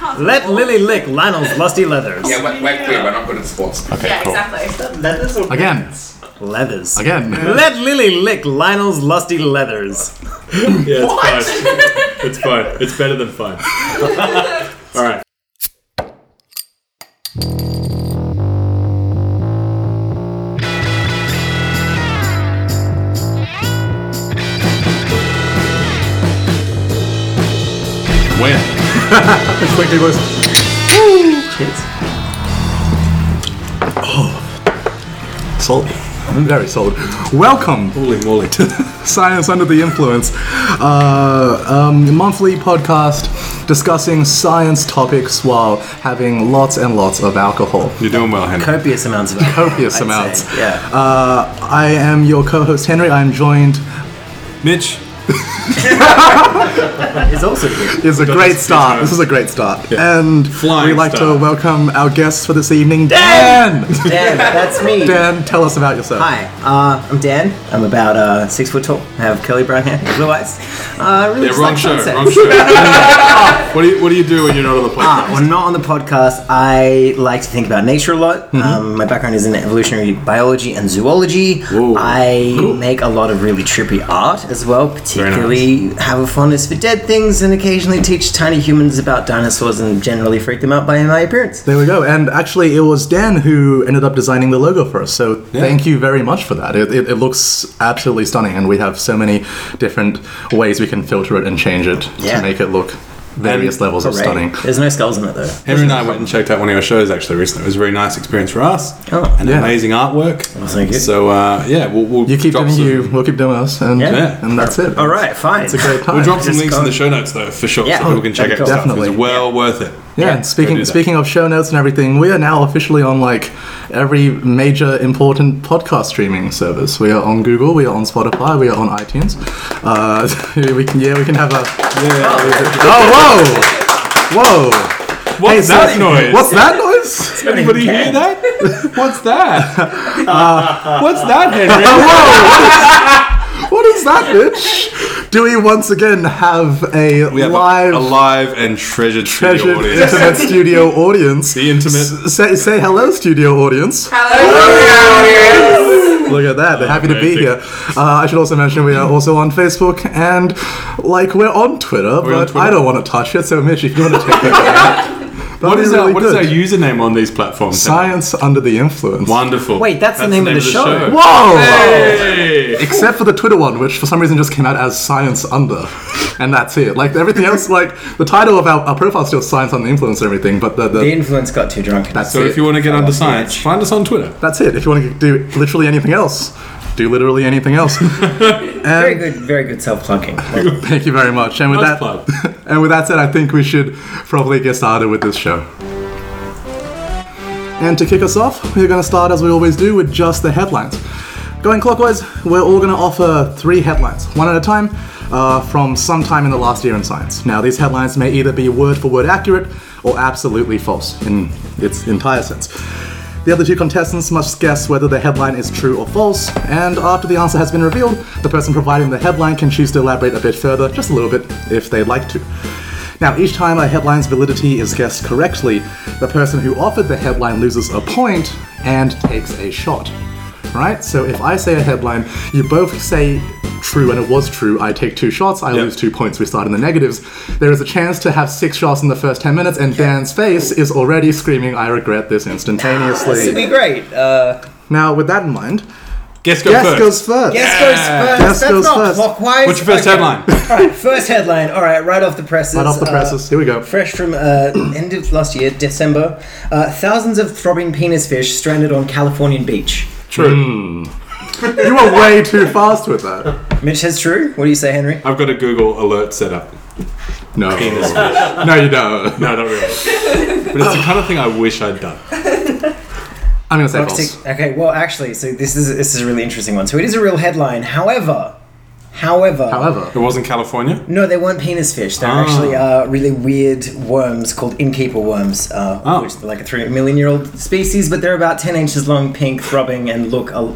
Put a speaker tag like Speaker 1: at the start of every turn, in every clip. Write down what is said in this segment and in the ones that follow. Speaker 1: not.
Speaker 2: Let Lily lick Lionel's lusty leathers.
Speaker 3: Yeah, we're, we're queer. We're not good at sports.
Speaker 4: Okay,
Speaker 1: Yeah,
Speaker 4: cool.
Speaker 1: exactly.
Speaker 5: That is okay.
Speaker 4: Again,
Speaker 2: Leathers.
Speaker 4: again.
Speaker 2: Let Lily lick Lionel's lusty leathers.
Speaker 6: Yeah, it's fine. It's fine. It's better than fun. All right.
Speaker 4: Win.
Speaker 6: Quickly, boys.
Speaker 4: Salt. Very solid. Welcome
Speaker 6: Holy moly.
Speaker 4: to Science Under the Influence, uh, um, monthly podcast discussing science topics while having lots and lots of alcohol.
Speaker 6: You're doing well, Henry.
Speaker 2: Copious amounts of alcohol.
Speaker 4: Copious
Speaker 2: I'd
Speaker 4: amounts.
Speaker 2: say, yeah.
Speaker 4: Uh, I am your co-host Henry. I'm joined.
Speaker 6: Mitch.
Speaker 2: It's also good.
Speaker 4: It's a
Speaker 6: got
Speaker 4: great
Speaker 6: this-
Speaker 4: start.
Speaker 6: this
Speaker 4: This is a great start.
Speaker 6: Yeah.
Speaker 4: And
Speaker 6: Flying
Speaker 4: we'd like
Speaker 6: start.
Speaker 4: to welcome our guests for this evening, Dan.
Speaker 2: Dan, that's me.
Speaker 4: Dan, tell us about yourself.
Speaker 2: Hi, uh, I'm Dan. I'm about uh, six foot tall. I have curly brown hair, blue eyes. Uh, really
Speaker 6: Yeah,
Speaker 2: just
Speaker 6: wrong
Speaker 2: like
Speaker 6: show.
Speaker 2: sunsets.
Speaker 6: Wrong show. what do you What do you do when you're not on the
Speaker 2: Ah,
Speaker 6: podcast?
Speaker 2: when not on the podcast, I like to think about nature a lot.
Speaker 4: Mm-hmm.
Speaker 2: Um, my background is in evolutionary biology and zoology.
Speaker 6: Whoa.
Speaker 2: I make a lot of really trippy art as well, particularly have a fondness for dead things and occasionally teach tiny humans about dinosaurs and generally freak them out by my appearance.
Speaker 4: There we go. And actually, it was Dan who ended up designing the logo for us. So thank you very much for that. It, it, it looks absolutely stunning, and we have so many different ways we can filter it and change it
Speaker 2: Yeah.
Speaker 4: to make it look various levels of
Speaker 2: Hooray.
Speaker 4: stunning.
Speaker 2: There's no skulls in it though.
Speaker 6: Henry and I went and checked out one of your shows actually recently. It was a very nice experience for us.
Speaker 2: Oh.
Speaker 6: and
Speaker 4: Yeah.
Speaker 6: amazing artwork.
Speaker 2: thank you.
Speaker 6: So uh, yeah, we'll, we'll
Speaker 4: You keep
Speaker 6: drop
Speaker 4: doing
Speaker 6: some,
Speaker 4: you. We'll keep doing us, and
Speaker 2: Yeah.
Speaker 6: Yeah.
Speaker 4: and that's it.
Speaker 2: All right, fine.
Speaker 4: It's a great time.
Speaker 6: We'll drop some
Speaker 2: Just
Speaker 6: links
Speaker 2: go-
Speaker 6: in the show notes though for sure,
Speaker 2: Yeah.
Speaker 6: so people can check out your
Speaker 4: Definitely.
Speaker 6: stuff. It's well worth it.
Speaker 4: Yeah,
Speaker 2: Yeah,
Speaker 4: and
Speaker 6: go do
Speaker 4: speaking
Speaker 6: that.
Speaker 4: speaking of show notes and everything, we are now officially on like every major important podcast streaming service. We are on Google, we are on Spotify, we are on iTunes. Uh, we can yeah, we can have a oh whoa whoa.
Speaker 6: What's
Speaker 4: so-
Speaker 6: that noise?
Speaker 4: What's that noise?
Speaker 6: Anybody hear that? What's that? What's that, Henry?
Speaker 4: What is that, bitch? Do we once again have a
Speaker 6: We have
Speaker 4: live,
Speaker 6: a, a live and treasured treasured
Speaker 4: treasured
Speaker 6: audience.
Speaker 4: intimate studio audience?
Speaker 6: The intimate.
Speaker 4: S- say, say hello, studio audience.
Speaker 1: Hello.
Speaker 4: Look at that. They're happy to be
Speaker 6: Oh, amazing.
Speaker 4: here. Uh, I should also mention we are also on Facebook and like we're on Twitter,
Speaker 6: we on
Speaker 4: but
Speaker 6: Twitter?
Speaker 4: I don't want to touch it. So Mitch, if you want to take that, down,
Speaker 6: What is,
Speaker 4: that'd be
Speaker 6: our,
Speaker 4: really
Speaker 6: what is
Speaker 4: good.
Speaker 6: our username on these platforms? Henry?
Speaker 4: Science under the influence.
Speaker 6: Wonderful.
Speaker 2: Wait, that's the name of the show.
Speaker 4: Whoa!
Speaker 6: Hey!
Speaker 4: Except for the Twitter one, which for some reason just came out as Science Under, and that's it. Like everything else, like the title of our, our profile is still Science Under the Influence and everything, but the, the,
Speaker 2: The influence got too drunk.
Speaker 4: that's
Speaker 6: So
Speaker 4: it.
Speaker 6: if you want to get onto science, find us on Twitter.
Speaker 4: that's it. If you want to do literally anything else, do literally anything else.
Speaker 2: Very good, very good self-plugging.
Speaker 4: Thank you very much. And with
Speaker 6: Nice
Speaker 4: that,
Speaker 6: plug.
Speaker 4: and with that said, I think we should probably get started with this show. And to kick us off, we're going to start as we always do with just the headlines. Going clockwise, we're all going to offer three headlines, one at a time, uh, from sometime in the last year in science. Now, these headlines may either be word for word accurate or absolutely false in its entire sense. The other two contestants must guess whether the headline is true or false, and after the answer has been revealed, the person providing the headline can choose to elaborate a bit further, just a little bit, if they'd like to. Now, each time a headline's validity is guessed correctly, the person who offered the headline loses a point and takes a shot. Right? So if I say a headline, you both say true and it was true, I take two shots, I lose two points, we start in the negatives. There is a chance to have six shots in the first 10 minutes, and Dan's face is already screaming, I regret this instantaneously.
Speaker 2: This would be great. Uh,
Speaker 4: Now, with that in mind,
Speaker 6: Guess go
Speaker 4: guess
Speaker 6: first.
Speaker 4: goes first.
Speaker 2: guess goes first.
Speaker 4: Guess
Speaker 2: That's
Speaker 4: goes
Speaker 2: not
Speaker 4: first.
Speaker 2: clockwise.
Speaker 6: What's your first
Speaker 2: Okay.
Speaker 6: headline?
Speaker 2: Alright, first headline. All right, right off the presses.
Speaker 4: Right off the
Speaker 2: uh,
Speaker 4: presses. Here we go.
Speaker 2: fresh from uh, end of last year, December. Uh, thousands of throbbing penis fish stranded on Californian beach.
Speaker 6: True.
Speaker 4: You were way too fast with that.
Speaker 2: Mitch says true. What do you say, Henry?
Speaker 6: I've got a Google alert set up.
Speaker 4: No.
Speaker 6: Penis
Speaker 4: No, you don't.
Speaker 6: No, not really. But it's the kind of thing I wish I'd done.
Speaker 4: I'm going to say false.
Speaker 2: Toxic- Okay. Well, actually, so this is this is a really interesting one. So it is a real headline. However, However,
Speaker 4: However, Ah.
Speaker 6: It wasn't California.
Speaker 2: no, they weren't penis fish. They're actually uh, really weird worms called innkeeper worms, uh,
Speaker 6: Oh.
Speaker 2: which are like a three million year old species, but they're about ten inches long, pink, throbbing, and look a-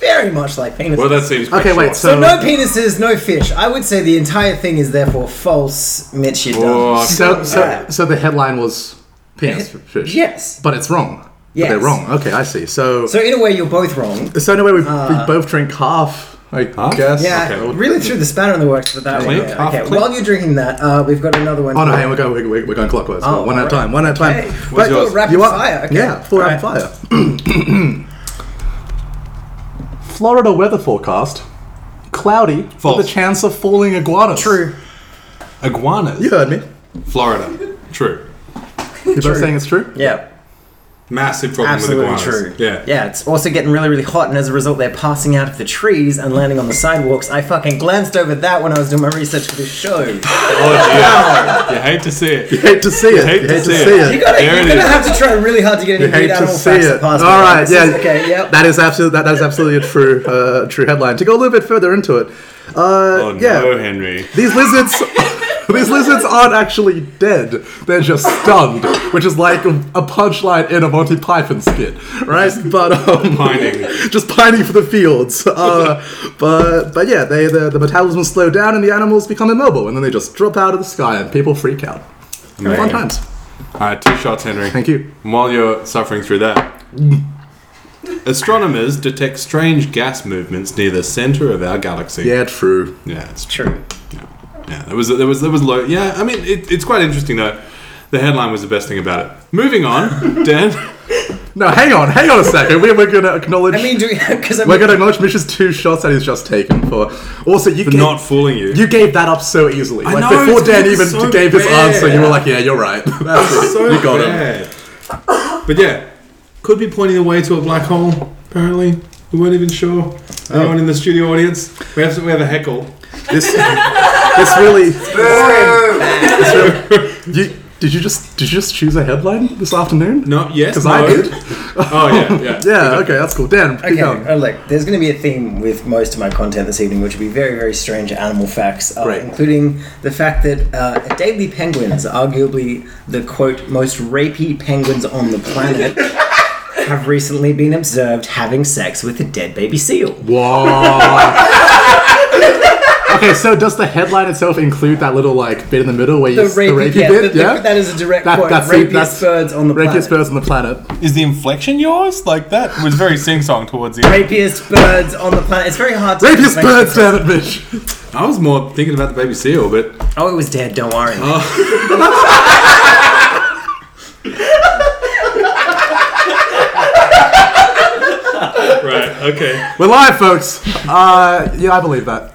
Speaker 2: very much like penises.
Speaker 6: Well, that seems.
Speaker 4: okay,
Speaker 6: pretty
Speaker 4: wait.
Speaker 6: short.
Speaker 4: So,
Speaker 2: no penises, no fish. I would say the entire thing is therefore false. Mitch, you're
Speaker 6: Oh,
Speaker 2: dumb.
Speaker 4: so,
Speaker 6: okay.
Speaker 4: so, so the headline was penis fish.
Speaker 2: Yes.
Speaker 4: but it's wrong. But they're
Speaker 2: Yes.
Speaker 4: wrong. Okay, I see. So, so, uh,
Speaker 2: So in a way, you're both wrong.
Speaker 4: no way we, we both drink half. I
Speaker 6: Half?
Speaker 4: guess.
Speaker 2: Yeah,
Speaker 6: Okay, well-
Speaker 2: really threw the spanner in the works for that one.
Speaker 6: Clink,
Speaker 2: yeah.
Speaker 6: half
Speaker 2: Okay,
Speaker 6: clink.
Speaker 2: while you're drinking that, uh, we've got another one.
Speaker 4: Oh no, hey, we're going, we're, we're going clockwise.
Speaker 2: Oh,
Speaker 4: One at a
Speaker 2: right.
Speaker 4: time. One at a time.
Speaker 2: Hey,
Speaker 4: But
Speaker 2: we'll do a rapid
Speaker 4: you are-
Speaker 2: fire, okay.
Speaker 4: Yeah, full rapid
Speaker 2: Alright.
Speaker 4: fire. Florida weather forecast: cloudy
Speaker 6: False.
Speaker 4: with a chance of falling iguanas.
Speaker 2: True.
Speaker 6: Iguanas.
Speaker 4: You heard me.
Speaker 6: Florida. True.
Speaker 4: You're both saying it's true.
Speaker 2: Yeah,
Speaker 6: Massive problem
Speaker 2: absolutely
Speaker 6: with
Speaker 2: true.
Speaker 6: iguanas. Yeah.
Speaker 2: yeah. It's also getting really, really hot, and as a result, they're passing out of the trees and landing on the sidewalks. I fucking glanced over that when I was doing my research for this show. you
Speaker 6: Oh, gee. you hate to see it.
Speaker 4: You hate to see it. You hate, to, see, it.
Speaker 2: gotta,
Speaker 6: There
Speaker 2: you're
Speaker 6: it
Speaker 2: gonna
Speaker 6: is.
Speaker 2: have to try really hard to get
Speaker 4: You
Speaker 2: any
Speaker 4: hate
Speaker 2: weird
Speaker 4: to
Speaker 2: animal
Speaker 4: see
Speaker 2: facts
Speaker 4: it.
Speaker 2: that pass me.
Speaker 4: All right,
Speaker 2: This
Speaker 4: yeah.
Speaker 2: is Okay. Yep.
Speaker 4: That is absolutely that, that is absolutely a true uh, true headline. To go a little bit further into it, uh,
Speaker 6: Oh
Speaker 4: yeah,
Speaker 6: no, Henry.
Speaker 4: these lizards. These lizards aren't actually dead; they're just stunned, which is like a punchline in a Monty Python skit, right? But um,
Speaker 6: Pining.
Speaker 4: just pining for the fields. Uh, but but yeah, they the, the metabolism slows down and the animals become immobile, and then they just drop out of the sky and people freak out. Fun times.
Speaker 6: All right, two shots, Henry.
Speaker 4: Thank you.
Speaker 6: And while you're suffering through that, astronomers detect strange gas movements near the center of our galaxy.
Speaker 4: Yeah, true.
Speaker 6: Yeah, it's true.
Speaker 2: True.
Speaker 6: Yeah, yeah there was there was there was low. Yeah, I mean it, it's quite interesting though. The headline was the best thing about it. Moving on, Dan.
Speaker 4: No, hang on, hang on a second. We, we're going to acknowledge.
Speaker 2: I mean, do because I
Speaker 4: we're
Speaker 2: mean,
Speaker 4: going to acknowledge Mitch's two shots that he's just taken for. Also, you
Speaker 6: For
Speaker 4: gave,
Speaker 6: not fooling you.
Speaker 4: you gave that up so easily. like
Speaker 6: know,
Speaker 4: before
Speaker 6: it's
Speaker 4: Dan
Speaker 6: been
Speaker 4: even
Speaker 6: so
Speaker 4: gave his
Speaker 6: bad.
Speaker 4: answer, you were like, "Yeah, you're right. That's it.
Speaker 6: so
Speaker 4: you got it."
Speaker 6: bad. But yeah, could be pointing the way to a black hole. Apparently, we weren't even sure.
Speaker 5: Oh.
Speaker 6: Anyone in the studio audience? We have we have a heckle.
Speaker 4: This, this really. You, did you just did you just choose a headline this afternoon?
Speaker 6: No, yes,
Speaker 4: because
Speaker 6: no.
Speaker 4: I did.
Speaker 6: Oh yeah, yeah.
Speaker 4: Yeah, okay, that's cool. Dan, keep
Speaker 2: Okay,
Speaker 4: going.
Speaker 2: uh, look, there's going to be a theme with most of my content this evening, which will be very, very strange animal facts, uh,
Speaker 4: Great.
Speaker 2: including the fact that uh, Daily Penguins, arguably the quote, most rapey penguins on the planet, have recently been observed having sex with a dead baby seal.
Speaker 4: Whoa. okay, so does the headline itself include that little like bit in the middle where you
Speaker 2: The
Speaker 4: s-
Speaker 2: rapey,
Speaker 4: the rapey
Speaker 2: yeah,
Speaker 4: bit?
Speaker 2: the- the- that is a direct quote.
Speaker 4: the-
Speaker 2: Rapiest birds on the
Speaker 4: rapiest
Speaker 2: planet.
Speaker 4: birds on the planet.
Speaker 5: Is the inflection yours? Like that was very sing song towards the end.
Speaker 2: Rapiest birds on the planet. It's very hard to.
Speaker 4: Rapiest
Speaker 2: make-
Speaker 4: birds, uh, damn it, bitch.
Speaker 6: I was more thinking about the baby seal, but
Speaker 2: Oh, it was dead, don't worry.
Speaker 6: right, okay.
Speaker 4: We're live, folks. Uh, yeah, I believe that.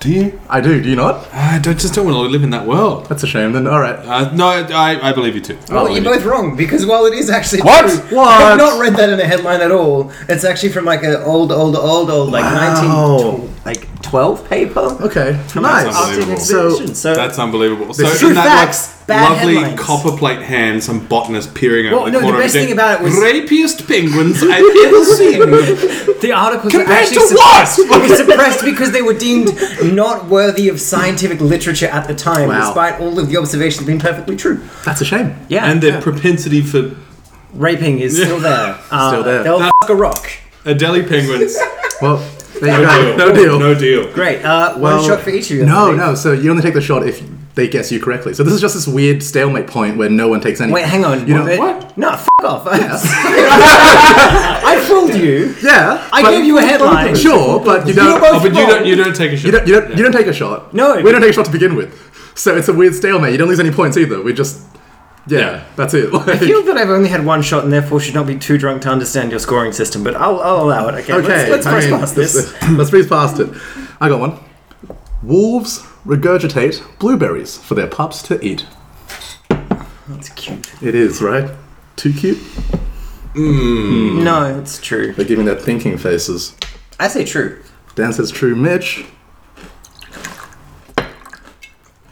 Speaker 6: Do you?
Speaker 4: I do. Do you not?
Speaker 6: I don't, just don't want to live in that world.
Speaker 4: That's a shame. Then all right.
Speaker 6: Uh, no, I, I believe you too. I
Speaker 2: Well,
Speaker 6: believe
Speaker 2: you're
Speaker 6: you.
Speaker 2: both wrong because while it is actually
Speaker 4: What?
Speaker 2: true,
Speaker 4: What?
Speaker 2: I've not read that in a headline at all. It's actually from like an old, old, old, old like
Speaker 4: Wow.
Speaker 2: nineteen, tw- like twelve paper.
Speaker 4: Okay.
Speaker 6: on,
Speaker 4: Nice.
Speaker 6: unbelievable.
Speaker 4: So
Speaker 2: So, so
Speaker 6: That's unbelievable. So
Speaker 4: This
Speaker 6: in
Speaker 4: is
Speaker 6: that
Speaker 2: facts,
Speaker 6: like,
Speaker 2: bad
Speaker 6: lovely
Speaker 2: headlines.
Speaker 6: copper plate hand, some botanist peering
Speaker 2: Well,
Speaker 6: over the
Speaker 2: no, the
Speaker 6: corner.
Speaker 2: best
Speaker 6: of a
Speaker 2: thing
Speaker 6: deck,
Speaker 2: about it was-
Speaker 6: rapiest penguins I've ever seen.
Speaker 2: the articles were
Speaker 6: Compared
Speaker 2: actually
Speaker 6: to what?
Speaker 2: were suppressed because they were deemed not worthy of scientific literature at the time,
Speaker 4: Wow.
Speaker 2: despite all of the observations being perfectly true.
Speaker 4: that's a shame.
Speaker 2: Yeah,
Speaker 6: and their propensity for
Speaker 2: raping is still there. Uh,
Speaker 4: Still there.
Speaker 2: They'll fuck a rock.
Speaker 6: Adelie penguins.
Speaker 4: Well, there you go. No deal.
Speaker 6: No deal.
Speaker 2: Great. Uh,
Speaker 4: Well,
Speaker 2: one shot for each of you.
Speaker 4: No, no. So you only take the shot if they guess you correctly. So this is just this weird stalemate point where no one takes any.
Speaker 2: Wait, hang on.
Speaker 4: You know
Speaker 2: Wait,
Speaker 4: what?
Speaker 2: No, f- off. I fooled you.
Speaker 4: Yeah.
Speaker 2: I
Speaker 4: but-
Speaker 2: gave you a headline.
Speaker 4: Sure, but you don't.
Speaker 2: were both
Speaker 6: Oh, but you
Speaker 2: wrong.
Speaker 6: don't. You don't take a shot.
Speaker 4: You don't, you, don't, you don't take a shot.
Speaker 2: No.
Speaker 4: We don't take a shot to begin with. So it's a weird stalemate. You don't lose any points either. We just. Yeah,
Speaker 6: Yeah.
Speaker 4: that's it. Like-
Speaker 2: I feel that I've only had one shot and therefore should not be too drunk to understand your scoring system, but I'll, I'll allow it. Okay,
Speaker 4: okay.
Speaker 2: let's, let's
Speaker 4: I
Speaker 2: press
Speaker 4: mean,
Speaker 2: past this.
Speaker 4: Let's breeze past it. I got one. Wolves regurgitate blueberries for their pups to eat.
Speaker 2: That's cute.
Speaker 4: It is, right? Too cute?
Speaker 2: No, it's true.
Speaker 4: They're giving their thinking faces.
Speaker 2: I say true.
Speaker 4: Dan says true Mitch.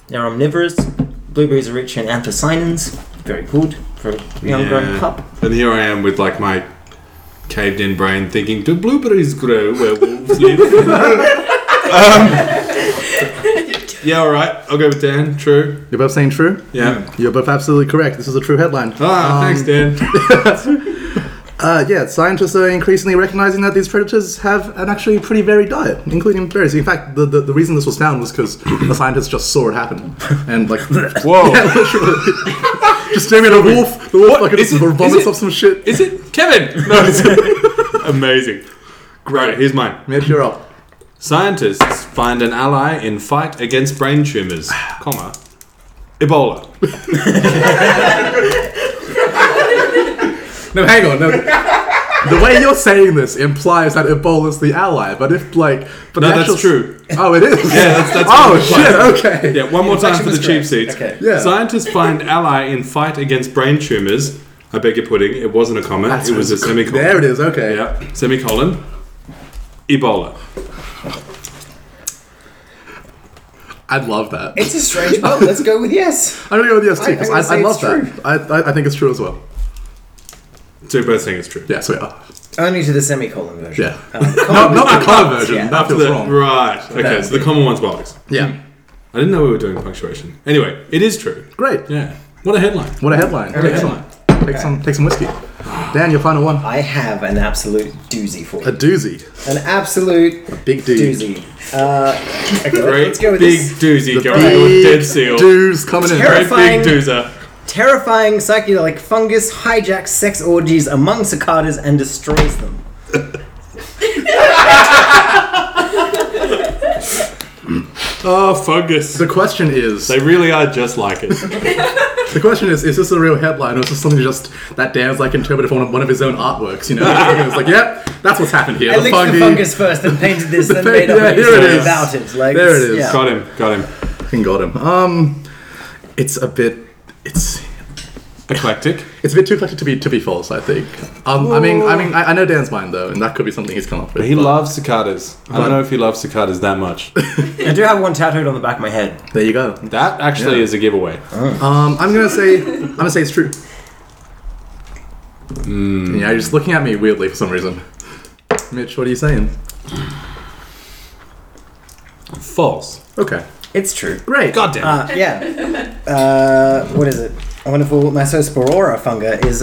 Speaker 2: They're omnivorous. Blueberries are rich in anthocyanins. Very good for a young grown pup.
Speaker 6: And here I am with like my caved in brain thinking, do blueberries grow where wolves live? um, Yeah, all right. I'll go with Dan. True.
Speaker 4: You're both saying true?
Speaker 6: Yeah.
Speaker 4: You're both absolutely correct. This is a true headline. Um,
Speaker 6: Ah, thanks,
Speaker 2: Um,
Speaker 6: Dan.
Speaker 4: Uh, yeah, scientists are increasingly recognizing that these predators have an actually pretty varied diet, including berries. In fact, the, the, the reason this was found was because a scientist just saw it happen. And, like,
Speaker 5: Whoa.
Speaker 4: just staring at a wolf, the wolf fucking
Speaker 6: Is it- is
Speaker 4: vomits
Speaker 6: it-
Speaker 4: up some shit.
Speaker 6: Is it Kevin? No, it's amazing. Great. Here's mine.
Speaker 4: Mitch, you're up.
Speaker 6: Scientists find an ally in fight against brain tumors, comma, Ebola.
Speaker 4: No, hang on. No. the way you're saying this implies that Ebola's the ally, but if like, but
Speaker 6: No,
Speaker 4: the
Speaker 6: that's
Speaker 4: actual-
Speaker 6: true.
Speaker 4: Oh, it is.
Speaker 6: Yeah, that's, that's
Speaker 4: oh
Speaker 6: what it implies.
Speaker 4: shit. Okay.
Speaker 6: Yeah, one more time for
Speaker 2: was
Speaker 6: the cheap
Speaker 2: correct.
Speaker 6: seats.
Speaker 2: Okay.
Speaker 4: Yeah.
Speaker 6: Scientists find ally in fight against brain tumors. I beg your pudding. It wasn't a comma.
Speaker 4: That's
Speaker 6: it was a
Speaker 4: what-
Speaker 6: semicolon.
Speaker 4: There it is. Okay.
Speaker 6: Yeah, semicolon. Ebola.
Speaker 4: I'd love that.
Speaker 2: It's a strange one. Let's go with yes.
Speaker 4: I'm gonna go with yes too because
Speaker 2: I- I would
Speaker 4: I, I,
Speaker 2: say
Speaker 4: love
Speaker 2: it's
Speaker 4: that. I, I I think it's true as well.
Speaker 6: So we're both saying it's true.
Speaker 4: Yes, we are.
Speaker 2: Only to the semicolon version.
Speaker 4: Yeah.
Speaker 2: Um,
Speaker 4: Not, not the color
Speaker 2: ones,
Speaker 4: version.
Speaker 2: yeah.
Speaker 4: That feels
Speaker 6: The-
Speaker 4: wrong.
Speaker 6: right. Okay, so the common one's bollocks.
Speaker 4: Yeah.
Speaker 6: I didn't know we were doing punctuation. Anyway, it is true.
Speaker 4: Great.
Speaker 6: Yeah. What a headline.
Speaker 4: What a headline.
Speaker 6: What a headline.
Speaker 4: Take some take some whiskey. Dan, your final one.
Speaker 2: I have an absolute doozy for
Speaker 4: A
Speaker 2: you.
Speaker 4: doozy.
Speaker 2: An absolute
Speaker 4: Big doozy.
Speaker 2: doozy. Uh, okay,
Speaker 6: Great
Speaker 2: let's go with
Speaker 6: big
Speaker 2: this.
Speaker 6: doozy going on with
Speaker 4: Big
Speaker 6: Dead Seal.
Speaker 4: Doos coming in.
Speaker 2: Terrifying.
Speaker 6: Great big doozer.
Speaker 2: Terrifying psychedelic fungus hijacks sex orgies among cicadas and destroys them.
Speaker 6: Oh, fungus.
Speaker 4: The question is.
Speaker 6: They really are just like it.
Speaker 4: The question is, is this a real headline or is this something just that Dan's like interpreted from one of, one of his own artworks? You know, it's like, yep, that's what's happened here.
Speaker 2: I licked the fungus first, then painted this, then made up
Speaker 4: yeah,
Speaker 2: a new
Speaker 4: here it
Speaker 2: story
Speaker 4: is.
Speaker 2: about it. Like,
Speaker 4: There
Speaker 2: it's-
Speaker 4: it is.
Speaker 2: yeah.
Speaker 6: Got him. Got him.
Speaker 4: fucking got him. Um, it's a bit, it's
Speaker 6: Eclectic.
Speaker 4: it's a bit too collected to be to be false. I think. Um, I mean, I mean, I, I know Dan's mind though, and that could be something he's come up with.
Speaker 6: He
Speaker 4: but
Speaker 6: loves cicadas. I don't know if he loves cicadas that much.
Speaker 2: I do have one tattooed on the back of my head.
Speaker 4: There you go.
Speaker 6: That actually is a giveaway.
Speaker 4: Um, I'm gonna say, I'm gonna say it's true. Yeah, you're just looking at me weirdly for some reason. Mitch, what are you saying?
Speaker 6: False.
Speaker 4: Okay,
Speaker 2: It's true.
Speaker 4: great.
Speaker 6: God damn.
Speaker 2: Uh, yeah. Uh, what is it? A wonderful Mysosporora funga is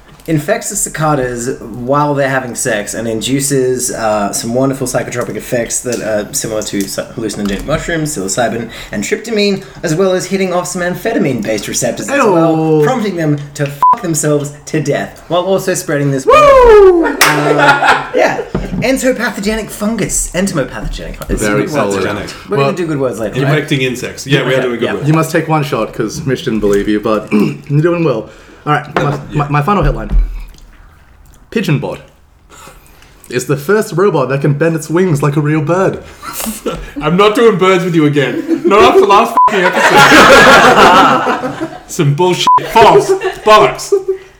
Speaker 2: infects the cicadas while they're having sex and induces uh, some wonderful psychotropic effects that are similar to s- hallucinogenic mushrooms, psilocybin, and tryptamine, as well as hitting off some amphetamine-based receptors as well,
Speaker 4: Ayo.
Speaker 2: prompting them to f- themselves to death while also spreading this. uh, Yeah, entopathogenic fungus. Entomopathogenic. It's
Speaker 4: Very
Speaker 2: good words.
Speaker 4: solid.
Speaker 6: Genic.
Speaker 2: We're
Speaker 4: Well-
Speaker 2: gonna do good words later. right?
Speaker 6: Infecting insects. Yeah, we are doing
Speaker 2: Yeah.
Speaker 6: good work.
Speaker 4: You must take one shot because Mitch didn't believe you, but you're doing well. All right, my, my, my final headline: Pigeon Bot is the first robot that can bend its wings like a real bird.
Speaker 6: I'm not doing birds with you again. Not after last fucking episode. Some bullshit. False. Bollocks.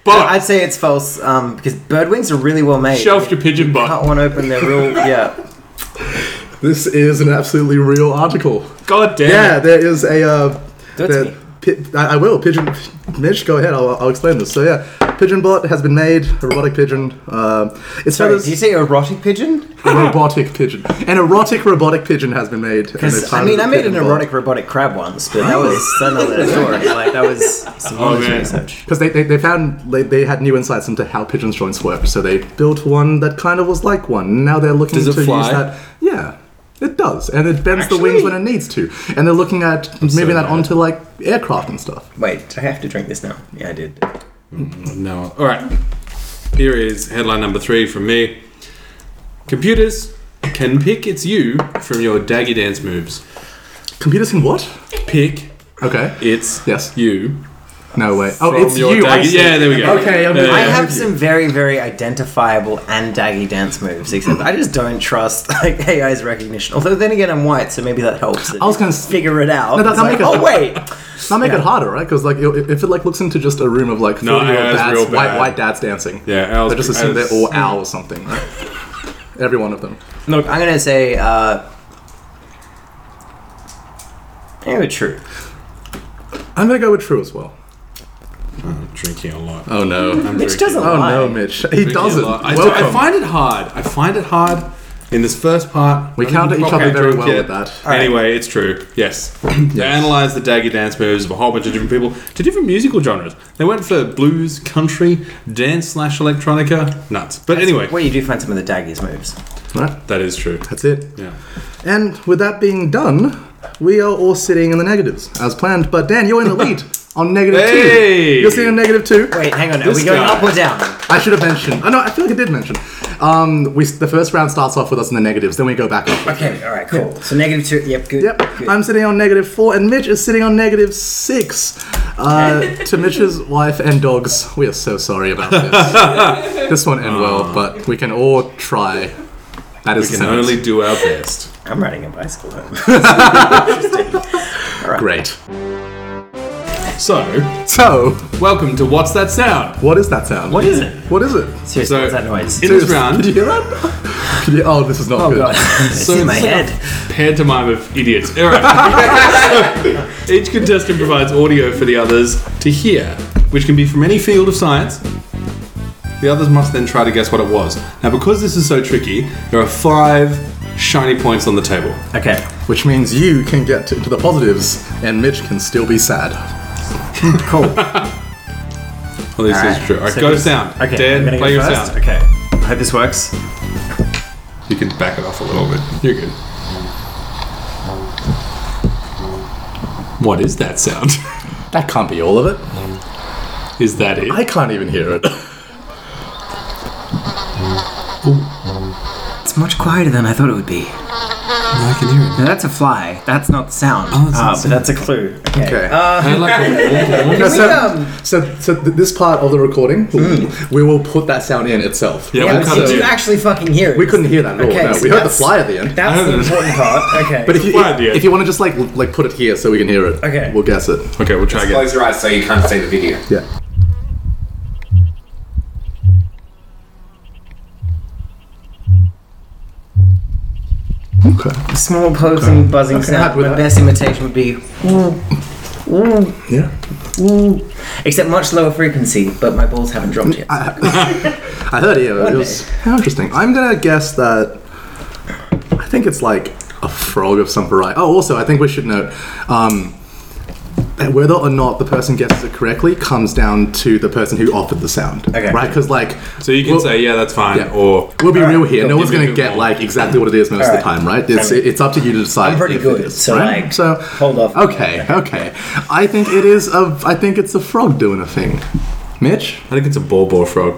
Speaker 6: Bollocks.
Speaker 2: I'd say it's false um, because bird wings are really well made.
Speaker 6: Shelf your pigeon
Speaker 2: Cut
Speaker 6: butt.
Speaker 2: one open, they're real. Yeah.
Speaker 4: This is an absolutely real article.
Speaker 6: God damn.
Speaker 4: Yeah,
Speaker 6: Yeah.
Speaker 4: there is a. Uh,
Speaker 2: Do it to
Speaker 4: the-
Speaker 2: me.
Speaker 4: pi- I, I will. Pigeon. Mitch, go ahead. I'll, I'll explain this. So yeah, Pigeon Bot has been made. A robotic pigeon. Um, it's
Speaker 2: Sorry, did you say erotic pigeon?
Speaker 4: a robotic pigeon. An erotic robotic pigeon has been made. and it's
Speaker 2: Because I
Speaker 4: titled
Speaker 2: mean, I made
Speaker 4: Pigeon
Speaker 2: an
Speaker 4: Bot.
Speaker 2: erotic robotic crab once, but that was another story. Like that was some
Speaker 6: Oh,
Speaker 2: honest
Speaker 6: man.
Speaker 2: research.
Speaker 4: Because they, they, they found they, they had new insights into how pigeons' joints work, so they built one that kind of was like one. Now they're looking
Speaker 6: Does it
Speaker 4: to use
Speaker 6: fly?
Speaker 4: that. Yeah, it does, and it bends the wings when it needs to. And they're looking at moving that
Speaker 6: mad.
Speaker 4: onto like aircraft and stuff.
Speaker 2: Wait, do I have to drink this now? Yeah, I did.
Speaker 6: No. All right. Here is headline number three from me. Computers can pick its you from your daggy dance moves.
Speaker 4: Computers can what?
Speaker 6: Pick
Speaker 4: Okay.
Speaker 6: its
Speaker 4: Yes.
Speaker 6: you
Speaker 4: No way. Oh,
Speaker 6: from
Speaker 4: it's
Speaker 6: your
Speaker 4: you. I
Speaker 6: daggy-
Speaker 4: see.
Speaker 6: Yeah, there we go.
Speaker 4: Okay, I'm-
Speaker 6: Yeah, yeah,
Speaker 2: I
Speaker 6: yeah.
Speaker 2: have some very, very identifiable and daggy dance moves, except I just don't trust like AI's recognition. Although then again, I'm white, so maybe that helps. It
Speaker 4: I was gonna s-
Speaker 2: figure it out.
Speaker 4: No, that-
Speaker 2: It's
Speaker 4: that
Speaker 2: like,
Speaker 4: make us-
Speaker 2: oh wait,
Speaker 4: That'll make it harder, right? Because like i- if it like looks into just a room of like
Speaker 6: No,
Speaker 4: forty year
Speaker 6: yeah,
Speaker 4: old
Speaker 6: it's
Speaker 4: dads,
Speaker 6: real
Speaker 4: white
Speaker 6: bad.
Speaker 4: white dads dancing,
Speaker 6: Yeah, ours-
Speaker 4: they just assume they're
Speaker 6: ours-
Speaker 4: all owl or something. Right? Every one of them.
Speaker 2: Look, I'm gonna say. Uh, yeah, we're true.
Speaker 4: I'm gonna go with true as well.
Speaker 6: I'm drinking a lot.
Speaker 4: Oh no.
Speaker 6: I'm
Speaker 2: Mitch
Speaker 6: drinking
Speaker 2: doesn't
Speaker 4: Oh
Speaker 2: lie.
Speaker 4: no, Mitch. He
Speaker 6: drinking a
Speaker 4: doesn't.
Speaker 6: lot. I,
Speaker 4: Welcome.
Speaker 6: I find it hard. I find it hard In this first part,
Speaker 4: We
Speaker 6: I don't
Speaker 4: counter
Speaker 6: think
Speaker 4: each
Speaker 6: we're
Speaker 4: other very
Speaker 6: drunk
Speaker 4: well with that.
Speaker 2: right.
Speaker 6: Anyway, it's true. Yes. They analysed the daggy dance moves of a whole bunch of different people to different musical genres. They went for blues, country, dance slash electronica. Nuts. But anyway,
Speaker 2: Where you do find some of the daggies moves.
Speaker 4: Right?
Speaker 6: that is true.
Speaker 4: That's it.
Speaker 6: Yeah.
Speaker 4: And with that being done, we are all sitting in the negatives as planned. But Dan, you're in the lead on negative
Speaker 6: Hey!
Speaker 4: two. You're sitting in negative two.
Speaker 2: Wait, hang on. Are
Speaker 6: This
Speaker 2: we going
Speaker 6: guy.
Speaker 2: up or down?
Speaker 4: I should have mentioned. Oh no, I feel like I did mention. Um, we the first round starts off with us in the negatives, then we go back up.
Speaker 2: Okay. All right. Cool. So negative two. Yep. Good.
Speaker 4: Yep,
Speaker 2: Good.
Speaker 4: I'm sitting on negative four, and Mitch is sitting on negative six. Uh, to Mitch's wife and dogs, we are so sorry about this. this won't end well, but we can all try. That is the
Speaker 6: Uh, We can
Speaker 4: sentence.
Speaker 6: only do our best.
Speaker 2: I'm riding a bicycle home.
Speaker 4: great.
Speaker 6: So,
Speaker 4: So,
Speaker 6: welcome to What's That Sound?
Speaker 4: what is that sound?
Speaker 2: What is it?
Speaker 4: What is it?
Speaker 2: Seriously,
Speaker 6: So-
Speaker 2: what's that noise?
Speaker 6: In this round,
Speaker 4: Did you hear that? Yeah, oh, this is not good.
Speaker 2: God. it's
Speaker 6: So
Speaker 2: in my
Speaker 6: it's
Speaker 2: head.
Speaker 6: pantomime of idiots. All right. So, each contestant provides audio for the others to hear, which can be from any field of science. The others must then try to guess what it was. Now, because this is so tricky, there are five shiny points on the table.
Speaker 2: Okay.
Speaker 4: Which means you can get to, to the positives, and Mitch can still be sad.
Speaker 2: Cool.
Speaker 6: Well, this
Speaker 2: Alright,
Speaker 6: is true. All right,
Speaker 2: so
Speaker 6: go to
Speaker 2: who's-
Speaker 6: sound.
Speaker 2: Okay, I'm
Speaker 6: Dan,
Speaker 2: gonna
Speaker 6: play
Speaker 2: go
Speaker 6: your
Speaker 2: first.
Speaker 6: sound.
Speaker 2: Okay, I hope this works.
Speaker 6: You can back it off a little bit. You're good. What is that sound?
Speaker 4: That can't be all of it.
Speaker 6: is that it?
Speaker 4: I can't even hear it.
Speaker 2: It's much quieter than I thought it would be.
Speaker 6: I can hear it.
Speaker 2: Now that's a fly. That's not the sound.
Speaker 6: Oh, it's
Speaker 2: Ah,
Speaker 6: not
Speaker 2: but
Speaker 6: sound.
Speaker 2: that's a clue. Okay.
Speaker 4: Okay.
Speaker 6: I like
Speaker 4: No,
Speaker 2: we,
Speaker 4: so,
Speaker 2: um,
Speaker 4: so, so th- this part of the recording, we will put that sound in itself.
Speaker 6: Hmm. Yeah,
Speaker 2: Yeah,
Speaker 6: we'll
Speaker 2: but
Speaker 6: cut
Speaker 2: you
Speaker 6: it.
Speaker 2: do
Speaker 6: in.
Speaker 2: actually fucking hear it.
Speaker 4: We couldn't hear that at all.
Speaker 2: Okay,
Speaker 4: no.
Speaker 2: so
Speaker 4: we heard the
Speaker 2: that's-
Speaker 4: fly at the end.
Speaker 2: That's
Speaker 6: I
Speaker 2: the
Speaker 6: don't know.
Speaker 2: important part. Okay.
Speaker 4: But if you,
Speaker 6: fly at the
Speaker 4: if
Speaker 6: end.
Speaker 4: you want to just like l- like put it here so we can hear it,
Speaker 2: Okay.
Speaker 4: we'll guess it.
Speaker 6: Okay, we'll try again.
Speaker 3: Close your eyes so you can't see the video.
Speaker 4: Yeah. Okay.
Speaker 2: small pulsing, buzzing sound,
Speaker 4: happy with
Speaker 2: the
Speaker 4: that.
Speaker 2: best imitation would be,
Speaker 4: Yeah.
Speaker 2: except much lower frequency. But my balls haven't dropped yet.
Speaker 4: I heard it. It was how interesting. I'm gonna guess that. I think it's like a frog of some variety. Oh, also, I think we should note um, that whether or not the person guesses it correctly comes down to the person who offered the sound.
Speaker 2: Okay.
Speaker 4: Right? Because like,
Speaker 6: So you can
Speaker 4: Well-
Speaker 6: say, yeah, that's fine,
Speaker 4: yeah.
Speaker 6: or
Speaker 4: we'll be real here. No one's
Speaker 6: Give me
Speaker 4: gonna
Speaker 6: a
Speaker 4: get
Speaker 6: call.
Speaker 4: like exactly what it is most of the time, right? It's it's up to you to decide.
Speaker 2: I'm pretty
Speaker 4: if it
Speaker 2: good,
Speaker 4: is,
Speaker 2: so,
Speaker 4: right?
Speaker 2: like,
Speaker 4: so
Speaker 2: hold off.
Speaker 4: Okay, okay. I think it is a. I think it's a frog doing a thing. Mitch.
Speaker 6: I think it's a ball ball frog.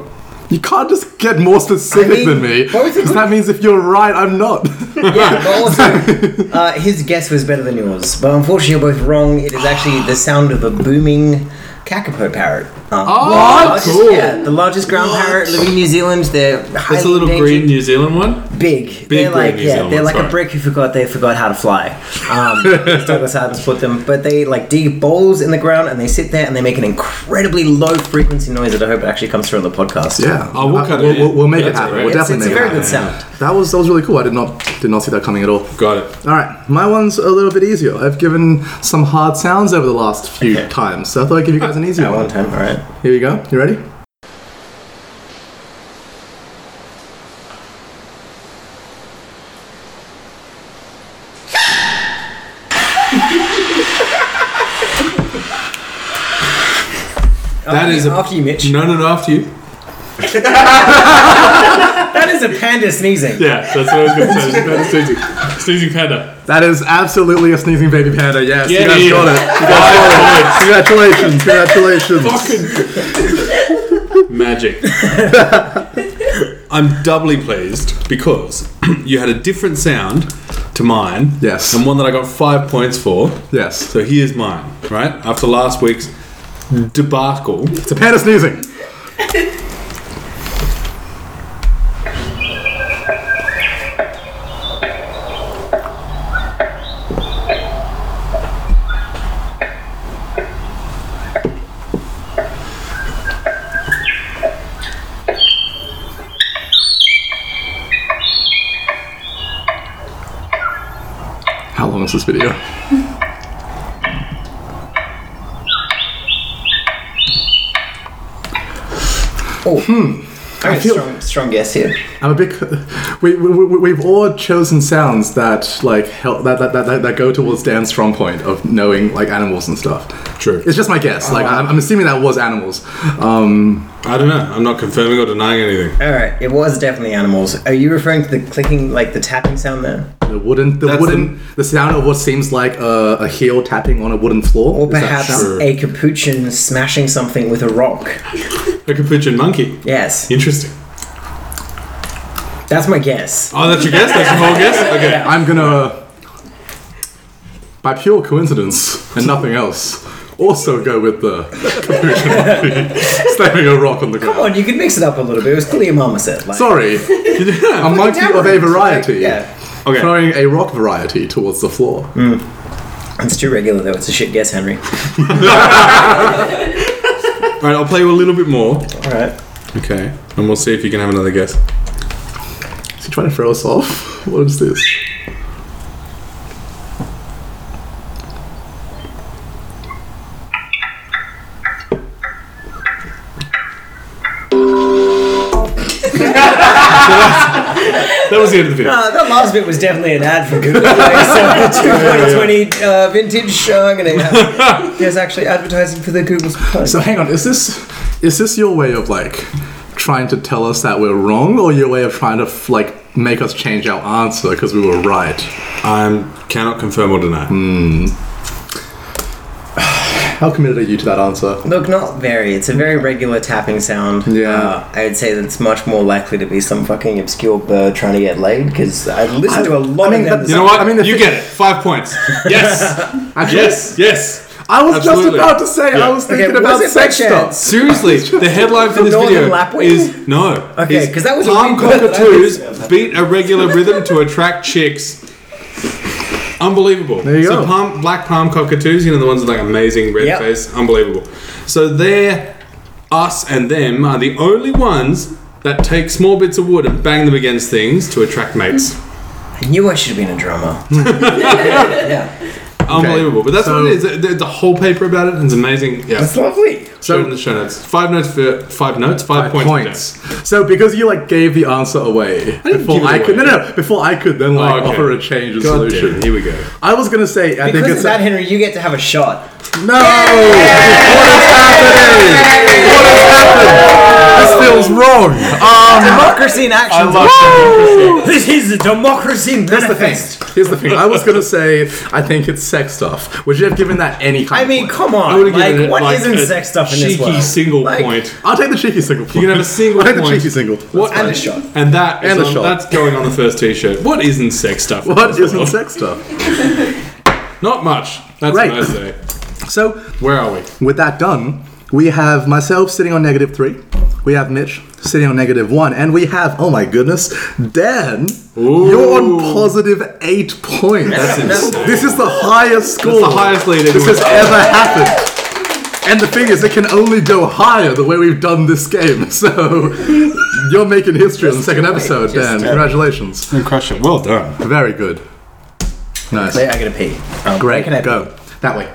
Speaker 4: You can't just get more specific
Speaker 2: I mean,
Speaker 4: than me.
Speaker 2: both of
Speaker 4: Because that means if you're right, I'm not.
Speaker 2: yeah, but also, uh, his guess was better than yours. But unfortunately, you're both wrong. It is actually the sound of a booming kakapo parrot. Uh,
Speaker 6: Oh,
Speaker 2: largest- Yeah, the largest ground parrot living in New Zealand. They're highly
Speaker 6: It's a little
Speaker 2: endangered.
Speaker 6: green New Zealand one.
Speaker 2: big.
Speaker 6: Big
Speaker 2: they're like
Speaker 6: green New
Speaker 2: yeah,
Speaker 6: Zealand
Speaker 2: they're
Speaker 6: ones,
Speaker 2: like
Speaker 6: sorry.
Speaker 2: a brick who forgot they forgot how to fly. Um, as Douglas Adams put them, but they like dig bowls in the ground and they sit there and they make an incredibly low frequency noise that I hope it actually comes through on the podcast.
Speaker 4: yeah.
Speaker 6: Oh, we'll
Speaker 4: Uh,
Speaker 6: cut it
Speaker 4: we'll,
Speaker 6: in.
Speaker 4: we'll- we'll make it
Speaker 6: That's
Speaker 4: happen.
Speaker 6: all right.
Speaker 4: We'll
Speaker 2: it's, it's
Speaker 4: definitely
Speaker 2: a
Speaker 4: make it
Speaker 2: very
Speaker 4: happen.
Speaker 2: good sound.
Speaker 4: That was that was really cool. I did not did not see that coming at all.
Speaker 6: Got it.
Speaker 4: All right, my one's a little bit easier. I've given some hard sounds over the last few times, so I thought I'd give you guys an easier
Speaker 2: At one
Speaker 4: one.
Speaker 2: time, all right.
Speaker 4: Here we go. You ready?
Speaker 6: That is
Speaker 2: after you, Mitch.
Speaker 6: No, no, no, after you.
Speaker 2: That is a panda sneezing.
Speaker 6: Yeah, that's what I was going to say. I was gonna say sneezing, sneezing panda.
Speaker 4: That is absolutely a sneezing baby panda. Yes,
Speaker 6: Yeah,
Speaker 4: you guys
Speaker 6: yeah.
Speaker 4: got it. You guys got it. Congratulations! Congratulations!
Speaker 6: Magic. I'm doubly pleased because you had a different sound to mine.
Speaker 4: Yes.
Speaker 6: And one that I got five points for.
Speaker 4: Yes,
Speaker 6: So here's mine, right? After last week's debacle.
Speaker 4: it's a panda sneezing. How long is this video?
Speaker 2: Oh. I
Speaker 4: feel-
Speaker 2: strong, strong guess here.
Speaker 4: I'm a big. We, we, we- we've all chosen sounds that like help that that, that, that that go towards Dan's strong point of knowing like animals and stuff.
Speaker 6: True.
Speaker 4: It's just my guess.
Speaker 2: Uh-huh.
Speaker 4: Like I'm, I'm assuming that was animals. Um,
Speaker 6: I don't know. I'm not confirming or denying anything.
Speaker 2: All right, it was definitely animals. Are you referring to the clicking, like the tapping sound there?
Speaker 4: the wooden, the
Speaker 6: That's
Speaker 4: wooden, the, sound of what seems like a, a heel tapping on a wooden floor.
Speaker 2: Or
Speaker 4: Is that
Speaker 2: perhaps
Speaker 4: sound?
Speaker 2: a capuchin smashing something with a rock?
Speaker 6: A capuchin monkey.
Speaker 2: Yes,
Speaker 6: Interesting.
Speaker 2: that's my guess.
Speaker 6: Oh, that's your guess? That's your whole guess? Okay.
Speaker 4: I'm gonna, by pure coincidence and nothing else, also go with the capuchin monkey slamming a rock on the ground.
Speaker 2: Come on, you can mix it up a little bit. It was clearly a marmoset. Like,
Speaker 4: Sorry, a monkey of a variety.
Speaker 2: yeah,
Speaker 6: Okay.
Speaker 4: throwing a rock variety towards the floor.
Speaker 2: it's too regular though. It's a shit guess, Henry.
Speaker 6: All right, I'll play you a little bit more.
Speaker 2: All right.
Speaker 6: Okay. And we'll see if you can have another guess.
Speaker 4: Is he trying to throw us off? What is this?
Speaker 6: That was the end of the video.
Speaker 2: Uh, that last bit was definitely an ad for Google. Like, so the 2020 uh, vintage. Uh, I'm gonna have, there's actually advertising for the Google's.
Speaker 4: So hang on, is this is this your way of like trying to tell us that we're wrong, or your way of trying to like make us change our answer because we were right?
Speaker 6: I cannot confirm or deny.
Speaker 4: Mm. How committed are you to that answer?
Speaker 2: Look, not very. It's a very regular tapping sound.
Speaker 4: Yeah.
Speaker 2: Uh, I'd say that it's much more likely to be some fucking obscure bird trying to get laid because I've listened to a lot
Speaker 4: I mean,
Speaker 2: of them.
Speaker 4: that-
Speaker 6: You know what?
Speaker 4: I mean, the
Speaker 6: you
Speaker 4: thing-
Speaker 6: get it. Five points. Yes.
Speaker 4: Actually,
Speaker 6: yes. Yes.
Speaker 4: I was just
Speaker 6: Absolutely.
Speaker 4: about to say
Speaker 6: Yeah.
Speaker 4: I was thinking
Speaker 2: was
Speaker 4: about
Speaker 2: it by
Speaker 4: sex
Speaker 2: chance?
Speaker 4: stuff.
Speaker 6: Seriously, the headline for this
Speaker 2: Northern
Speaker 6: video
Speaker 2: Lapwing?
Speaker 6: is no.
Speaker 2: Okay,
Speaker 6: is
Speaker 2: 'cause that was a
Speaker 6: palm
Speaker 2: weird word that I
Speaker 6: cockatoos beat a regular rhythm to attract chicks. Unbelievable.
Speaker 4: There you
Speaker 6: so
Speaker 4: go.
Speaker 6: palm, black palm cockatoos, you know the ones with like amazing red
Speaker 2: Yep.
Speaker 6: face, unbelievable. So they're us and them are the only ones that take small bits of wood and bang them against things to attract mates.
Speaker 2: I knew I should have been a drummer. yeah.
Speaker 6: Unbelievable. But that's
Speaker 4: so-
Speaker 6: what it is. There- There's a whole paper about it, and it's amazing. Yeah.
Speaker 2: It's lovely.
Speaker 6: Show it in the show notes. Five notes for five notes. Five,
Speaker 4: Points.
Speaker 6: points. for that.
Speaker 4: So because you like gave the answer away before
Speaker 6: give it
Speaker 4: I could no,
Speaker 6: away.
Speaker 4: no no, before I could then like
Speaker 6: Oh, okay.
Speaker 4: offer a change of
Speaker 6: God
Speaker 4: solution.
Speaker 6: damn, Here we go.
Speaker 4: I was gonna say I
Speaker 2: Because
Speaker 4: think
Speaker 2: of
Speaker 4: it's
Speaker 2: that, Henry, you get to have a shot.
Speaker 4: No! What is happening? What has happened? This feels wrong. Um,
Speaker 2: Democracy in action. This is the democracy in
Speaker 4: here's the thing. Here's the thing. I was gonna say I think it's sex stuff. Would you have given that any kind?
Speaker 2: I mean,
Speaker 4: of point?
Speaker 2: come
Speaker 6: I
Speaker 2: on.
Speaker 6: would've given
Speaker 2: Like,
Speaker 6: it,
Speaker 2: what
Speaker 6: like,
Speaker 2: not
Speaker 6: a
Speaker 2: sex stuff in this
Speaker 6: cheeky
Speaker 2: world?
Speaker 6: single
Speaker 2: Like,
Speaker 6: point.
Speaker 4: I'll take the cheeky single. You
Speaker 6: can have a single
Speaker 4: I take the
Speaker 6: point.
Speaker 4: cheeky single.
Speaker 6: What
Speaker 2: And a shot.
Speaker 6: And that is
Speaker 4: And a
Speaker 6: on-
Speaker 4: shot.
Speaker 6: that's going on the first T-shirt. What isn't sex stuff? in
Speaker 4: What
Speaker 6: this
Speaker 4: isn't
Speaker 6: world?
Speaker 4: sex stuff?
Speaker 6: Not much. That's
Speaker 4: Right.
Speaker 6: what I say.
Speaker 4: So
Speaker 6: Where are we?
Speaker 4: with that done, we have myself sitting on negative three. We have Mitch sitting on negative one, and we have oh my goodness, Dan. You're on positive eight points.
Speaker 6: That's insane.
Speaker 4: This is the highest score.
Speaker 6: the highest lead
Speaker 4: This has
Speaker 6: anyone's had.
Speaker 4: ever happened. And the thing is, it can only go higher the way we've done this game. So you're making history on the second episode, Dan. Congratulations.
Speaker 5: You crush it. Well done.
Speaker 4: Very good. Nice.
Speaker 2: Wait, I gotta pee. Um, where
Speaker 4: Great.
Speaker 2: Can I pee?
Speaker 4: Go that way.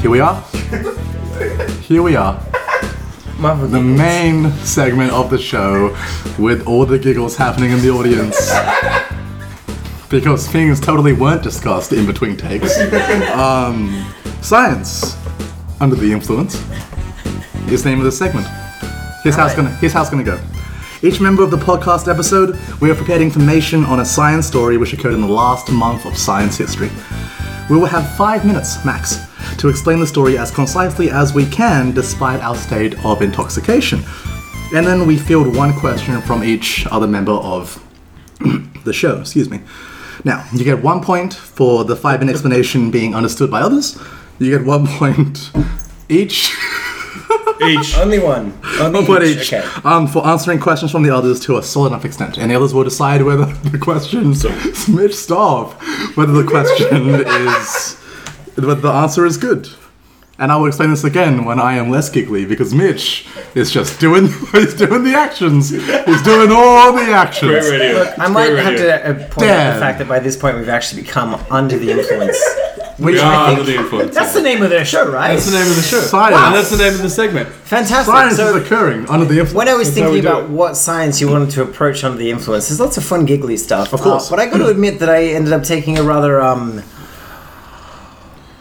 Speaker 4: Here we are. Here we are.
Speaker 2: Marvel
Speaker 4: The main segment of the show with all the giggles happening in the audience. Because things totally weren't discussed in between takes. Um, science under the influence is the name of this segment. Here's how, it's gonna, here's how it's gonna go. Each member of the podcast episode, we have prepared information on a science story which occurred in the last month of science history. We will have five minutes, max, to explain the story as concisely as we can despite our state of intoxication. And then we field one question from each other member of the show, excuse me. Now, you get one point for the five minute explanation being understood by others. You get one point each.
Speaker 6: Each.
Speaker 2: Only one. Only
Speaker 4: One point
Speaker 2: each.
Speaker 4: each.
Speaker 2: Okay.
Speaker 4: Um, for answering questions from the others to a solid enough extent, and the others will decide whether the question, Mitch, stop, whether the question is, whether the answer is good. And I will explain this again when I am less giggly because Mitch is just doing, he's doing the actions, he's doing all the actions.
Speaker 6: Great radio.
Speaker 2: I might
Speaker 6: Great
Speaker 2: have
Speaker 6: radio.
Speaker 2: to uh, point out
Speaker 4: Damn.
Speaker 2: the fact that by this point we've actually become under the influence. Which
Speaker 6: We
Speaker 2: I
Speaker 6: are
Speaker 2: think
Speaker 6: under the influence.
Speaker 2: that's the name of their show, right?
Speaker 6: That's the name of the show.
Speaker 4: Science.
Speaker 6: And that's the name of the segment.
Speaker 2: Fantastic.
Speaker 4: Science
Speaker 2: so
Speaker 4: is occurring under the influence.
Speaker 2: when I was
Speaker 4: That's how we
Speaker 2: thinking
Speaker 4: do
Speaker 2: about
Speaker 4: it.
Speaker 2: what science you wanted to approach under the influence, there's lots of fun giggly stuff. Of
Speaker 4: course.
Speaker 2: but I got to admit that I ended up taking a rather um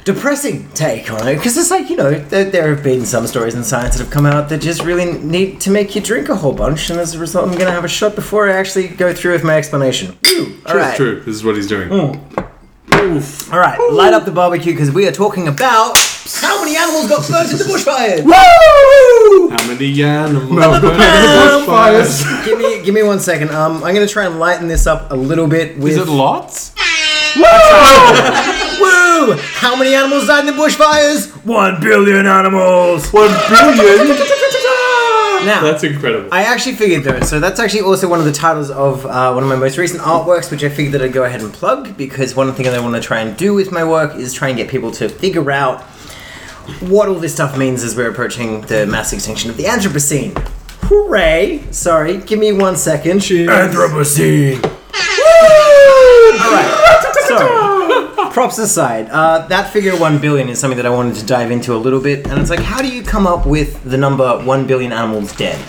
Speaker 2: depressing take on it because it's like you know there, there have been some stories in science that have come out that just really need to make you drink a whole bunch, and as a result, I'm going to have a shot before I actually go through with my explanation. Whew. All right.
Speaker 6: True. This is what he's doing.
Speaker 2: All right, light up the barbecue because we are talking about how many animals got burnt in the bushfires.
Speaker 6: How many animals?
Speaker 4: Bushfires.
Speaker 2: give me, give me one second. Um, I'm gonna try and lighten this up a little bit with.
Speaker 6: Is it lots?
Speaker 2: Woo! How many animals died in the bushfires? One billion animals.
Speaker 4: One billion.
Speaker 2: Now,
Speaker 6: That's incredible.
Speaker 2: I actually figured though, so that's actually also one of the titles of uh, one of my most recent artworks, which I figured that I'd go ahead and plug because one thing that I want to try and do with my work is try and get people to figure out what all this stuff means as we're approaching the mass extinction of the Anthropocene. Hooray! Sorry, give me one second. Anthropocene. all right. So, props aside, uh, that figure one billion is something that I wanted to dive into a little bit, and it's like, how do you come up with the number one billion animals dead?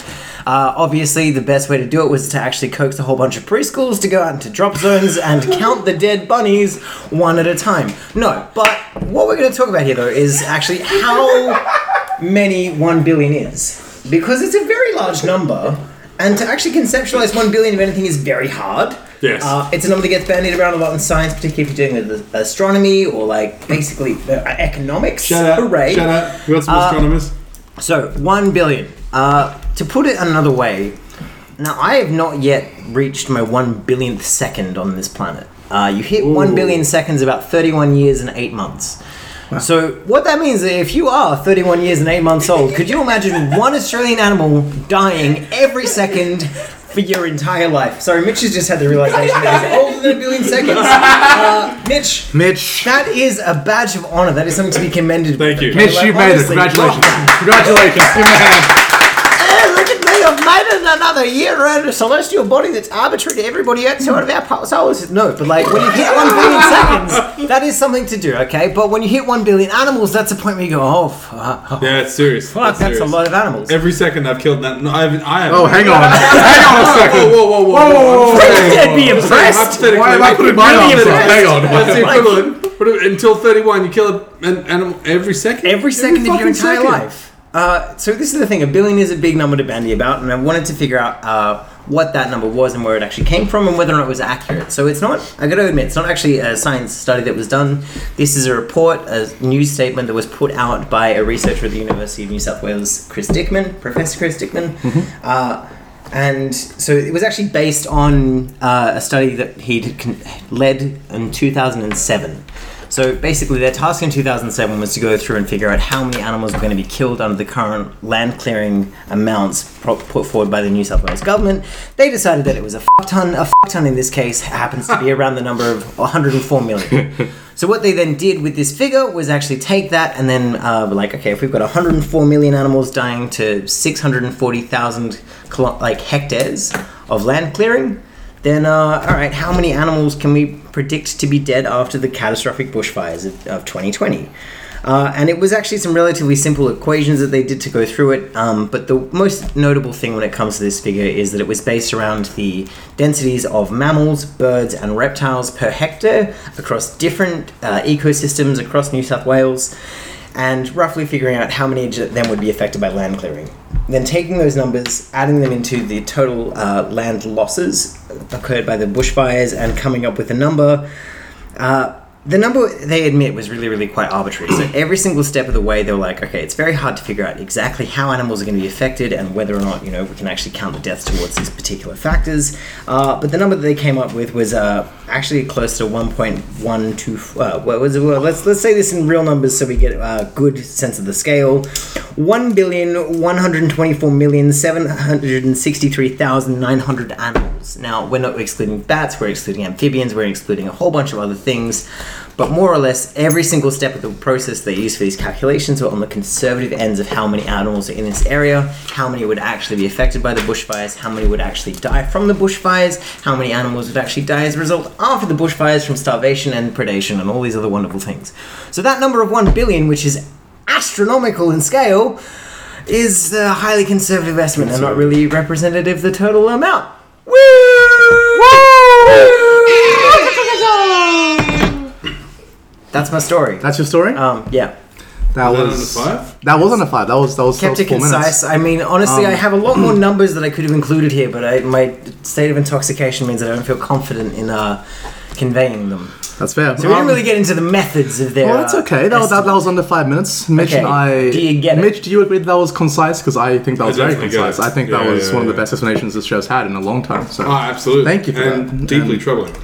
Speaker 2: Uh, obviously, the best way to do it was to actually coax a whole bunch of preschools to go out into drop zones and count the dead bunnies one at a time. No, but what we're going to talk about here, though, is actually how many one billion is. Because it's a very large number, and to actually conceptualize one billion of anything is very hard.
Speaker 6: Yes.
Speaker 2: Uh, it's a number that gets bandied around a lot in science, particularly if you're doing with uh, astronomy or like basically uh, economics.
Speaker 6: Shut up.
Speaker 2: Hooray.
Speaker 6: Shut up. We got
Speaker 2: Uh,
Speaker 6: some astronomers.
Speaker 2: So, 1 billion. Uh, to put it another way, now I have not yet reached my 1 billionth second on this planet. Uh, you hit 1 billion seconds about 31 years and 8 months. So, what that means is if you are 31 years and 8 months old, could you imagine one Australian animal dying every second for your entire life? Sorry, Mitch has just had the realization that he's older than a billion seconds. Uh, Mitch,
Speaker 4: Mitch.
Speaker 2: that is a badge of honor. That is something to be commended
Speaker 6: Thank
Speaker 2: with,
Speaker 6: you.
Speaker 2: okay?
Speaker 4: Mitch,
Speaker 2: Like,
Speaker 4: you made it.
Speaker 2: honestly,
Speaker 4: Congratulations. Congratulations. You're mad.
Speaker 2: Oh, look at me, I've made it another year around a celestial body that's arbitrary to everybody outside of our pulse. I was no, but like when you hit one billion seconds, that is something to do, okay? But when you hit one billion animals, that's a point where you go, oh, fuck,
Speaker 6: Yeah, it's serious.
Speaker 2: that's, a
Speaker 6: serious.
Speaker 2: lot of animals.
Speaker 6: Every second I've killed that. No, I haven't. I haven't.
Speaker 4: Oh, hang on. hang on a second.
Speaker 6: Whoa, whoa, whoa, whoa, whoa.
Speaker 2: I'd be impressed.
Speaker 6: Hypothetically,
Speaker 4: Why am I putting my
Speaker 2: Really
Speaker 4: arms up?
Speaker 2: impressed.
Speaker 4: Hang on.
Speaker 6: That's the equivalent. But until 31, you kill a- an animal every second?
Speaker 2: Every second of your
Speaker 6: fucking
Speaker 2: entire
Speaker 6: second.
Speaker 2: life. Uh, so this is the thing: a billion is a big number to bandy about, and I wanted to figure out uh, what that number was and where it actually came from, and whether or not it was accurate. So it's not. I got to admit, it's not actually a science study that was done. This is a report, a news statement that was put out by a researcher at the University of New South Wales, Chris Dickman, Professor Chris Dickman.
Speaker 6: Mm-hmm.
Speaker 2: Uh, and so it was actually based on uh, a study that he'd con- led in 2007. So basically, their task in 2007 was to go through and figure out how many animals were going to be killed under the current land clearing amounts pro- put forward by the New South Wales government. They decided that it was a fuck ton. A fuck ton in this case happens to be around the number of 104 million. So what they then did with this figure was actually take that and then uh, were like, okay, if we've got 104 million animals dying to 640,000 kilo- like hectares of land clearing, then uh, all right, how many animals can we predict to be dead after the catastrophic bushfires of, of 2020? Uh, and it was actually some relatively simple equations that they did to go through it. Um, but the most notable thing when it comes to this figure is that it was based around the densities of mammals, birds, and reptiles per hectare across different uh, ecosystems across New South Wales, and roughly figuring out how many of them would be affected by land clearing. Then taking those numbers, adding them into the total uh, land losses occurred by the bushfires, and coming up with a number uh, the number they admit was really, really quite arbitrary. So every single step of the way, they were like, okay, it's very hard to figure out exactly how animals are going to be affected and whether or not you know we can actually count the deaths towards these particular factors. Uh, but the number that they came up with was uh, actually close to 1.12. Uh, what was it? Well, let's let's say this in real numbers so we get a good sense of the scale. One billion one hundred twenty-four million seven hundred sixty-three thousand nine hundred animals. Now, we're not excluding bats, we're excluding amphibians, we're excluding a whole bunch of other things. But more or less, every single step of the process they used for these calculations were on the conservative ends of how many animals are in this area, how many would actually be affected by the bushfires, how many would actually die from the bushfires, how many animals would actually die as a result after the bushfires from starvation and predation and all these other wonderful things. So that number of 1 billion, which is astronomical in scale, is a highly conservative estimate and not really representative of the total amount. Woo! That's my story.
Speaker 4: That's your story.
Speaker 2: Um, yeah.
Speaker 4: that
Speaker 6: Is that
Speaker 4: was
Speaker 6: under five?
Speaker 4: That was under five. That was that was, that
Speaker 2: Kept
Speaker 4: was
Speaker 2: it
Speaker 4: four minutes. Um,
Speaker 2: concise. I mean, honestly, I have a lot more numbers that I could have included here, but I, my state of intoxication means that I don't feel confident in uh, conveying them.
Speaker 4: That's fair.
Speaker 2: So we didn't
Speaker 4: Um,
Speaker 2: really get into the methods of their.
Speaker 4: Well, that's
Speaker 2: uh,
Speaker 4: okay. That, that, that was under five minutes. Mitch
Speaker 2: Okay.
Speaker 4: and I.
Speaker 2: Do you get it?
Speaker 4: Mitch, do you agree that that was concise? Because I think that was very
Speaker 6: definitely get
Speaker 4: concise. I
Speaker 6: it.
Speaker 4: think that
Speaker 6: Yeah,
Speaker 4: was
Speaker 6: yeah,
Speaker 4: one of the
Speaker 6: yeah.
Speaker 4: best explanations this show's had in a long time. So
Speaker 6: Oh, absolutely.
Speaker 4: Thank you for
Speaker 6: and
Speaker 4: that.
Speaker 6: Deeply troubling.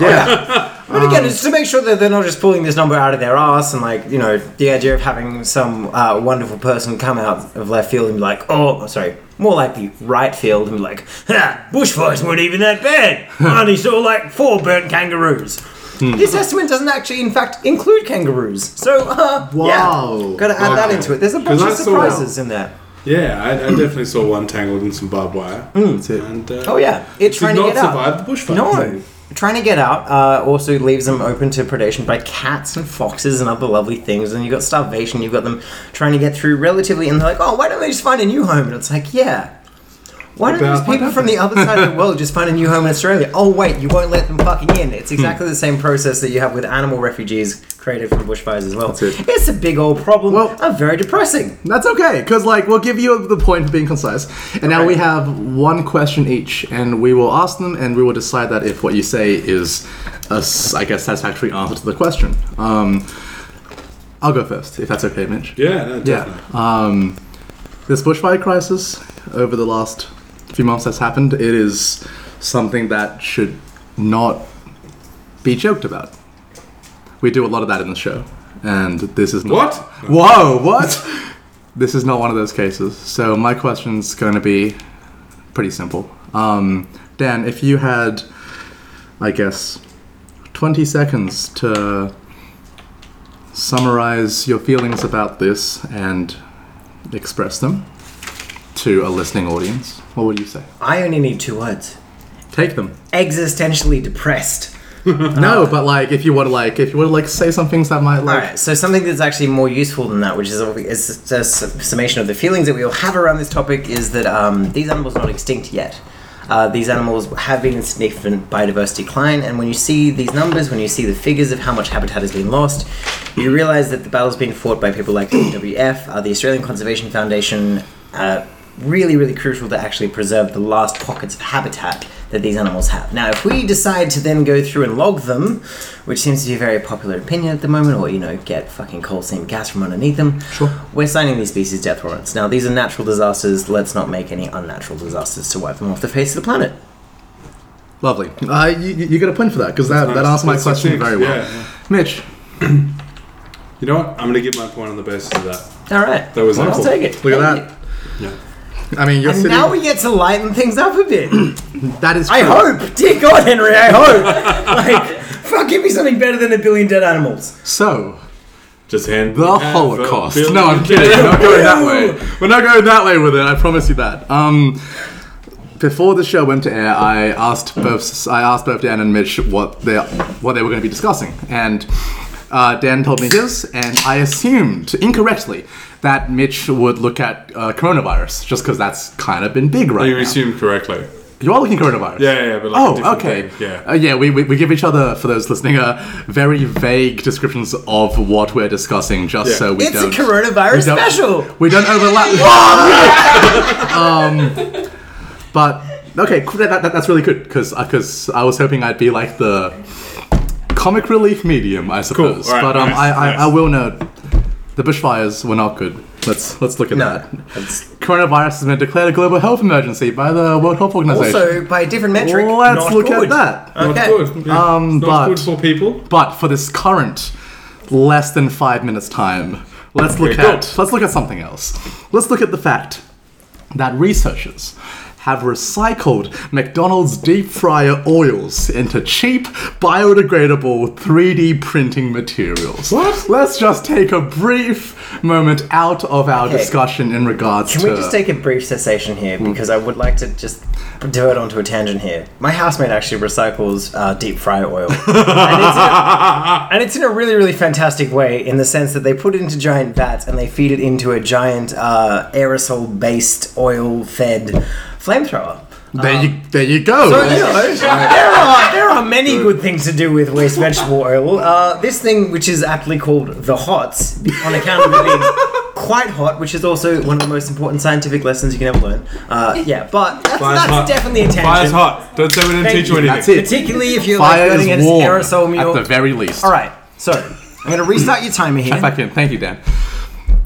Speaker 4: yeah,
Speaker 2: But
Speaker 6: Um,
Speaker 2: again, it's to make sure that they're not just pulling this number out of their ass and like you know the idea of having some uh, wonderful person come out of left field and be like, oh, sorry, more likely right field and be like, ha, bushfires weren't even that bad. I only saw like four burnt kangaroos.
Speaker 6: Hmm.
Speaker 2: This estimate doesn't actually, in fact, include kangaroos. So, uh,
Speaker 4: Wow.
Speaker 2: yeah, gotta add that
Speaker 6: Okay.
Speaker 2: into it. There's a
Speaker 6: 'Cause
Speaker 2: bunch of
Speaker 6: I saw-
Speaker 2: surprises in there.
Speaker 6: Yeah, I, I definitely saw one tangled in some barbed wire.
Speaker 4: Mm, that's it.
Speaker 6: And, uh,
Speaker 2: Oh yeah, it's
Speaker 6: Did
Speaker 2: trying to
Speaker 6: not
Speaker 2: get out.
Speaker 6: survive the bushfire.
Speaker 2: No. Trying to get out uh, also leaves them open to predation by cats and foxes and other lovely things. And you've got starvation, you've got them trying to get through relatively, and they're like, oh, why don't they just find a new home? And it's like, yeah. Why don't these
Speaker 6: About-
Speaker 2: people from the other side of the world just find a new home in Australia? Oh, wait, you won't let them fucking in.
Speaker 6: Hmm.
Speaker 2: It's exactly the same process that you have with animal refugees created from bushfires as well.
Speaker 4: it.
Speaker 2: It's a big old problem
Speaker 4: Well-
Speaker 2: and very depressing.
Speaker 4: that's okay. Because like we'll give you the point for being concise. And now we have one question each, and we will ask them, and we will decide that if what you say is a, s- I guess, satisfactory answer to the question. Um, I'll go first, if that's okay, Mitch.
Speaker 6: Yeah, no, definitely.
Speaker 4: Yeah. Um, this bushfire crisis over the last few months that's happened, it is something that should not be joked about. We do a lot of that in the show, and this is not.
Speaker 6: What?
Speaker 4: Whoa! What? this is not one of those cases. So my question's going to be pretty simple. Um, Dan, if you had, I guess, 20 seconds to summarize your feelings about this and express them to a listening audience, what would you say?
Speaker 2: I only need two words
Speaker 4: Take them.
Speaker 2: existentially depressed.
Speaker 6: Uh,
Speaker 4: No, but like if you want to like if you want to like say some things that might
Speaker 2: All
Speaker 4: like
Speaker 2: right, so something that's actually more useful than that, which is, obvi- is just a su- summation of the feelings that we all have around this topic, is that um, these animals are not extinct yet. Uh, these animals have been in significant biodiversity decline, and when you see these numbers, when you see the figures of how much habitat has been lost, you realise that the battle's been fought by people like the WWF, uh, the Australian Conservation Foundation, uh, really, really crucial to actually preserve the last pockets of habitat that these animals have. Now, if we decide to then go through and log them, which seems to be a very popular opinion at the moment, or you know, get fucking coal seam gas from underneath them, sure. we're signing these species death warrants. Now, these are natural disasters. Let's not make any unnatural disasters to wipe them off the face of the planet.
Speaker 4: lovely. Uh, you, you you get a point for that because that, that answered my
Speaker 6: That's
Speaker 4: question
Speaker 6: succinct,
Speaker 4: very well.
Speaker 6: yeah, yeah.
Speaker 4: Mitch,
Speaker 6: You know what? I'm going to give my point on the basis of that.
Speaker 2: All right,
Speaker 6: That was
Speaker 2: I'll
Speaker 6: helpful.
Speaker 2: take it.
Speaker 4: look
Speaker 2: Thank
Speaker 4: at
Speaker 2: you.
Speaker 4: that. I mean, you're
Speaker 2: And
Speaker 4: sitting.
Speaker 2: now we get to lighten things up a bit.
Speaker 4: that is.
Speaker 2: I
Speaker 4: true.
Speaker 2: hope, dear God, Henry, I hope. like, fuck, give me something better than a billion dead animals.
Speaker 4: So
Speaker 6: Just hand
Speaker 4: the
Speaker 6: hand
Speaker 4: Holocaust.
Speaker 6: for-
Speaker 4: No, I'm kidding. We're not going that way. We're not going that way with it. I promise you that. Um, before the show went to air, I asked both I asked both Dan and Mitch what they what they were going to be discussing, and uh, Dan told me his, and I assumed incorrectly that Mitch would look at uh, coronavirus just because that's kind of been big right
Speaker 6: You
Speaker 4: now.
Speaker 6: assumed correctly.
Speaker 4: You are looking coronavirus.
Speaker 6: Yeah, yeah, yeah, but like a
Speaker 4: oh,
Speaker 6: different
Speaker 4: okay.
Speaker 6: thing, yeah.
Speaker 4: Uh, yeah. We, we, we give each other for those listening uh, very vague descriptions of what we're discussing, just
Speaker 6: Yeah.
Speaker 4: so we
Speaker 2: it's a
Speaker 4: don't.
Speaker 2: coronavirus
Speaker 4: we don't-
Speaker 2: special.
Speaker 4: We don't overlap. um, but okay, cool, that, that, that's really good because because I was hoping I'd be like the comic relief medium, I suppose.
Speaker 6: all right,
Speaker 4: but um,
Speaker 6: nice,
Speaker 4: I, I,
Speaker 6: nice.
Speaker 4: I will note the bushfires were not good. Let's let's look at
Speaker 2: No.
Speaker 4: that. Coronavirus has been declared a global health emergency by the World Health Organization.
Speaker 2: Also, by a different metric,
Speaker 4: Let's
Speaker 2: not
Speaker 4: look
Speaker 2: good.
Speaker 4: at that.
Speaker 2: Okay.
Speaker 6: Not good. Yeah.
Speaker 4: Um,
Speaker 6: not
Speaker 4: but-
Speaker 6: good for people.
Speaker 4: Uh, But for this current less than five minutes time, let's look
Speaker 6: Okay,
Speaker 4: at let's look at something else. Let's look at the fact that researchers have recycled McDonald's deep fryer oils into cheap, biodegradable 3D printing materials. What? Let's just take a brief moment out of our discussion in regards
Speaker 2: Can
Speaker 4: to. Hmm.
Speaker 2: we just take a brief cessation here because I would like to just divert onto a tangent here. My housemate actually recycles uh, deep fryer oil, and, it's in a, and it's in a really, really fantastic way in the sense that they put it into giant vats and they feed it into a giant uh, aerosol-based oil-fed flamethrower.
Speaker 4: there,
Speaker 2: um,
Speaker 4: you, there you go.
Speaker 2: So, you know, there are there are many good things to do with waste vegetable oil. Uh, this thing, which is aptly called the hots, on account of it being quite hot, which is also one of the most important scientific lessons you can ever learn. Uh, yeah, but that's,
Speaker 6: Fire's
Speaker 2: that's
Speaker 6: hot.
Speaker 2: definitely a tangent.
Speaker 6: Fire's hot. Don't say we didn't
Speaker 2: Thank
Speaker 6: teach you
Speaker 2: you.
Speaker 6: anything.
Speaker 4: That's it.
Speaker 2: Particularly if you're
Speaker 4: Fire
Speaker 2: like
Speaker 4: is
Speaker 2: learning an
Speaker 4: warm
Speaker 2: aerosol mule.
Speaker 4: at the very least.
Speaker 2: All right, so I'm going to restart your timer here.
Speaker 4: If I can, thank you, Dan.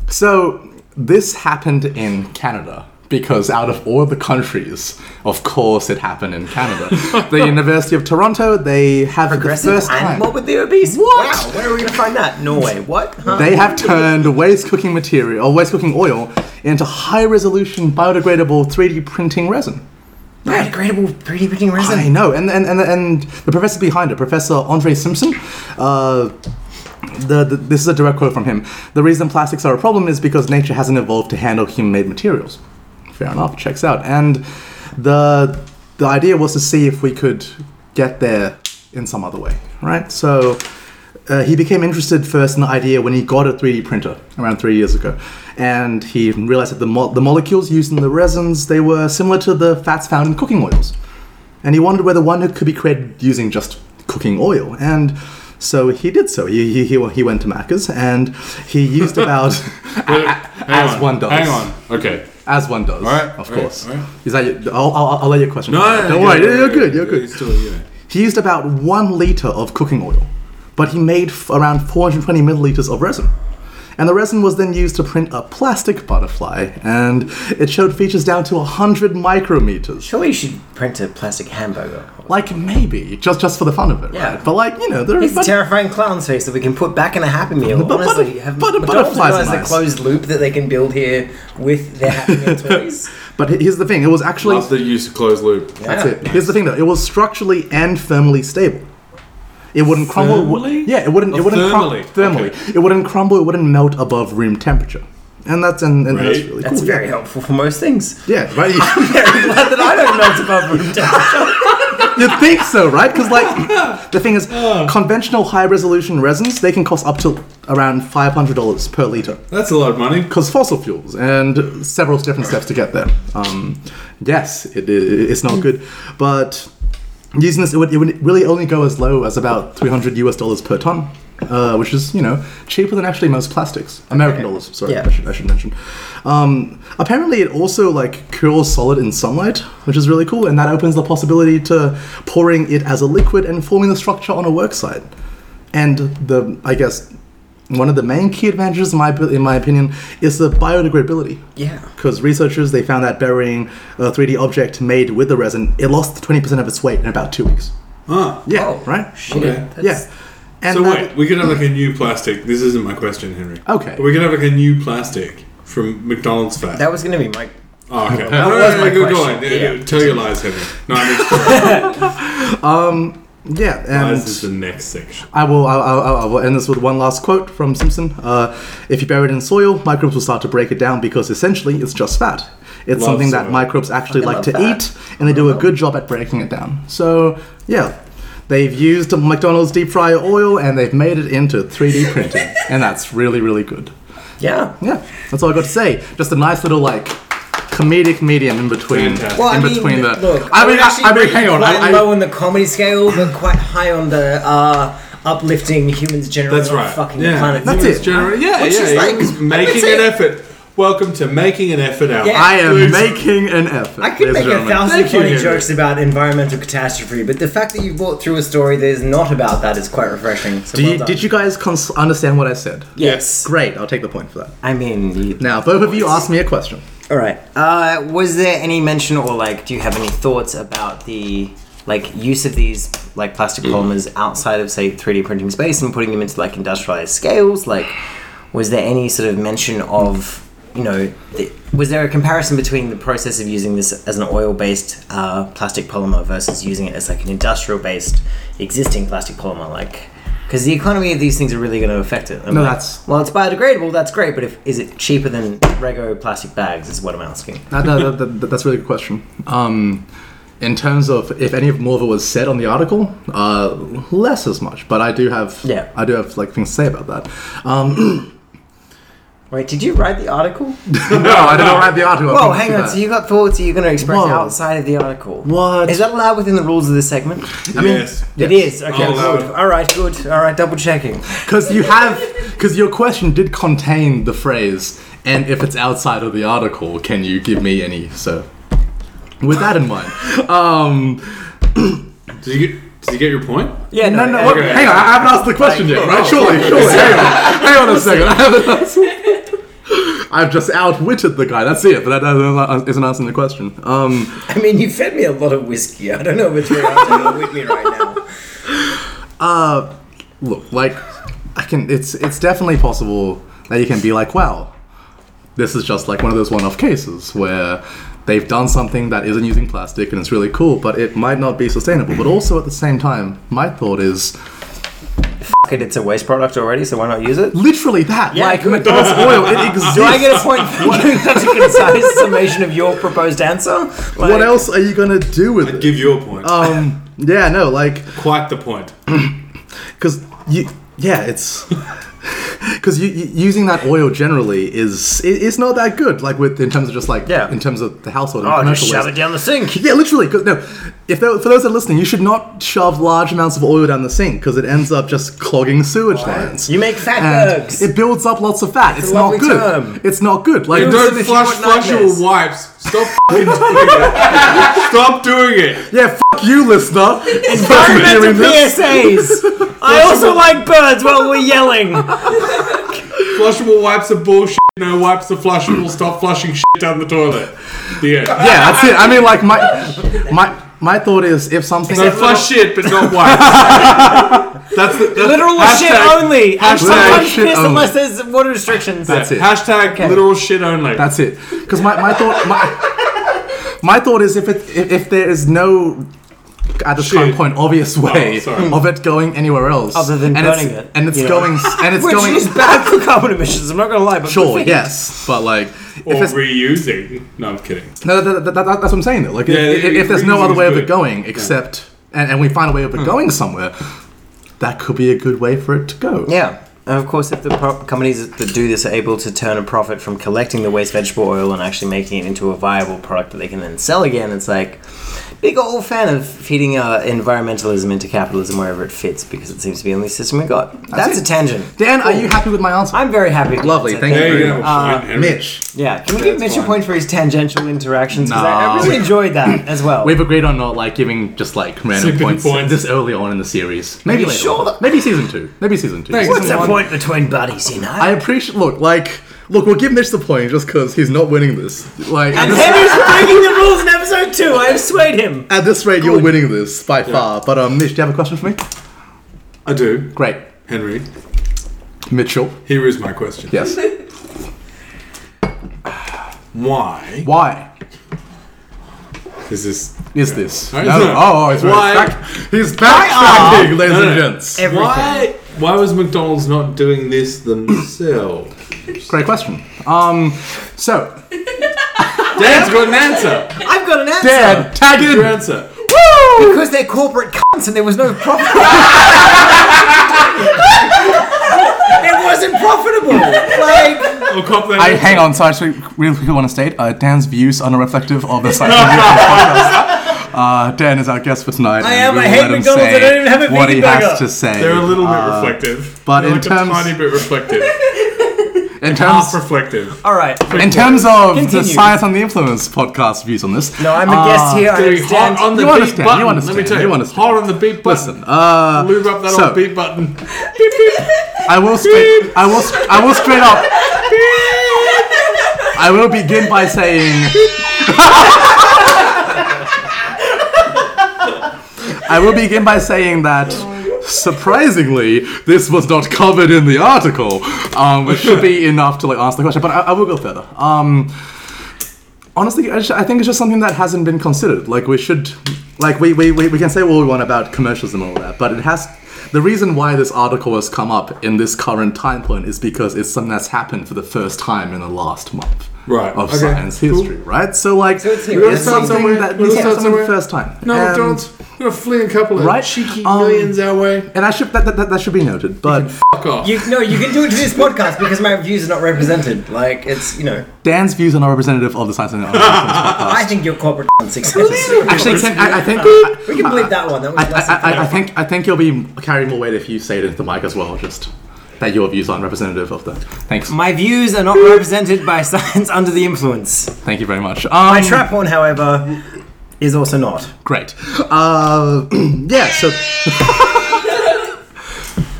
Speaker 4: So this happened in Canada because out of all the countries, of course, it happened in Canada. the University of Toronto, they have for the
Speaker 2: Aggressive
Speaker 4: first time.
Speaker 2: animal with the obese.
Speaker 4: What?
Speaker 2: Wow, where are we going to find that? Norway. What? Huh?
Speaker 4: They have turned waste cooking material, or waste cooking oil, into high-resolution biodegradable 3D printing resin.
Speaker 2: biodegradable 3D printing resin.
Speaker 4: I know, and and, and and the professor behind it, Professor Andre Simpson. Uh, the, the, this is a direct quote from him. The reason plastics are a problem is because nature hasn't evolved to handle human-made materials. Fair enough. Checks out. And the the idea was to see if we could get there in some other way, right? So uh, he became interested first in the idea when he got a 3D printer around three years ago, and he realized that the, mo- the molecules used in the resins they were similar to the fats found in cooking oils and he wondered whether one could be created using just cooking oil. And so he did so. He, he, he, he went to Macca's and he used about
Speaker 6: Hang
Speaker 4: as
Speaker 6: on,
Speaker 4: one does.
Speaker 6: Hang on. Okay.
Speaker 4: As one does,
Speaker 6: right,
Speaker 4: of
Speaker 6: all right,
Speaker 4: course.
Speaker 6: all right.
Speaker 4: Is that your, I'll, I'll, I'll let your question.
Speaker 6: No, no,
Speaker 4: don't
Speaker 6: no,
Speaker 4: worry.
Speaker 6: no,
Speaker 4: You're,
Speaker 6: no, no,
Speaker 4: good. You're
Speaker 6: no,
Speaker 4: good.
Speaker 6: it's still, you know.
Speaker 4: He used about one liter of cooking oil, but he made f- around 420 milliliters of resin. And the resin was then used to print a plastic butterfly, and it showed features down to 100 micrometers.
Speaker 2: Surely you should print a plastic hamburger.
Speaker 4: Like maybe just just for the fun of it,
Speaker 2: Yeah.
Speaker 4: right? But like you know, there
Speaker 2: It's
Speaker 4: but-
Speaker 2: a terrifying clown's face that we can put back in a Happy Meal.
Speaker 4: But- but-
Speaker 2: Honestly, have
Speaker 4: but- but
Speaker 2: McDonald's
Speaker 4: butterflies are
Speaker 2: realised the
Speaker 4: nice.
Speaker 2: closed loop that they can build here with their Happy Meal toys?
Speaker 4: But he- here's the thing: it was actually
Speaker 6: Love the use of closed loop.
Speaker 4: that's it. Here's the thing, though: it was structurally and firmly stable. It wouldn't crumble. it wou-
Speaker 6: Thermally?
Speaker 4: Yeah, it wouldn't.
Speaker 6: Or
Speaker 4: It wouldn't crum-
Speaker 6: thermally?
Speaker 4: thermally. It wouldn't crumble. It wouldn't melt above room temperature. And that's and, and that's
Speaker 6: Right.
Speaker 4: really
Speaker 2: That's
Speaker 4: cool.
Speaker 2: very helpful for most things.
Speaker 4: yeah, right.
Speaker 2: Very
Speaker 4: You,
Speaker 2: glad that I don't melt above room temperature.
Speaker 4: you'd think so, right? Because like the thing is, conventional high-resolution resins they can cost up to around five hundred dollars per liter.
Speaker 6: That's a lot of money.
Speaker 4: because fossil fuels and several different steps to get there. Um, yes, it, it, it's
Speaker 2: Mm.
Speaker 4: not good, but using this, it would, it would really only go as low as about 300 US dollars per ton, uh, which is, you know, cheaper than actually most plastics. American dollars, sorry,
Speaker 2: Yeah.
Speaker 4: I, should, I should mention. Um, apparently, it also, like, cures solid in sunlight, which is really cool, and that opens the possibility to pouring it as a liquid and forming the structure on a work site. And the, I guess, one of the main key advantages, in my, in my opinion, is the biodegradability.
Speaker 2: Yeah.
Speaker 4: Because researchers, they found that burying a 3D object made with the resin, it lost 20% of its weight in about two weeks.
Speaker 6: Ah.
Speaker 4: Yeah,
Speaker 2: Oh,
Speaker 4: right?
Speaker 2: Shit.
Speaker 4: Yeah. And
Speaker 6: So
Speaker 4: that-
Speaker 6: wait, we could have like a new plastic. This isn't my question, Henry.
Speaker 4: Okay.
Speaker 6: But we could have like a new plastic from McDonald's fat.
Speaker 2: That was going to be my.
Speaker 6: oh, okay.
Speaker 2: that
Speaker 6: No, no,
Speaker 2: was
Speaker 6: no,
Speaker 2: my
Speaker 6: go- go
Speaker 2: question.
Speaker 6: on. Yeah,
Speaker 2: Yeah.
Speaker 6: yeah, Tell your lies, Henry. No, I'm just
Speaker 4: Yeah, and
Speaker 6: lies is the next section.
Speaker 4: I will, I, I, I will end this with one last quote from Simpson. Uh, if you bury it in soil, microbes will start to break it down because essentially it's just fat. It's
Speaker 6: Love
Speaker 4: something
Speaker 6: soil.
Speaker 4: that microbes actually
Speaker 2: Fucking
Speaker 4: like to
Speaker 2: love
Speaker 4: eat, and they do a good job at breaking it down. So, yeah. They've used McDonald's deep fryer oil and they've made it into 3D printing. and that's really, really good.
Speaker 2: Yeah.
Speaker 4: Yeah, that's all I got to say. Just a nice little like comedic medium in between.
Speaker 6: Fantastic.
Speaker 2: Well,
Speaker 4: in
Speaker 2: I mean,
Speaker 4: between the.
Speaker 2: look,
Speaker 4: I mean,
Speaker 2: would
Speaker 4: I,
Speaker 2: actually
Speaker 4: I mean,
Speaker 2: rate
Speaker 4: hang
Speaker 2: it
Speaker 4: on.
Speaker 2: Quite
Speaker 4: I, I,
Speaker 2: low on the comedy scale, but quite high on the uh, uplifting humans generally.
Speaker 6: That's
Speaker 2: on
Speaker 6: right.
Speaker 2: Fucking
Speaker 6: yeah.
Speaker 2: planet.
Speaker 4: That's
Speaker 6: Humans
Speaker 4: it.
Speaker 6: generally- yeah,
Speaker 2: Which
Speaker 6: yeah.
Speaker 2: is like-
Speaker 6: humans
Speaker 2: I mean,
Speaker 6: making
Speaker 2: it's
Speaker 6: an
Speaker 2: like-
Speaker 6: effort. Welcome to making an effort out.
Speaker 2: Yeah.
Speaker 4: I am
Speaker 6: Please.
Speaker 4: making an effort.
Speaker 2: I could make
Speaker 4: ladies and
Speaker 2: a
Speaker 4: gentlemen.
Speaker 2: thousand
Speaker 6: Thank you,
Speaker 2: funny
Speaker 6: Henry.
Speaker 2: jokes about environmental catastrophe, but the fact that you brought through a story that is not about that is quite refreshing. So
Speaker 4: Do
Speaker 2: well
Speaker 4: you,
Speaker 2: done.
Speaker 4: did you guys cons- understand what I said?
Speaker 2: Yes.
Speaker 4: Great, I'll take the point for that.
Speaker 2: I mean, you-
Speaker 4: Now, both of you asked me a question.
Speaker 2: all right. Uh, was there any mention or like, do you have any thoughts about the like use of these like plastic polymers outside of say 3D printing space and putting them into like industrialized scales? Like, was there any sort of mention of you know the was there a comparison between the process of using this as an oil-based uh, plastic polymer versus using it as like an industrial-based existing plastic polymer, like? Because the economy of these things are really going to affect it. I'm
Speaker 4: No,
Speaker 2: like,
Speaker 4: that's-
Speaker 2: well, it's biodegradable. That's great, but if is it cheaper than rego plastic bags? Is what I'm asking.
Speaker 4: That, Uh, that, that, that- that's a really good question. Um, in terms of if any of more of it was said on the article, uh, less as much. But I do have,
Speaker 2: Yeah.
Speaker 4: I do have like things to say about that. Um,
Speaker 2: Wait, did you write the article?
Speaker 4: no, I did not write the article.
Speaker 2: Whoa,
Speaker 4: Thank
Speaker 2: hang
Speaker 4: you
Speaker 2: on.
Speaker 4: for
Speaker 2: So
Speaker 4: that.
Speaker 2: you got thoughts that you're going to express
Speaker 4: Whoa.
Speaker 2: outside of the article?
Speaker 4: What?
Speaker 2: is that allowed within the rules of this segment?
Speaker 6: yes.
Speaker 2: It is. Okay.
Speaker 6: I'll allow
Speaker 2: good. All right. Good. All right. Double checking.
Speaker 4: Because you have, because your question did contain the phrase, and if it's outside of the article, can you give me any? So, with that in mind, um,
Speaker 6: Did you get? Did you get your point?
Speaker 2: Yeah.
Speaker 4: no, no,
Speaker 2: uh,
Speaker 4: what- hang on, I haven't asked the question yet, right? Surely, surely, hang on, hang on a second, I haven't asked. I've just outwitted the guy. That's it, but that, that that isn't answering the question. Um,
Speaker 2: I mean, you fed me a lot of whiskey. I don't know if it's really with me right now.
Speaker 4: look, like I can it's it's definitely possible that you can be like, wow, this is just like one of those one-off cases where they've done something that isn't using plastic and it's really cool, but it might not be sustainable. But also at the same time, my thought is
Speaker 2: F- it, it's a waste product already, so why not use it?
Speaker 4: literally that.
Speaker 2: Yeah,
Speaker 4: like
Speaker 2: good.
Speaker 4: McDonald's oil, it exists.
Speaker 2: Do I get a point for what, that's a concise summation of your proposed answer? Like,
Speaker 4: what else are you gonna do with it?
Speaker 6: Give your point.
Speaker 4: Um yeah, no, like
Speaker 6: Quite the point.
Speaker 4: because you yeah it's because you, you, using that oil generally is it, it's not that good like with in terms of just like
Speaker 2: Yeah.
Speaker 4: in terms of the household and
Speaker 2: Oh, just
Speaker 4: commercial
Speaker 2: shove
Speaker 4: waste.
Speaker 2: it down the sink.
Speaker 4: yeah literally because no if there, for those that are listening you should not shove large amounts of oil down the sink because it ends up just clogging sewage lines
Speaker 2: You make fat
Speaker 4: and
Speaker 2: burgers.
Speaker 4: it builds up lots of fat. It's,
Speaker 2: a
Speaker 4: not
Speaker 2: lovely
Speaker 4: good.
Speaker 2: term.
Speaker 4: It's not good. Like
Speaker 6: And
Speaker 2: if
Speaker 6: don't
Speaker 2: you
Speaker 6: flush
Speaker 2: want
Speaker 6: flush
Speaker 2: nightmares.
Speaker 6: your wipes. Stop fucking doing it. Stop doing it.
Speaker 4: yeah, f- you listener.
Speaker 2: Environmental
Speaker 4: Doing this.
Speaker 2: PSAs. I also like birds while we're yelling.
Speaker 6: Flushable wipes are bullshit. No wipes are flushable. Stop flushing shit down the toilet. The end.
Speaker 4: Yeah, that's it. I mean, like my my my thought is if something
Speaker 6: So flush shit, but not wipes. that's the that's
Speaker 2: Literal shit
Speaker 6: hashtag-
Speaker 2: only. And
Speaker 6: Hashtag
Speaker 2: sometimes
Speaker 4: shit
Speaker 2: piss
Speaker 4: only.
Speaker 2: unless there's water restrictions.
Speaker 4: That's it.
Speaker 6: Hashtag literal shit only.
Speaker 4: That's it. Because my, my thought my, my thought is if it if, if there is no at this current
Speaker 6: Shit. Oh,
Speaker 4: point obvious way
Speaker 6: sorry.
Speaker 4: of it going anywhere else
Speaker 2: Other than
Speaker 4: and
Speaker 2: burning
Speaker 4: it's,
Speaker 2: it,
Speaker 4: and it's
Speaker 2: you know.
Speaker 4: going and it's
Speaker 2: Which
Speaker 4: going
Speaker 2: is bad for carbon emissions, I'm not gonna lie, but
Speaker 4: sure yes but like if
Speaker 6: or
Speaker 4: it's,
Speaker 6: reusing. No, I'm kidding.
Speaker 4: no that, that, that- that's what I'm saying though like
Speaker 6: Yeah,
Speaker 4: if,
Speaker 6: it-
Speaker 4: if there's no
Speaker 6: reusing
Speaker 4: other
Speaker 6: is
Speaker 4: way of it
Speaker 6: good.
Speaker 4: going except and, and we find a way of
Speaker 2: Hmm.
Speaker 4: it going somewhere that could be a good way for it to go
Speaker 2: Yeah. And of course, if the pro- companies that do this are able to turn a profit from collecting the waste vegetable oil and actually making it into a viable product that they can then sell again, it's like big old fan of feeding uh, environmentalism into capitalism wherever it fits because it seems to be the only system we got. That's,
Speaker 4: it.
Speaker 2: a tangent.
Speaker 4: Dan are you happy with my answer
Speaker 2: I'm very happy. with
Speaker 4: Lovely,
Speaker 2: that.
Speaker 4: thank
Speaker 6: There you
Speaker 4: you.
Speaker 6: go.
Speaker 2: Uh,
Speaker 6: Fine, Henry.
Speaker 4: Mitch
Speaker 2: Yeah, can we give Mitch a
Speaker 3: fine.
Speaker 2: point for his tangential interactions? Because I, I
Speaker 4: No.
Speaker 2: really enjoyed that as well.
Speaker 4: We've agreed on not like giving just like random
Speaker 6: Significant
Speaker 4: points,
Speaker 6: points.
Speaker 4: this early on in the series. Maybe
Speaker 2: you
Speaker 4: later.
Speaker 2: sure
Speaker 4: on.
Speaker 2: that-
Speaker 4: Maybe season two. Maybe season two.
Speaker 6: Thanks.
Speaker 2: What's the point between buddies, you know?
Speaker 4: I appreciate. Look, like, look, we'll give Mitch the point just because he's not winning this. Like, at
Speaker 2: and
Speaker 4: this,
Speaker 2: Henry's breaking the rules in episode two. I have swayed him.
Speaker 4: at this rate, you're winning this by far. But um, Mitch, do you have a question for me?
Speaker 6: I do,
Speaker 4: Great,
Speaker 6: Henry.
Speaker 4: Mitchell.
Speaker 6: Here is my question.
Speaker 4: Yes.
Speaker 6: Why
Speaker 4: Why
Speaker 6: is this?
Speaker 4: is this?
Speaker 6: No,
Speaker 4: No,
Speaker 6: no.
Speaker 4: Oh, he's
Speaker 6: Why-
Speaker 4: back. He's backtracking, ladies
Speaker 6: No, no,
Speaker 4: and
Speaker 6: no.
Speaker 4: gents.
Speaker 2: Everything.
Speaker 6: Why? Why was McDonald's not doing this themselves?
Speaker 4: Great question. Um, so
Speaker 6: Dan's got an answer.
Speaker 2: I've got an answer.
Speaker 4: Dan, tag
Speaker 6: Your
Speaker 4: in.
Speaker 6: answer.
Speaker 2: Because they're corporate cunts and there was no profit. it wasn't profitable. Like,
Speaker 6: I'll cop that.
Speaker 4: I
Speaker 6: answer.
Speaker 4: hang on. So I actually really quickly want to state uh, Dan's views are not reflective of the site. podcast. Uh, Dan is our guest for tonight. I
Speaker 2: am, I hate McDonald's, I don't even have a
Speaker 4: what
Speaker 2: vegan
Speaker 4: he
Speaker 2: burger.
Speaker 4: has to say.
Speaker 6: They're a little bit reflective,
Speaker 4: Uh, but
Speaker 6: They're
Speaker 4: in
Speaker 6: like
Speaker 4: terms-
Speaker 6: a tiny bit reflective,
Speaker 4: in
Speaker 6: half
Speaker 4: terms,
Speaker 6: reflective.
Speaker 2: all right.
Speaker 4: in terms of the
Speaker 2: Continue.
Speaker 4: Science on the Influence podcast views on this. uh,
Speaker 2: No, I'm a guest here. I
Speaker 6: Dude,
Speaker 2: understand.
Speaker 6: hot on the
Speaker 4: You
Speaker 6: beat
Speaker 4: understand, you
Speaker 6: button. Let
Speaker 4: understand,
Speaker 6: me tell you,
Speaker 4: you understand.
Speaker 6: hot on the beat button.
Speaker 4: Listen, uh,
Speaker 6: Lube up that
Speaker 4: so-
Speaker 6: old beat button. Beep,
Speaker 4: I will straight. I will. st- I will straight up. I will begin by saying. I will begin by saying that. Surprisingly, this was not covered in the article, um, which should be enough to like answer the question. But I, I will go further. Um, honestly, I, just- I think it's just something that hasn't been considered. Like we should, like we, we, we, we can say what we want about commercials and all that, but it has. The reason why this article has come up in this current time point is because it's something that's happened for the first time in the last month.
Speaker 6: Right,
Speaker 4: Of
Speaker 6: okay,
Speaker 4: science
Speaker 6: cool.
Speaker 4: history, right? So like,
Speaker 2: So it's new.
Speaker 4: we gotta
Speaker 2: It's
Speaker 4: start
Speaker 2: new.
Speaker 4: somewhere. That,
Speaker 6: We gotta
Speaker 4: yeah,
Speaker 6: start
Speaker 4: something for the
Speaker 6: somewhere.
Speaker 4: first time.
Speaker 6: No,
Speaker 4: And-
Speaker 6: don't. We're gonna fling a couple of
Speaker 4: um, Right?
Speaker 6: cheeky
Speaker 4: Um,
Speaker 6: millions our way.
Speaker 4: And I should that, that, that, that should be noted, but
Speaker 6: Fuck off.
Speaker 2: You, no, you can do it to this podcast because my views are not represented. Like it's you know,
Speaker 4: Dan's views are not representative of the science and art.
Speaker 2: I think you're corporate success.
Speaker 4: Actually, I, I think I,
Speaker 2: We can bleep that one. That was less
Speaker 4: I, I, I think I think you'll be carrying more weight if you say it into the mic as well. Just that your views aren't representative of the. Thanks.
Speaker 2: My views are not represented by science under the influence.
Speaker 4: Thank you very much. Um,
Speaker 2: My trap horn, however, is also not.
Speaker 4: Great. Uh, yeah. So.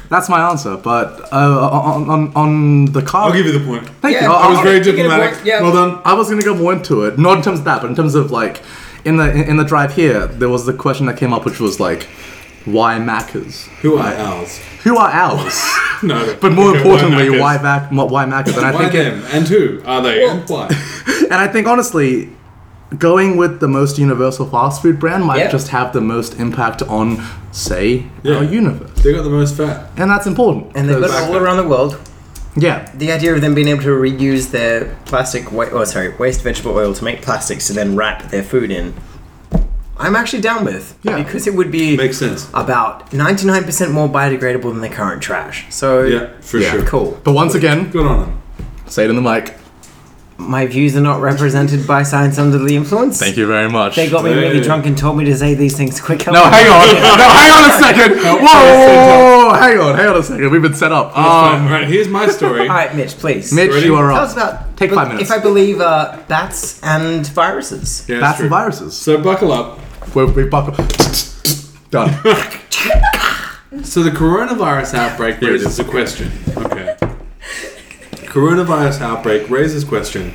Speaker 4: That's my answer, but uh, on, on, on the card. Oh,
Speaker 6: I'll give you the point.
Speaker 4: Thank
Speaker 2: Yeah,
Speaker 4: you.
Speaker 2: I
Speaker 6: I was very
Speaker 2: You're gonna
Speaker 6: diplomatic.
Speaker 2: point- yeah.
Speaker 6: Well done.
Speaker 4: I was gonna go more into it, not in terms of that, but in terms of like in the in the drive here, there was the question that came up, which was like, why Maccas?
Speaker 6: Who are ours?
Speaker 4: Who are ours?
Speaker 6: No,
Speaker 4: but more
Speaker 6: okay,
Speaker 4: importantly,
Speaker 6: Maccas?
Speaker 4: why Mac? Why Maccas? And I
Speaker 6: Why
Speaker 4: think it,
Speaker 6: them? and who are they? and why?
Speaker 4: and I think honestly, going with the most universal fast food brand might
Speaker 2: Yeah.
Speaker 4: just have the most impact on, say,
Speaker 6: Yeah.
Speaker 4: our universe,
Speaker 6: They got the most fat.
Speaker 4: and that's important.
Speaker 2: And they've got it
Speaker 4: 'cause-
Speaker 2: all around the world.
Speaker 4: yeah,
Speaker 2: The idea of them being able to reuse their plastic, wa- oh sorry, waste vegetable oil to make plastics to then wrap their food in, I'm actually down with.
Speaker 4: Yeah.
Speaker 2: Because it would be
Speaker 6: Makes sense.
Speaker 2: about 99% more biodegradable than the current trash. So
Speaker 6: Yeah, for
Speaker 4: Yeah.
Speaker 6: sure.
Speaker 2: cool.
Speaker 4: but once again,
Speaker 6: Good on them.
Speaker 4: say it in the mic.
Speaker 2: My views are not represented by science under the influence.
Speaker 4: Thank you very much.
Speaker 2: They got me really
Speaker 6: Hey.
Speaker 2: drunk and told me to say these things quicker.
Speaker 4: No, hang on. No, hang on a second. Whoa, whoa, whoa, hang on, hang on a second. We've been set up.
Speaker 6: Alright,
Speaker 4: Um,
Speaker 6: right, here's my story.
Speaker 2: All right, Mitch, please.
Speaker 4: Mitch,
Speaker 6: Ready?
Speaker 4: you are
Speaker 2: Tell
Speaker 4: up.
Speaker 2: us about
Speaker 4: Take
Speaker 2: but
Speaker 4: five minutes.
Speaker 2: If I believe uh, bats and viruses.
Speaker 6: Yeah,
Speaker 4: Bats
Speaker 6: that's
Speaker 4: and
Speaker 6: true.
Speaker 4: viruses.
Speaker 6: So buckle up.
Speaker 4: We're, we buckle. Done.
Speaker 6: So the coronavirus outbreak
Speaker 4: it
Speaker 6: raises a question. Okay. coronavirus outbreak raises question.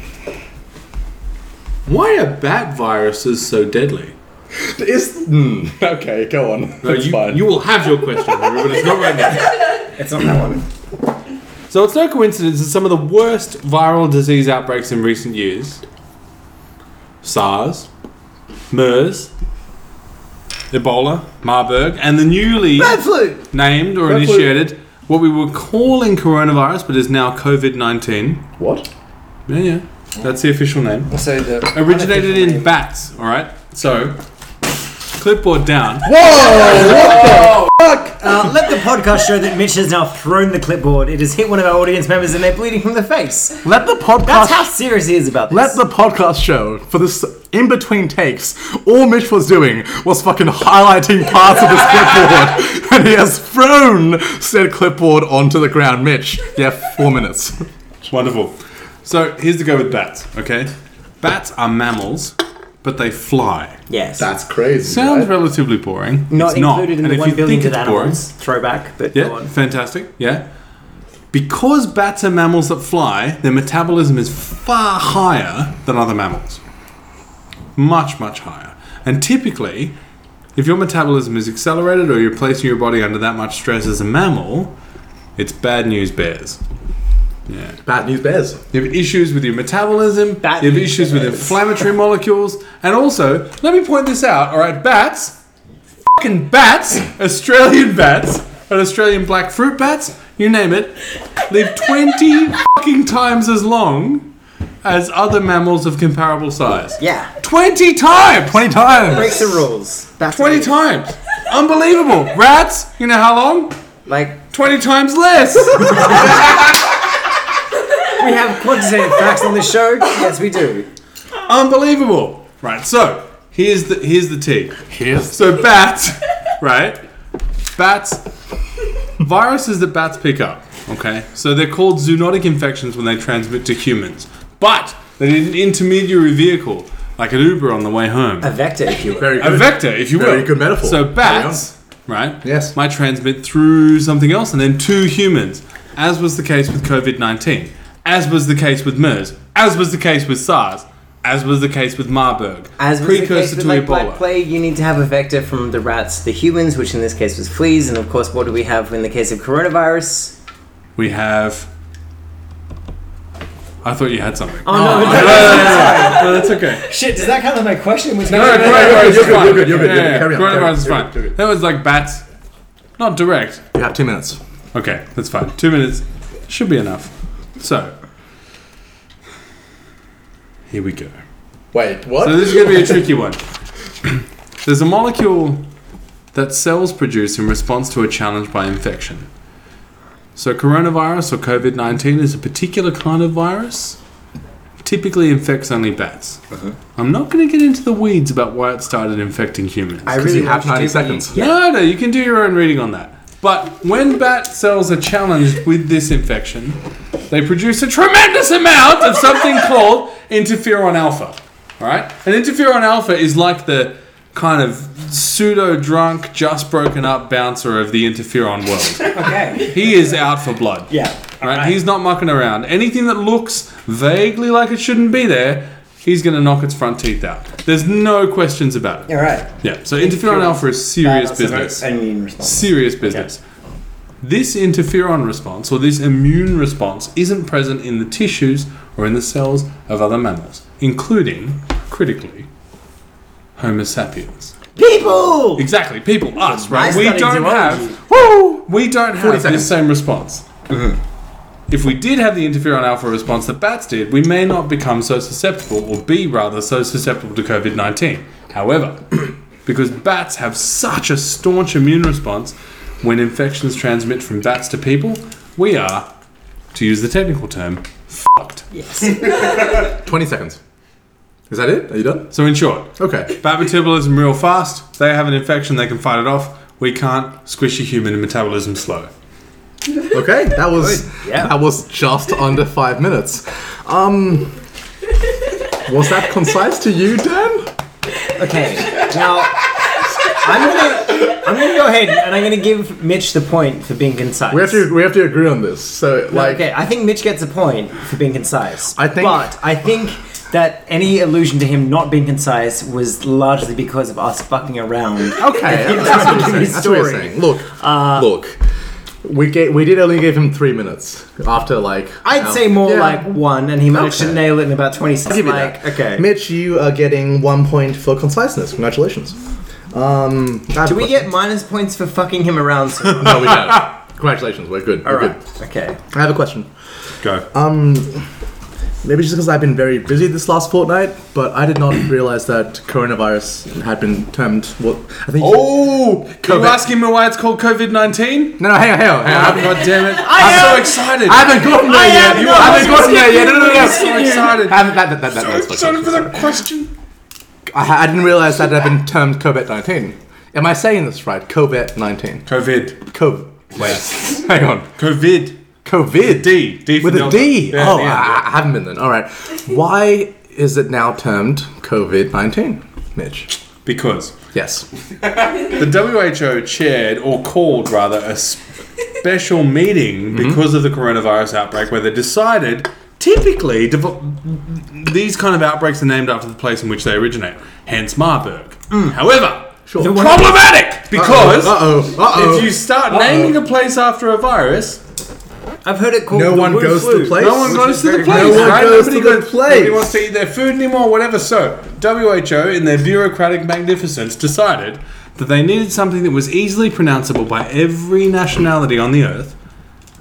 Speaker 6: Why are bat viruses so deadly?
Speaker 4: Is hmm, okay. Go on.
Speaker 6: No,
Speaker 4: That's
Speaker 6: you,
Speaker 4: fine.
Speaker 6: you will have your question, Harry, but it's not right now.
Speaker 2: It's not that one.
Speaker 6: So it's no coincidence that some of the worst viral disease outbreaks in recent years SARS, MERS, Ebola, Marburg, and the newly
Speaker 2: flu.
Speaker 6: named or
Speaker 4: Bird flu.
Speaker 6: initiated what we were calling coronavirus but is now COVID 19.
Speaker 4: what?
Speaker 6: Yeah, yeah. That's the official name.
Speaker 2: So the
Speaker 6: Originated in bats, alright? So, clipboard down.
Speaker 2: Uh, let the podcast show that Mitch has now thrown the clipboard. It has hit one of our audience members and they're bleeding from the face.
Speaker 4: Let the podcast.
Speaker 2: That's how serious he is about this.
Speaker 4: let the podcast show for this in between takes. All Mitch was doing was fucking highlighting parts of this clipboard, and he has thrown said clipboard onto the ground. Mitch, yeah, four minutes.
Speaker 6: Wonderful. So, here's the go with bats, okay? Bats are mammals, but they fly.
Speaker 2: yes.
Speaker 4: That's crazy.
Speaker 6: Sounds relatively boring.
Speaker 2: not
Speaker 6: It's
Speaker 2: included in
Speaker 6: And
Speaker 2: the
Speaker 6: if
Speaker 2: one
Speaker 6: you
Speaker 2: billion
Speaker 6: think
Speaker 2: dead
Speaker 6: it's boring-
Speaker 2: animals throwback. But go
Speaker 6: Yeah,
Speaker 2: on.
Speaker 6: fantastic. Yeah. Because bats are mammals that fly, their metabolism is far higher than other mammals. Much, much higher. And typically, if your metabolism is accelerated or you're placing your body under that much stress as a mammal, it's bad news bears.
Speaker 4: Bad news bears.
Speaker 6: You have issues with your metabolism.
Speaker 2: Bat
Speaker 6: you have
Speaker 2: news
Speaker 6: issues with
Speaker 2: bears.
Speaker 6: inflammatory molecules. And also, let me point this out. All right, bats, fucking bats, Australian bats, and Australian black fruit bats, you name it, live 20 fucking times as long as other mammals of comparable size.
Speaker 2: Yeah.
Speaker 6: 20 times! 20,
Speaker 4: Twenty times.
Speaker 2: Break the rules. That's amazing.
Speaker 6: times! Unbelievable! Rats, you know how long?
Speaker 2: Like
Speaker 6: 20 times less!
Speaker 2: we have quantitative facts on the show. Yes, we do.
Speaker 6: Unbelievable! Right, so here's the here's the tea.
Speaker 4: Here's
Speaker 6: So bats, right? Bats, viruses that bats pick up. Okay, so they're called zoonotic infections when they transmit to humans, but they need an intermediary vehicle like an Uber on the way home,
Speaker 2: A vector, if you will.
Speaker 4: very
Speaker 6: a vector, if you will.
Speaker 4: Very good metaphor.
Speaker 6: So
Speaker 4: Carry
Speaker 6: bats, right?
Speaker 4: Yes.
Speaker 6: Might transmit through something else and then to humans, as was the case with COVID nineteen, as was the case with MERS, as was the case with SARS, as was the case with Marburg,
Speaker 2: As was the case with like black plague, you need to have a vector from the rats to the humans, which in this case was fleas. And of course, what do we have in the case of coronavirus?
Speaker 6: We have I thought you had something.
Speaker 2: Oh, no, no,
Speaker 6: No, that's okay.
Speaker 2: shit! Does that count as my question? Which
Speaker 6: No, no,
Speaker 2: no,
Speaker 6: coronavirus is
Speaker 4: you're good,
Speaker 6: fine.
Speaker 4: you're good, you're good,
Speaker 6: Yeah,
Speaker 4: you're good.
Speaker 6: yeah,
Speaker 4: Carry on,
Speaker 6: Coronavirus
Speaker 4: carry on,
Speaker 6: is
Speaker 4: you're
Speaker 6: fine.
Speaker 4: good, you're good.
Speaker 6: That was like bats. Not direct.
Speaker 4: You have two minutes.
Speaker 6: Okay, that's fine. Two minutes should be enough. So, here we go.
Speaker 7: Wait, what?
Speaker 6: So this is going to be a tricky one. There's a molecule that cells produce in response to a challenge by infection. So coronavirus or COVID-19 is a particular kind of virus. Typically infects only bats. I'm not going to get into the weeds about why it started infecting humans.
Speaker 2: I
Speaker 4: Because
Speaker 2: really
Speaker 4: you have
Speaker 2: want you to
Speaker 4: 90
Speaker 2: be-
Speaker 4: seconds.
Speaker 6: No, no, you can do your own reading on that. But when bat cells are challenged with this infection, they produce a tremendous amount of something called interferon alpha. All right? And interferon alpha is like the kind of pseudo drunk, just broken up bouncer of the interferon world.
Speaker 2: Okay.
Speaker 6: he is out for blood.
Speaker 2: Yeah.
Speaker 6: All right? He's not mucking around. Anything that looks vaguely like it shouldn't be there, he's going to knock its front teeth out. There's no questions about it.
Speaker 2: All right.
Speaker 6: Yeah. So interferon alpha is serious business
Speaker 2: Immune response.
Speaker 6: serious business. This interferon response or this immune response isn't present in the tissues or in the cells of other mammals, including, critically, Homo sapiens.
Speaker 2: People.
Speaker 6: Exactly, people, us, right?
Speaker 2: I
Speaker 6: We
Speaker 2: studied
Speaker 6: don't
Speaker 2: zoology.
Speaker 6: have. Woo! We don't have
Speaker 4: seconds.
Speaker 6: this same response. If we did have the interferon alpha response that bats did, we may not become so susceptible, or be rather so susceptible to COVID 19. However, because bats have such a staunch immune response when infections transmit from bats to people, we are, to use the technical term, fucked.
Speaker 4: 20 seconds. Is that it? Are you done?
Speaker 6: So, in short,
Speaker 4: Okay.
Speaker 6: Bat metabolism real fast. They have an infection, they can fight it off. We can't. Squishy human metabolism slow.
Speaker 4: Okay. That was
Speaker 2: Yeah.
Speaker 4: that was just under five minutes. Um Was that concise to you, Dan?
Speaker 2: Okay. Now I'm gonna I'm gonna go ahead and I'm gonna give Mitch the point for being concise.
Speaker 4: We have to we have to agree on this. So like
Speaker 2: okay, I think Mitch gets a point for being concise.
Speaker 4: I think-
Speaker 2: but I think that any allusion to him not being concise was largely because of us fucking around.
Speaker 4: Okay, that's what you're saying. That's what you're
Speaker 2: Story. Uh,
Speaker 4: saying. Look, look, we gave, we did only give him three minutes after like.
Speaker 2: I'd
Speaker 4: our-
Speaker 2: say more
Speaker 4: Yeah.
Speaker 2: like one, and he managed
Speaker 4: Okay.
Speaker 2: to nail it in about twenty seconds.
Speaker 4: Give me
Speaker 2: like,
Speaker 4: that.
Speaker 2: okay.
Speaker 4: Mitch, you are getting one point for conciseness. Congratulations. Um,
Speaker 2: Do we get minus points for fucking him around? Soon?
Speaker 4: No, we don't. Congratulations, we're good.
Speaker 2: All
Speaker 4: we're
Speaker 2: right.
Speaker 4: good.
Speaker 2: Okay.
Speaker 4: I have a question.
Speaker 6: Go.
Speaker 4: Um, Maybe just because I've been very busy this last fortnight, but I did not realize that coronavirus had been termed what I think.
Speaker 6: oh!
Speaker 4: COVID.
Speaker 6: You asking me why it's called COVID 19?
Speaker 4: No, no, hang on, hang on, hang on. I haven't-
Speaker 6: God damn it. I'm so excited.
Speaker 4: I haven't gotten there yet.
Speaker 6: am
Speaker 4: You
Speaker 6: not-
Speaker 4: haven't gotten there yet. No, no, no, no.
Speaker 6: I'm so excited.
Speaker 4: Haven't- that- that- that- that- that's-
Speaker 6: Excited for that question.
Speaker 4: I, I didn't realize that had been termed COVID 19. Am I saying this right? COVID 19.
Speaker 6: COVID.
Speaker 4: COVID. Wait. Hang on.
Speaker 6: COVID.
Speaker 4: COVID.
Speaker 6: D. D for
Speaker 4: With a
Speaker 6: Delta.
Speaker 4: D.
Speaker 6: Yeah,
Speaker 4: oh,
Speaker 6: yeah,
Speaker 4: I, I haven't been then. All right. Why is it now termed COVID 19, Mitch?
Speaker 6: Because
Speaker 4: Yes.
Speaker 6: the WHO chaired, or called rather, a special meeting because of the coronavirus outbreak where they decided typically dev- these kind of outbreaks are named after the place in which they originate, hence Marburg. However,
Speaker 4: Sure.
Speaker 6: problematic because
Speaker 4: Uh oh. Uh
Speaker 6: if you
Speaker 4: oh.
Speaker 6: start naming a place after a virus,
Speaker 2: I've heard it called.
Speaker 4: No
Speaker 2: the
Speaker 4: one
Speaker 2: Wu
Speaker 4: goes to
Speaker 2: flu.
Speaker 4: the place.
Speaker 6: no one goes to the
Speaker 2: very
Speaker 6: place.
Speaker 4: No one
Speaker 6: right?
Speaker 4: goes to the
Speaker 6: goes-
Speaker 4: place.
Speaker 6: Nobody wants to eat their food anymore, whatever. So, WHO, in their bureaucratic magnificence, decided that they needed something that was easily pronounceable by every nationality on the earth,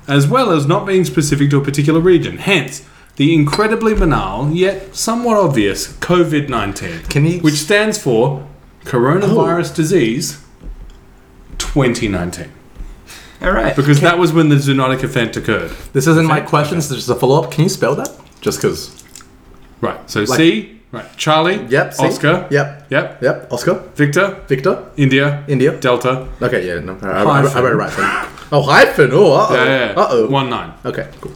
Speaker 6: as well as not being specific to a particular region. Hence, the incredibly banal yet somewhat obvious COVID 19,
Speaker 4: Can you- Oh.
Speaker 6: which stands for Coronavirus Disease 2019,
Speaker 2: All right.
Speaker 6: because that was when the zoonotic event occurred.
Speaker 4: This isn't my question, this is just a follow up. Can you spell that? Just because.
Speaker 6: Right. So C. Right. Charlie.
Speaker 4: Yep. see?
Speaker 6: Oscar.
Speaker 4: Yep.
Speaker 6: Yep.
Speaker 4: Yep. Oscar.
Speaker 6: Victor.
Speaker 4: Victor.
Speaker 6: India.
Speaker 4: India.
Speaker 6: Delta.
Speaker 4: Okay, yeah, no. all right, I, I, I read it right. then. Oh, hyphen. Oh, uh oh.
Speaker 6: Yeah, yeah, yeah.
Speaker 4: Uh oh.
Speaker 6: One nine.
Speaker 4: Okay, cool.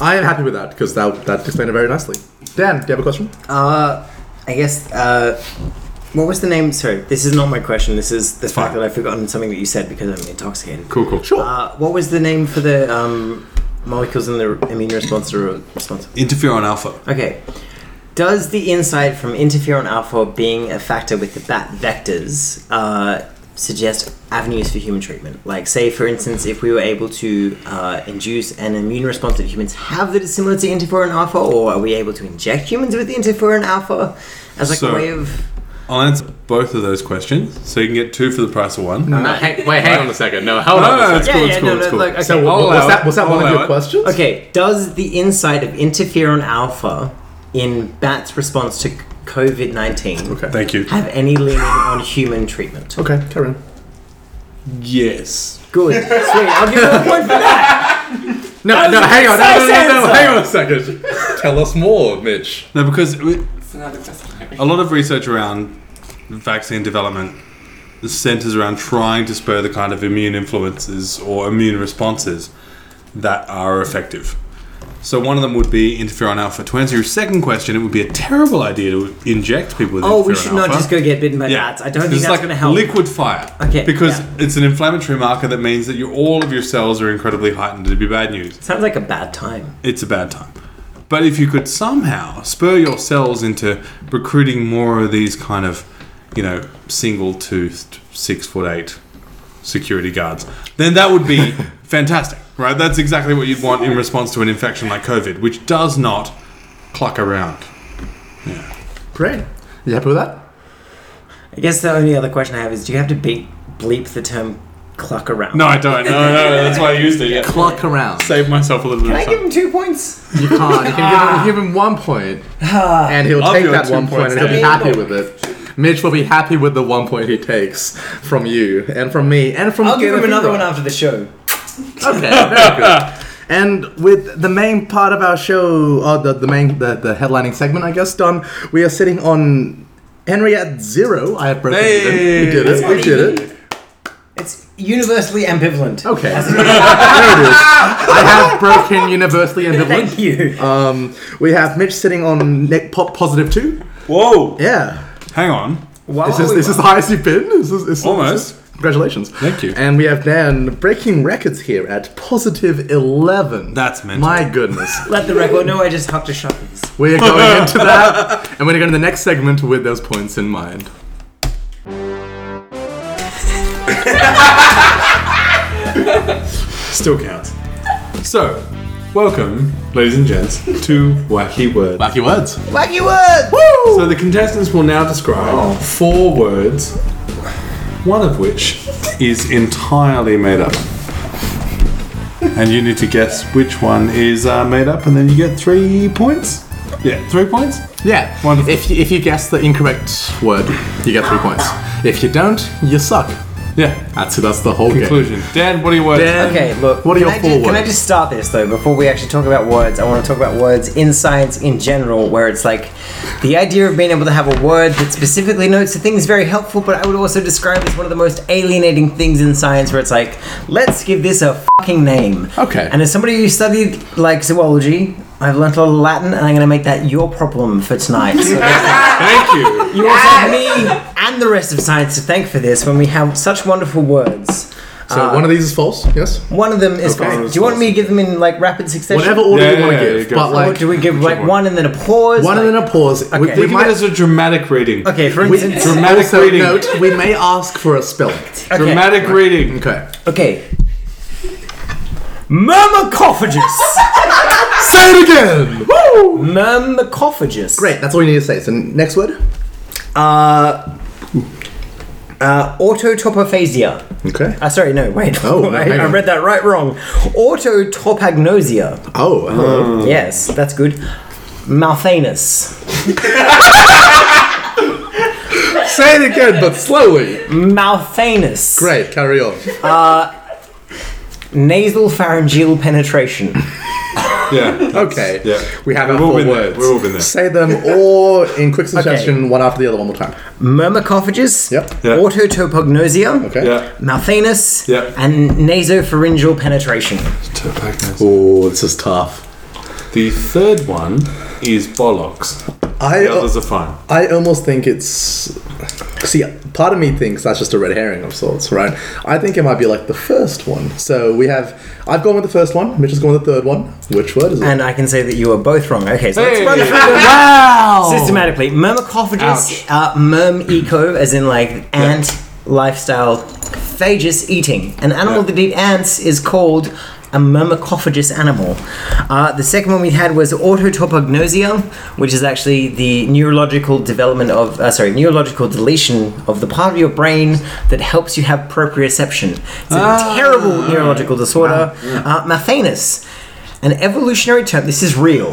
Speaker 4: I am happy with that because that that explained it very nicely. Dan, do you have a question?
Speaker 2: Uh, I guess. Uh, what was the name? Sorry, this is not my question. This is the fact
Speaker 6: fine.
Speaker 2: that I've forgotten something that you said because I'm intoxicated.
Speaker 6: Cool. Cool.
Speaker 4: Sure.
Speaker 2: Uh, what was the name for the um, molecules in the immune response or response?
Speaker 6: Interferon alpha.
Speaker 2: Okay. Does the insight from interferon alpha being a factor with the bat vectors uh, suggest avenues for human treatment. Like, say, for instance, if we were able to uh, induce an immune response that humans have that is similar to interferon alpha, or are we able to inject humans with interferon alpha as like a
Speaker 6: So-
Speaker 2: way of.
Speaker 6: I'll answer both of those questions, so you can get two for the price of one.
Speaker 1: No, hang, wait, hang on a second. No, hold on. a
Speaker 6: no, it's
Speaker 1: second.
Speaker 6: Oh, cool, it's cool, it's cool.
Speaker 2: like, okay.
Speaker 4: So,
Speaker 6: I'll
Speaker 4: wa- was
Speaker 6: allow
Speaker 4: that,
Speaker 6: it.
Speaker 4: was that
Speaker 6: I'll
Speaker 4: one of
Speaker 6: allow
Speaker 4: your
Speaker 6: it.
Speaker 4: questions?
Speaker 2: Okay, does the insight of interferon alpha in bats' response to COVID 19
Speaker 4: Okay.
Speaker 6: Thank you.
Speaker 2: have any leaning on human treatment?
Speaker 4: Okay, carry on.
Speaker 6: Yes.
Speaker 2: Good. Sweet. I'll give you a point for that.
Speaker 4: No, no, hang on, no, no, no, no, hang on a second. Tell us more, Mitch.
Speaker 6: No, because we- a lot of research around vaccine development centers around trying to spur the kind of immune influences or immune responses that are effective. So one of them would be interferon alpha. To answer your second question, it would be a terrible idea to inject people with interferon
Speaker 2: Oh, we should not
Speaker 6: alpha.
Speaker 2: just go get bitten by
Speaker 6: Yeah.
Speaker 2: bats. I don't think
Speaker 6: It's
Speaker 2: that's
Speaker 6: like
Speaker 2: going to help.
Speaker 6: Liquid fire.
Speaker 2: Okay,
Speaker 6: Because
Speaker 2: yeah.
Speaker 6: it's an inflammatory marker that means that your all of your cells are incredibly heightened. It'd be bad news.
Speaker 2: Sounds like a bad time.
Speaker 6: It's a bad time. But if you could somehow spur your cells into recruiting more of these kind of, you know, single toothed, six foot eight security guards, then that would be fantastic, right? That's exactly what you'd want in response to an infection like COVID, which does not cluck around.
Speaker 4: Great. You happy with that?
Speaker 2: I guess the only other question I have is do you have to beep, bleep the term cluck around?
Speaker 6: No, I don't. No, no, no. That's why I used it. Yeah.
Speaker 7: Clock around.
Speaker 6: Save myself a little bit
Speaker 2: Can I
Speaker 6: of
Speaker 2: give
Speaker 6: time.
Speaker 2: him two points?
Speaker 7: You can't. You can give him, give him one point, and he'll
Speaker 6: I'll
Speaker 7: take
Speaker 6: give him
Speaker 7: that
Speaker 6: two
Speaker 7: one point,
Speaker 6: points
Speaker 7: and he'll be
Speaker 6: then.
Speaker 7: happy with it. Mitch will be happy with the one point he takes from you, and from me, and from.
Speaker 2: I'll give
Speaker 7: Gaylor
Speaker 2: him another
Speaker 7: Finrod.
Speaker 2: one after the show.
Speaker 7: Okay, very good.
Speaker 4: And with the main part of our show,
Speaker 7: uh,
Speaker 4: or the, the main the, the headlining segment, I guess, done, we are sitting on Henry at zero. I have broken
Speaker 6: Hey!
Speaker 4: even. We did it. We did it.
Speaker 2: It's universally ambivalent.
Speaker 4: Okay. there it is. I have broken universally ambivalent.
Speaker 2: Thank you.
Speaker 4: Um, we have Mitch sitting on net pop positive two.
Speaker 6: Whoa!
Speaker 4: Yeah.
Speaker 6: Hang on.
Speaker 2: Wow.
Speaker 4: This is this is the highest you've been. This is, this is-
Speaker 6: Oh, Almost.
Speaker 4: Congratulations.
Speaker 6: Thank you.
Speaker 4: And we have Dan breaking records here at positive 11.
Speaker 6: That's mental.
Speaker 4: My goodness.
Speaker 2: Let the record know I just hucked a shotgun.
Speaker 4: We're going into that, and we're going to go to the next segment with those points in mind.
Speaker 6: Still counts. So, welcome, ladies and gents, to Wacky Words.
Speaker 4: Wacky words.
Speaker 2: Wacky word!
Speaker 6: So the contestants will now describe four words, one of which is entirely made up. And you need to guess which one is uh, made up, and then you get three points. Yeah, three points.
Speaker 4: Yeah.
Speaker 6: Wonderful.
Speaker 4: If you, if you guess the incorrect word, you get three points. If you don't, you suck.
Speaker 6: Yeah.
Speaker 4: That's that's the whole
Speaker 6: Conclusion. Dan, what are your words?
Speaker 4: Dan.
Speaker 2: Okay, look.
Speaker 4: Um, What are
Speaker 2: can
Speaker 4: your
Speaker 2: I
Speaker 4: four
Speaker 2: ju- Can I
Speaker 4: words?
Speaker 2: just start this though? Before we actually talk about words, I want to talk about words in science in general, where it's like the idea of being able to have a word that specifically notes a thing is very helpful, but I would also describe as one of the most alienating things in science, where it's like, let's give this a fucking name.
Speaker 4: Okay.
Speaker 2: And as somebody who studied like zoology, I've learnt a lot of Latin, and I'm going to make that your problem for tonight. So
Speaker 6: Thank you.
Speaker 2: you also have me and the rest of science to thank for this when we have such wonderful words.
Speaker 4: So
Speaker 6: Uh,
Speaker 4: one of these is false. Yes.
Speaker 2: One of them is
Speaker 4: Okay.
Speaker 2: fine. Do you want me to give them in like rapid succession?
Speaker 4: Whatever order
Speaker 6: Yeah,
Speaker 4: you want to
Speaker 6: yeah, yeah,
Speaker 4: give,
Speaker 6: go
Speaker 4: but
Speaker 6: for it.
Speaker 2: Or
Speaker 4: like
Speaker 2: do we give like
Speaker 6: one.
Speaker 2: one and then a pause?
Speaker 4: one
Speaker 2: like,
Speaker 4: and then a pause. We,
Speaker 2: Okay.
Speaker 4: we
Speaker 6: Think of
Speaker 4: might
Speaker 6: it as a dramatic reading.
Speaker 2: Okay, for
Speaker 4: we,
Speaker 2: instance.
Speaker 6: dramatic
Speaker 4: also
Speaker 6: reading.
Speaker 4: note we may ask for a spelling.
Speaker 2: okay.
Speaker 6: Dramatic reading.
Speaker 4: Okay.
Speaker 2: Okay. Myrmecophagus.
Speaker 4: Say it again. Woo!
Speaker 2: Myrmecophagus.
Speaker 4: Great. That's all you need to say. So next word.
Speaker 2: Uh. Uh, autotopophasia.
Speaker 4: Okay.
Speaker 2: Uh, sorry, no, wait.
Speaker 4: Oh, no,
Speaker 2: I,
Speaker 4: hang
Speaker 2: I
Speaker 4: on.
Speaker 2: read that right wrong. Autotopagnosia.
Speaker 4: Oh. hello.
Speaker 2: Yes, that's good. Malthanus.
Speaker 4: Say it again, but slowly.
Speaker 2: Malthanus.
Speaker 4: Great. Carry on.
Speaker 2: Nasal pharyngeal penetration.
Speaker 6: Yeah.
Speaker 4: Okay.
Speaker 6: Yeah.
Speaker 4: We have our
Speaker 6: We've all
Speaker 4: four
Speaker 6: been there.
Speaker 4: words.
Speaker 6: We've all been there.
Speaker 4: Say them all in quick succession, one after the other, one more time.
Speaker 2: Myrmecophagus.
Speaker 4: Yep.
Speaker 6: Yeah.
Speaker 2: Autotopognosia.
Speaker 4: Okay.
Speaker 6: Yeah.
Speaker 2: Malthanus.
Speaker 6: Yeah.
Speaker 2: And nasopharyngeal penetration.
Speaker 4: Oh, this is tough.
Speaker 6: The third one is bollocks.
Speaker 4: I uh,
Speaker 6: The others are fine.
Speaker 4: I almost think it's. See, part of me thinks that's just a red herring of sorts, right? I think it might be like the first one. So we have. I've gone with the first one. Mitch has gone with the third one. Which word is it?
Speaker 2: And I can say that you are both wrong. Okay, so
Speaker 6: Hey.
Speaker 2: let's run through them
Speaker 7: Wow.
Speaker 2: systematically. Myrmecophagus,
Speaker 6: Oh. Ouch.
Speaker 2: uh, myrm eco, as in like ant lifestyle phagus eating. An animal that eats ants is called a myrmecophagous animal. Uh, the second one we had was autotopognosia, which is actually the neurological development of, uh, sorry, neurological deletion of the part of your brain that helps you have proprioception. It's a
Speaker 6: Ah.
Speaker 2: terrible neurological disorder. Uh, Maphanus, an evolutionary term. This is real.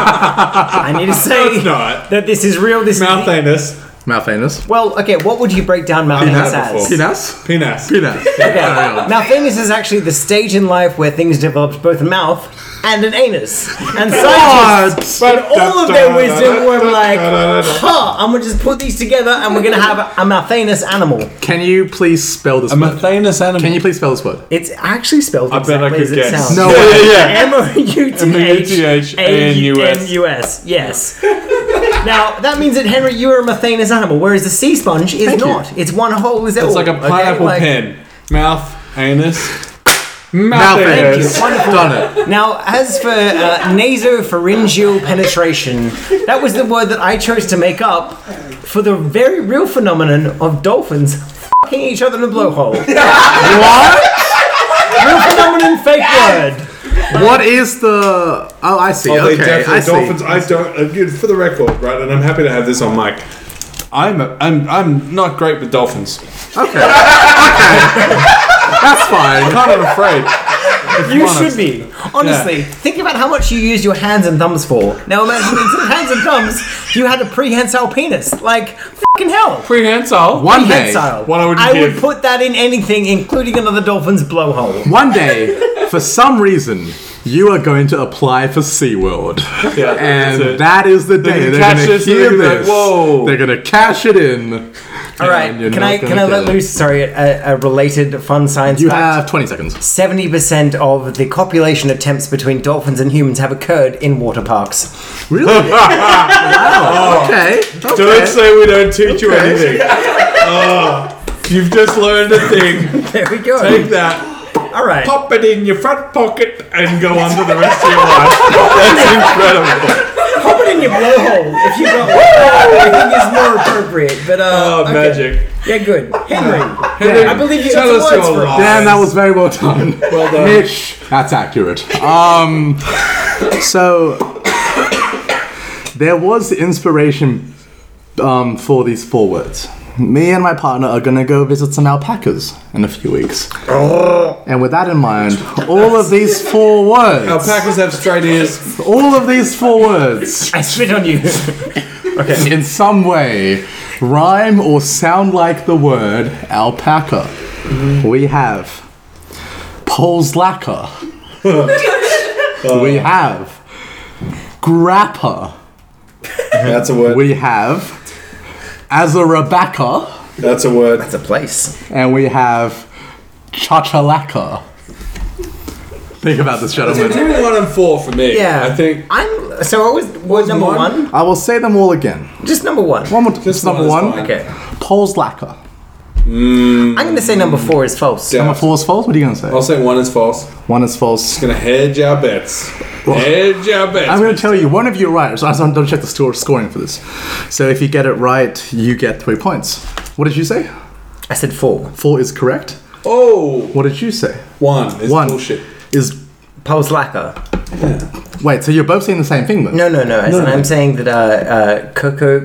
Speaker 2: I need to say
Speaker 6: not.
Speaker 2: that this is real. This is the-
Speaker 6: Malthanus.
Speaker 4: Malthanus.
Speaker 2: well, okay. What would you break down Malthanus as?
Speaker 4: Penis?
Speaker 6: Penis.
Speaker 4: Penis.
Speaker 2: Okay. Malthanus is actually the stage in life where things developed both a mouth and an anus. And scientists, in all of their wisdom, were like, "Huh, I'm gonna just put these together, and we're gonna have a Malthanus animal."
Speaker 4: Can you please spell this word?
Speaker 8: Mathanus animal.
Speaker 4: Can you please spell this word?
Speaker 2: It's actually spelled
Speaker 6: bet I
Speaker 2: exactly
Speaker 6: could
Speaker 2: as it
Speaker 6: guess.
Speaker 2: sounds.
Speaker 4: No way.
Speaker 2: M O U T H A U
Speaker 6: M-U-T-H-A-N-U-S.
Speaker 2: N U S. Yes. Now that means that Henry, you are a Mathanus animal, whereas the sea sponge is not. It's one whole. Is
Speaker 6: It's like a pineapple pen. Mouth, anus.
Speaker 4: Malthanus.
Speaker 2: Wonderful.
Speaker 4: Done it.
Speaker 2: Now, as for uh, nasopharyngeal penetration, that was the word that I chose to make up for the very real phenomenon of dolphins fucking each other in the blowhole. what? Real phenomenon, fake word.
Speaker 4: What is the? Oh, I see.
Speaker 6: Oh, they
Speaker 4: okay,
Speaker 6: definitely
Speaker 4: I see.
Speaker 6: dolphins. I don't. Uh, you- for the record, right, and I'm happy to have this on mic. I'm a, I'm I'm not great with dolphins.
Speaker 4: That's fine.
Speaker 6: Kind of afraid.
Speaker 2: You should be. Honestly, think about how much you use your hands and thumbs for. Now imagine instead of hands and thumbs, you had a prehensile penis. Like, fucking hell.
Speaker 6: Prehensile.
Speaker 4: One day,
Speaker 2: Prehensile.
Speaker 6: What I would
Speaker 2: I would
Speaker 6: give.
Speaker 2: put that in anything, including another dolphin's blowhole.
Speaker 4: one day, for some reason, you are going to apply for SeaWorld,
Speaker 6: Yeah, that's
Speaker 4: and
Speaker 6: it.
Speaker 4: that is the day
Speaker 6: gonna
Speaker 4: they're
Speaker 6: catch
Speaker 4: going to
Speaker 6: this and
Speaker 4: hear
Speaker 6: they're gonna be like,
Speaker 4: this.
Speaker 6: "Whoa."
Speaker 4: They're going to cash it in.
Speaker 2: All right,
Speaker 4: and you're
Speaker 2: can
Speaker 4: not
Speaker 2: I
Speaker 4: gonna
Speaker 2: can I let
Speaker 4: get it.
Speaker 2: loose? Sorry, a, a related fun science
Speaker 4: You
Speaker 2: fact.
Speaker 4: have 20 seconds.
Speaker 2: Seventy percent of the copulation attempts between dolphins and humans have occurred in water parks.
Speaker 4: Really? wow. Okay.
Speaker 6: Don't
Speaker 4: okay.
Speaker 6: say we don't teach you anything. Oh, you've just learned a thing.
Speaker 2: There we go.
Speaker 6: Take that,
Speaker 2: All right,
Speaker 6: pop it in your front pocket, and go on to the rest of your life. That's incredible.
Speaker 2: pop it in your blowhole if you got one. I think it's more appropriate. But uh,
Speaker 6: Oh,
Speaker 2: okay.
Speaker 6: magic.
Speaker 2: Yeah, good. Henry, I believe you
Speaker 6: Tell
Speaker 2: got
Speaker 6: us
Speaker 2: some words
Speaker 6: your
Speaker 2: for us.
Speaker 6: life.
Speaker 4: Damn, that was very well done. Well done. Mitch, that's accurate. Um, so, there was inspiration um, for these four words. Me and my partner are gonna go visit some alpacas in a few weeks. And with that in mind, all of these four words,
Speaker 6: Alpacas have straight ears.
Speaker 4: all of these four words,
Speaker 2: I spit on you.
Speaker 4: in some way, rhyme or sound like the word alpaca. We have Polslaka. we have Grappa.
Speaker 6: That's a word.
Speaker 4: We have Azarabaka.
Speaker 6: That's a word.
Speaker 2: That's a place.
Speaker 4: And we have Chachalaka. Think about this, gentlemen.
Speaker 6: Between one and four for me.
Speaker 2: Yeah,
Speaker 6: I think.
Speaker 2: I'm. So what was word number
Speaker 6: one?
Speaker 2: one?
Speaker 4: I will say them all again.
Speaker 2: Just number one.
Speaker 4: One more Just number
Speaker 6: one is
Speaker 4: one.
Speaker 6: fine.
Speaker 2: Okay,
Speaker 4: Polslaka.
Speaker 2: I'm gonna say number four is false.
Speaker 6: Yeah.
Speaker 4: Number four is false. What are you going to say?
Speaker 6: I'll say one is false.
Speaker 4: One is false.
Speaker 6: Gonna hedge our bets. Hedge our bets.
Speaker 4: I'm going to tell you, one of you are right. So I don't don't check the store scoring for this. So if you get it right, you get three points. What did you say?
Speaker 2: I said four.
Speaker 4: Four is correct.
Speaker 6: Oh,
Speaker 4: What did you say?
Speaker 6: one is
Speaker 4: One
Speaker 6: bullshit.
Speaker 4: is.
Speaker 2: Pulse lacquer.
Speaker 4: Wait, so you're both saying the same thing then?
Speaker 2: No, no, no. As in I'm saying that uh, uh, Coco.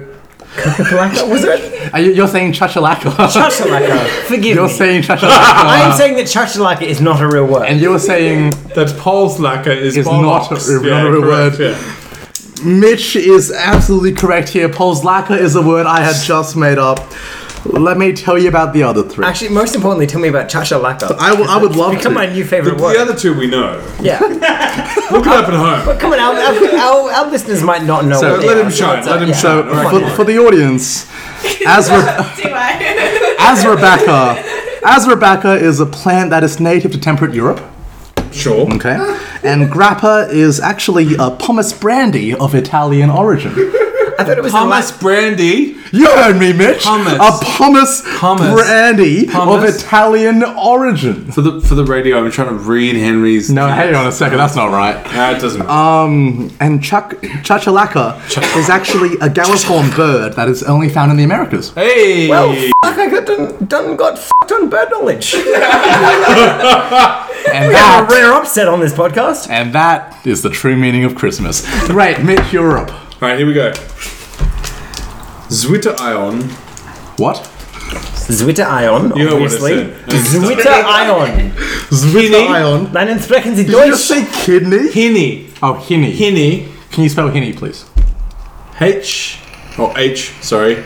Speaker 2: Coco Palacca? Was it?
Speaker 4: Are you, you're saying chachalaka.
Speaker 2: Chachalaka. Forgive
Speaker 4: you're
Speaker 2: me.
Speaker 4: saying chachalaka.
Speaker 2: I
Speaker 6: uh,
Speaker 2: am saying that Chachalaka is not a real word.
Speaker 4: and you're saying
Speaker 6: That Paul's lacquer is,
Speaker 4: Is not
Speaker 6: bollocks.
Speaker 4: a- not a
Speaker 6: correct,
Speaker 4: word.
Speaker 6: yeah.
Speaker 4: Mitch is absolutely correct here. Polslaka is a word I had just made up. Let me tell you about the other three.
Speaker 2: Actually, most importantly, tell me about Chachalaka.
Speaker 4: I would- I would love
Speaker 2: become
Speaker 4: to.
Speaker 2: my new favorite
Speaker 6: The
Speaker 2: word.
Speaker 6: other two we know.
Speaker 2: yeah.
Speaker 6: Look it up at home.
Speaker 2: Come on, our, our, our, our listeners might not know. what they
Speaker 6: let
Speaker 2: are,
Speaker 6: him
Speaker 2: so
Speaker 6: shine,
Speaker 2: it's,
Speaker 6: let him
Speaker 2: yeah.
Speaker 4: So, for, for the audience, as we're.
Speaker 1: Do I?
Speaker 4: As Rebecca, as Rebecca is a plant that is native to temperate Europe.
Speaker 6: Sure.
Speaker 4: Okay. And grappa is actually a pomace brandy of Italian origin.
Speaker 2: I thought it was the
Speaker 9: Hummus
Speaker 2: last.
Speaker 9: brandy.
Speaker 4: You heard me, Mitch.
Speaker 9: Hummus.
Speaker 4: A pumice,
Speaker 9: Hummus.
Speaker 4: brandy
Speaker 9: Hummus.
Speaker 4: of Italian origin.
Speaker 6: For the for the radio, I'm trying to read Henry's.
Speaker 4: No, hang on a second. Uh, That's not right.
Speaker 6: Nah, it doesn't matter.
Speaker 4: And chuck chachalaca is actually a galliform bird that is only found in the Americas.
Speaker 9: Hey.
Speaker 2: Oh, fuck, I got done, done got fucked on bird knowledge.
Speaker 4: And
Speaker 2: A
Speaker 4: that,
Speaker 2: rare upset on this podcast.
Speaker 4: and that is the true meaning of Christmas. Great, Mitch, you're up.
Speaker 6: All right, here we go. Zwitter Ion.
Speaker 4: What?
Speaker 2: Zwitter Ion,
Speaker 6: You know what I
Speaker 2: obviously.
Speaker 6: said.
Speaker 2: Zwitter Ion.
Speaker 6: Zwinny.
Speaker 4: Ion.
Speaker 2: Nein, sprechen Sie
Speaker 4: Did you just
Speaker 2: Deutsch.
Speaker 4: say kidney?
Speaker 6: Hinny.
Speaker 4: Oh, hinny.
Speaker 6: Hinny.
Speaker 4: Can you spell hinny, please?
Speaker 6: H. Oh, H. Sorry.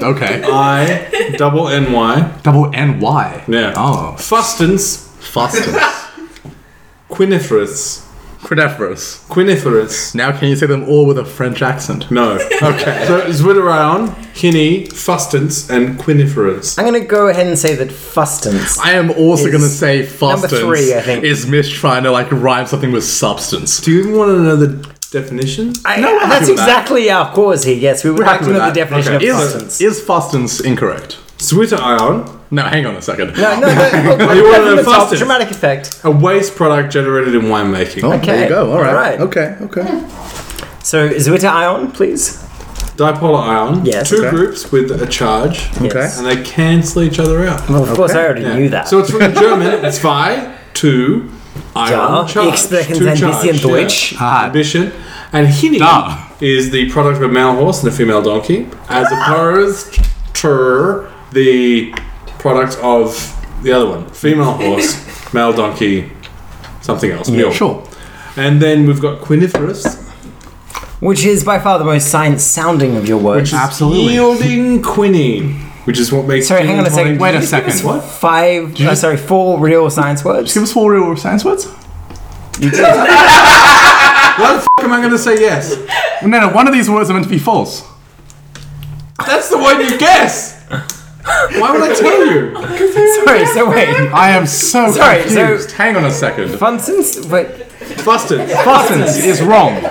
Speaker 4: Okay.
Speaker 2: Uh,
Speaker 6: I. Double N Y.
Speaker 4: Double N Y.
Speaker 6: Yeah.
Speaker 4: Oh,
Speaker 6: Fustans.
Speaker 4: fustus.
Speaker 6: Quiniferous.
Speaker 4: Crediferous.
Speaker 6: Quiniferous.
Speaker 4: Now, can you say them all with a French accent?
Speaker 6: No. Okay. so Zwitterion, Hinny, Fustans, and Quiniferous.
Speaker 2: I'm gonna go ahead and say that Fustans.
Speaker 4: I am also
Speaker 2: Is
Speaker 4: going to say fustance
Speaker 2: three, I think.
Speaker 4: is Miss trying to like rhyme something with substance.
Speaker 6: Do you even want to know the definition?
Speaker 2: I,
Speaker 4: No, we're happy
Speaker 2: that's
Speaker 4: with that.
Speaker 2: exactly our cause here. Yes, we would like
Speaker 4: happy
Speaker 2: to know
Speaker 4: with
Speaker 2: the
Speaker 4: that.
Speaker 2: definition
Speaker 6: Okay.
Speaker 2: of
Speaker 4: Is
Speaker 2: Fustans.
Speaker 4: is fustance incorrect?
Speaker 6: Zwitterion,
Speaker 4: No, hang on a second. Oh,
Speaker 2: no, no, no, no,
Speaker 6: You wanna
Speaker 2: from the
Speaker 6: know
Speaker 2: top,
Speaker 6: Fustans?
Speaker 2: Dramatic effect.
Speaker 6: a waste product generated in winemaking.
Speaker 4: Oh, There
Speaker 2: okay.
Speaker 4: you go. All right.
Speaker 2: Alright.
Speaker 4: Okay. Okay.
Speaker 2: So Zwitter Ion, please.
Speaker 6: Dipolar ion.
Speaker 2: Yes.
Speaker 6: Two
Speaker 2: Okay.
Speaker 6: groups with a charge.
Speaker 2: Yes.
Speaker 6: And they cancel each other out.
Speaker 2: Well, of course, I already
Speaker 6: Yeah.
Speaker 2: knew that.
Speaker 6: So it's from the German. It's zwei, two,
Speaker 2: Ja,
Speaker 6: ion,
Speaker 2: ich
Speaker 6: charge.
Speaker 2: spreche
Speaker 6: Two
Speaker 2: ein bisschen
Speaker 6: charge, yeah.
Speaker 2: Deutsch.
Speaker 4: Ah.
Speaker 6: Ambition. And Hini
Speaker 4: Da.
Speaker 6: is the product of a male horse and a female donkey, as opposed to the product of the other one. Female horse, male donkey, something else. mule.
Speaker 4: Sure.
Speaker 6: And then we've got quiniferous.
Speaker 2: Which is by far the most science sounding of your words.
Speaker 4: Absolutely.
Speaker 6: Yielding quinine, which is what makes
Speaker 2: Sorry, hang on a
Speaker 6: quinine
Speaker 2: second.
Speaker 4: Wait a
Speaker 2: Did you give us
Speaker 4: second. What?
Speaker 2: Five. Uh, sorry, four real science words.
Speaker 4: Give us four real science words.
Speaker 6: Why the f am I going to say yes?
Speaker 4: No, no. One of these words are meant to be false.
Speaker 6: That's the one you guess. Why would I tell you?
Speaker 2: Sorry. So wait.
Speaker 4: I am so
Speaker 2: Sorry, so-
Speaker 4: confused. Hang on a second.
Speaker 2: Funsons. Wait.
Speaker 6: Busted.
Speaker 4: Fustance is wrong.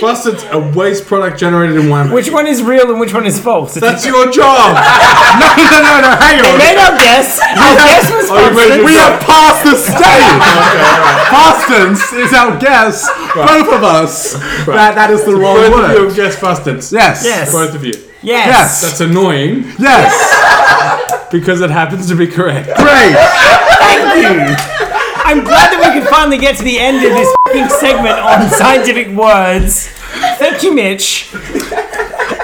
Speaker 6: Busted's a waste product generated in one.
Speaker 2: Which one is real and which one is false? It's
Speaker 6: That's your job.
Speaker 4: No, no, no, no. Hang on.
Speaker 2: made up guess. Our guess was
Speaker 6: Oh, you made
Speaker 2: Funsons.
Speaker 6: it
Speaker 4: We are past the stage. Fustance is our guess. Both of us. That that is the wrong
Speaker 6: Both of you
Speaker 4: word.
Speaker 6: have guessed Busted's.
Speaker 4: Yes.
Speaker 2: Yes.
Speaker 6: Both of you.
Speaker 2: Yes.
Speaker 6: That's annoying
Speaker 4: Yes.
Speaker 6: because it happens to be correct.
Speaker 4: Great.
Speaker 2: I'm glad that we could finally get to the end of this fucking segment on scientific words. Thank you, Mitch.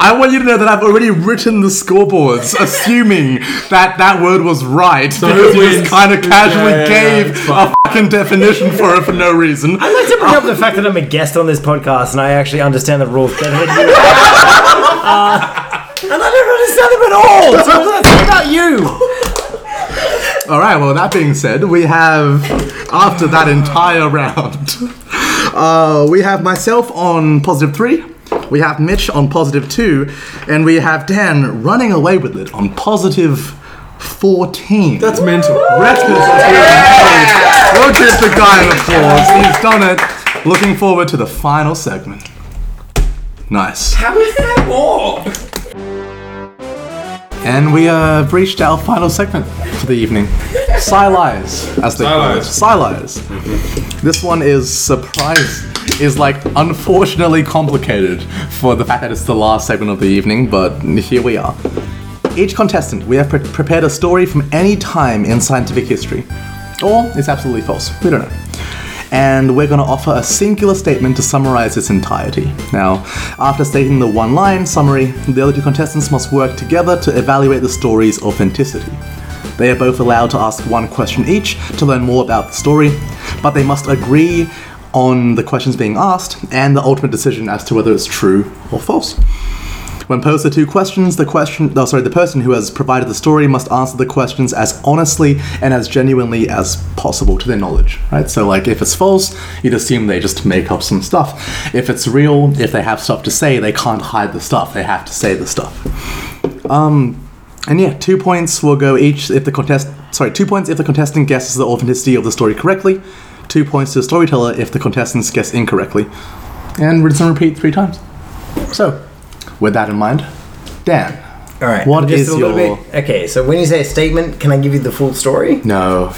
Speaker 4: I want you to know that I've already written the scoreboards, assuming that that word was right because
Speaker 6: who
Speaker 4: you just
Speaker 6: wins?
Speaker 4: kind of casually
Speaker 6: Yeah, yeah, yeah, it's
Speaker 4: gave
Speaker 6: fine.
Speaker 4: a fucking definition for it for no reason.
Speaker 2: I'd like to bring up the fact that I'm a guest on this podcast and I actually understand the rules better than you. Uh, and I don't understand them at all. So that's about you.
Speaker 4: All right. Well, that being said, we have after that entire round, uh, we have myself on positive three. We have Mitch on positive two, and we have Dan running away with it on positive fourteen.
Speaker 6: That's mental.
Speaker 4: Rasmus is here. We'll give the guy an applause. He's done it. Looking forward to the final segment. Nice.
Speaker 10: How is that more?
Speaker 4: And we uh, have reached our final segment for the evening. Silies, as they call it. Silies. This one is surprise. Is like unfortunately complicated for the fact that it's the last segment of the evening, but here we are. Each contestant, we have pre- prepared a story from any time in scientific history, or it's absolutely false. We don't know and we're going to offer a singular statement to summarize its entirety. Now, after stating the one line summary, the other two contestants must work together to evaluate the story's authenticity. They are both allowed to ask one question each to learn more about the story, but they must agree on the questions being asked and the ultimate decision as to whether it's true or false. When posed the two questions, the question, oh, sorry, the person who has provided the story must answer the questions as honestly and as genuinely as possible to their knowledge, right? So, like, if it's false, you'd assume they just make up some stuff. If it's real, if they have stuff to say, they can't hide the stuff. They have to say the stuff. Um, And yeah, two points will go each if the contest. Sorry, two points if the contestant guesses the authenticity of the story correctly. Two points to the storyteller if the contestants guess incorrectly. And we're just gonna repeat three times. So, With that in mind, Dan.
Speaker 2: All right.
Speaker 4: What
Speaker 2: I'm just
Speaker 4: is
Speaker 2: a little
Speaker 4: your-
Speaker 2: bit- okay, so when you say a statement, can I give you the full story?
Speaker 4: No.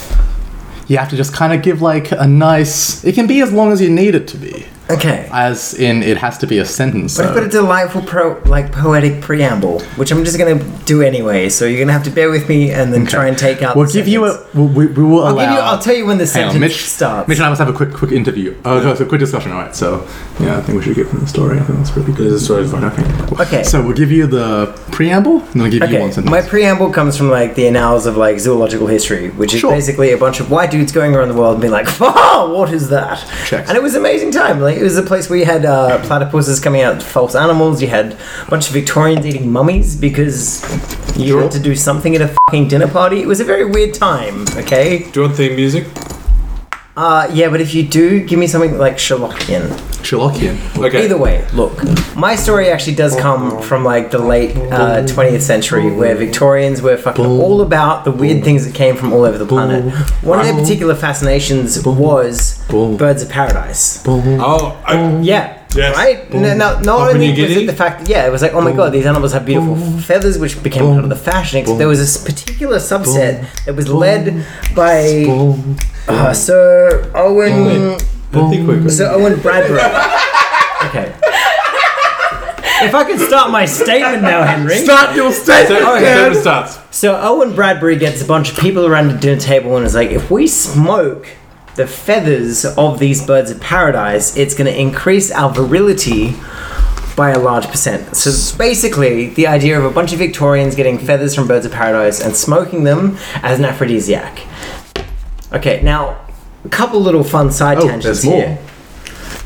Speaker 4: You have to just kind of give like a nice. It can be as long as you need it to be.
Speaker 2: Okay.
Speaker 4: As in, it has to be a sentence.
Speaker 2: But I've got a
Speaker 4: though.
Speaker 2: delightful, pro, like poetic preamble, which I'm just gonna do anyway. So you're gonna have to bear with me and then try and take out.
Speaker 4: We'll
Speaker 2: the
Speaker 4: give you a.
Speaker 2: sentence.
Speaker 4: We, we- we will
Speaker 2: I'll
Speaker 4: allow.
Speaker 2: give you. I'll tell you when the
Speaker 4: Hang
Speaker 2: sentence
Speaker 4: on, Mitch.
Speaker 2: starts.
Speaker 4: Mitch and I must have a quick, quick interview. Oh, no, it's a quick discussion. All right, so yeah, I think we should get from the story. I think that's really good. The story's fine. Okay. cool.
Speaker 2: Okay.
Speaker 4: So we'll give you the preamble, and then I'll give you one
Speaker 2: okay,
Speaker 4: sentence.
Speaker 2: my preamble comes from like the annals of like zoological history, which is
Speaker 4: Sure.
Speaker 2: basically a bunch of white dudes going around the world and being like, "Whoa, what is that?"
Speaker 4: Checks.
Speaker 2: And it was an amazing time. Like it was a place where you had uh, platypuses coming out as false animals. You had a bunch of Victorians eating mummies because you had to do something at a fucking dinner party. It was a very weird time. Okay.
Speaker 6: Do you want theme music?
Speaker 2: Uh, yeah, but if you do, give me something like Sherlockian.
Speaker 4: Sherlockian.
Speaker 6: Okay.
Speaker 2: Either way, look, my story actually does come from like the late uh, 20th century where Victorians were fucking all about the weird things that came from all over the planet. One of their particular fascinations was birds of paradise.
Speaker 6: Oh, I,
Speaker 2: Yeah.
Speaker 6: Yes.
Speaker 2: Right? No, no, not
Speaker 6: Papua
Speaker 2: only
Speaker 6: New
Speaker 2: was
Speaker 6: Guinea?
Speaker 2: it the fact that, yeah, it was like, oh my god, these animals have beautiful feathers, which became part of the fashion. Except there was this particular subset that was led by uh, Sir Owen.
Speaker 6: I think we're good.
Speaker 2: Sir Owen Bradbury. okay. If I could start my statement now, Henry.
Speaker 4: Start your statement.
Speaker 6: So,
Speaker 4: Dan.
Speaker 6: so it starts.
Speaker 2: So Owen Bradbury gets a bunch of people around a dinner table and is like, if we smoke the feathers of these birds of paradise, it's going to increase our virility by a large percent. So basically, the idea of a bunch of Victorians getting feathers from birds of paradise and smoking them as an aphrodisiac. Okay, now a couple little fun side
Speaker 4: Oh,
Speaker 2: tangents
Speaker 4: there's more.
Speaker 2: here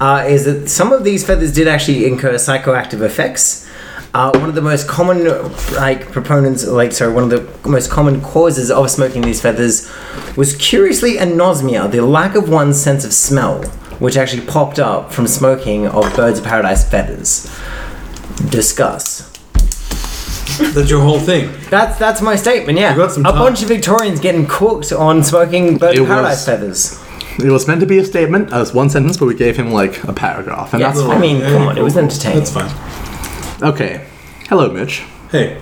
Speaker 2: uh, is that some of these feathers did actually incur psychoactive effects. Uh, one of the most common, like proponents, like sorry, one of the most common causes of smoking these feathers was curiously anosmia, the lack of one's sense of smell, which actually popped up from smoking of birds of paradise feathers. Discuss.
Speaker 6: That's your whole thing.
Speaker 2: That's that's my statement. Yeah,
Speaker 6: got some
Speaker 2: a
Speaker 6: time.
Speaker 2: bunch of Victorians getting cooked on smoking bird
Speaker 4: It
Speaker 2: of paradise
Speaker 4: was-
Speaker 2: feathers.
Speaker 4: It was meant to be a statement as one sentence, but we gave him like a paragraph, and
Speaker 2: Yeah,
Speaker 4: that's
Speaker 2: I mean, come on, it was entertaining.
Speaker 6: That's fine.
Speaker 4: okay. Hello, Mitch.
Speaker 6: Hey,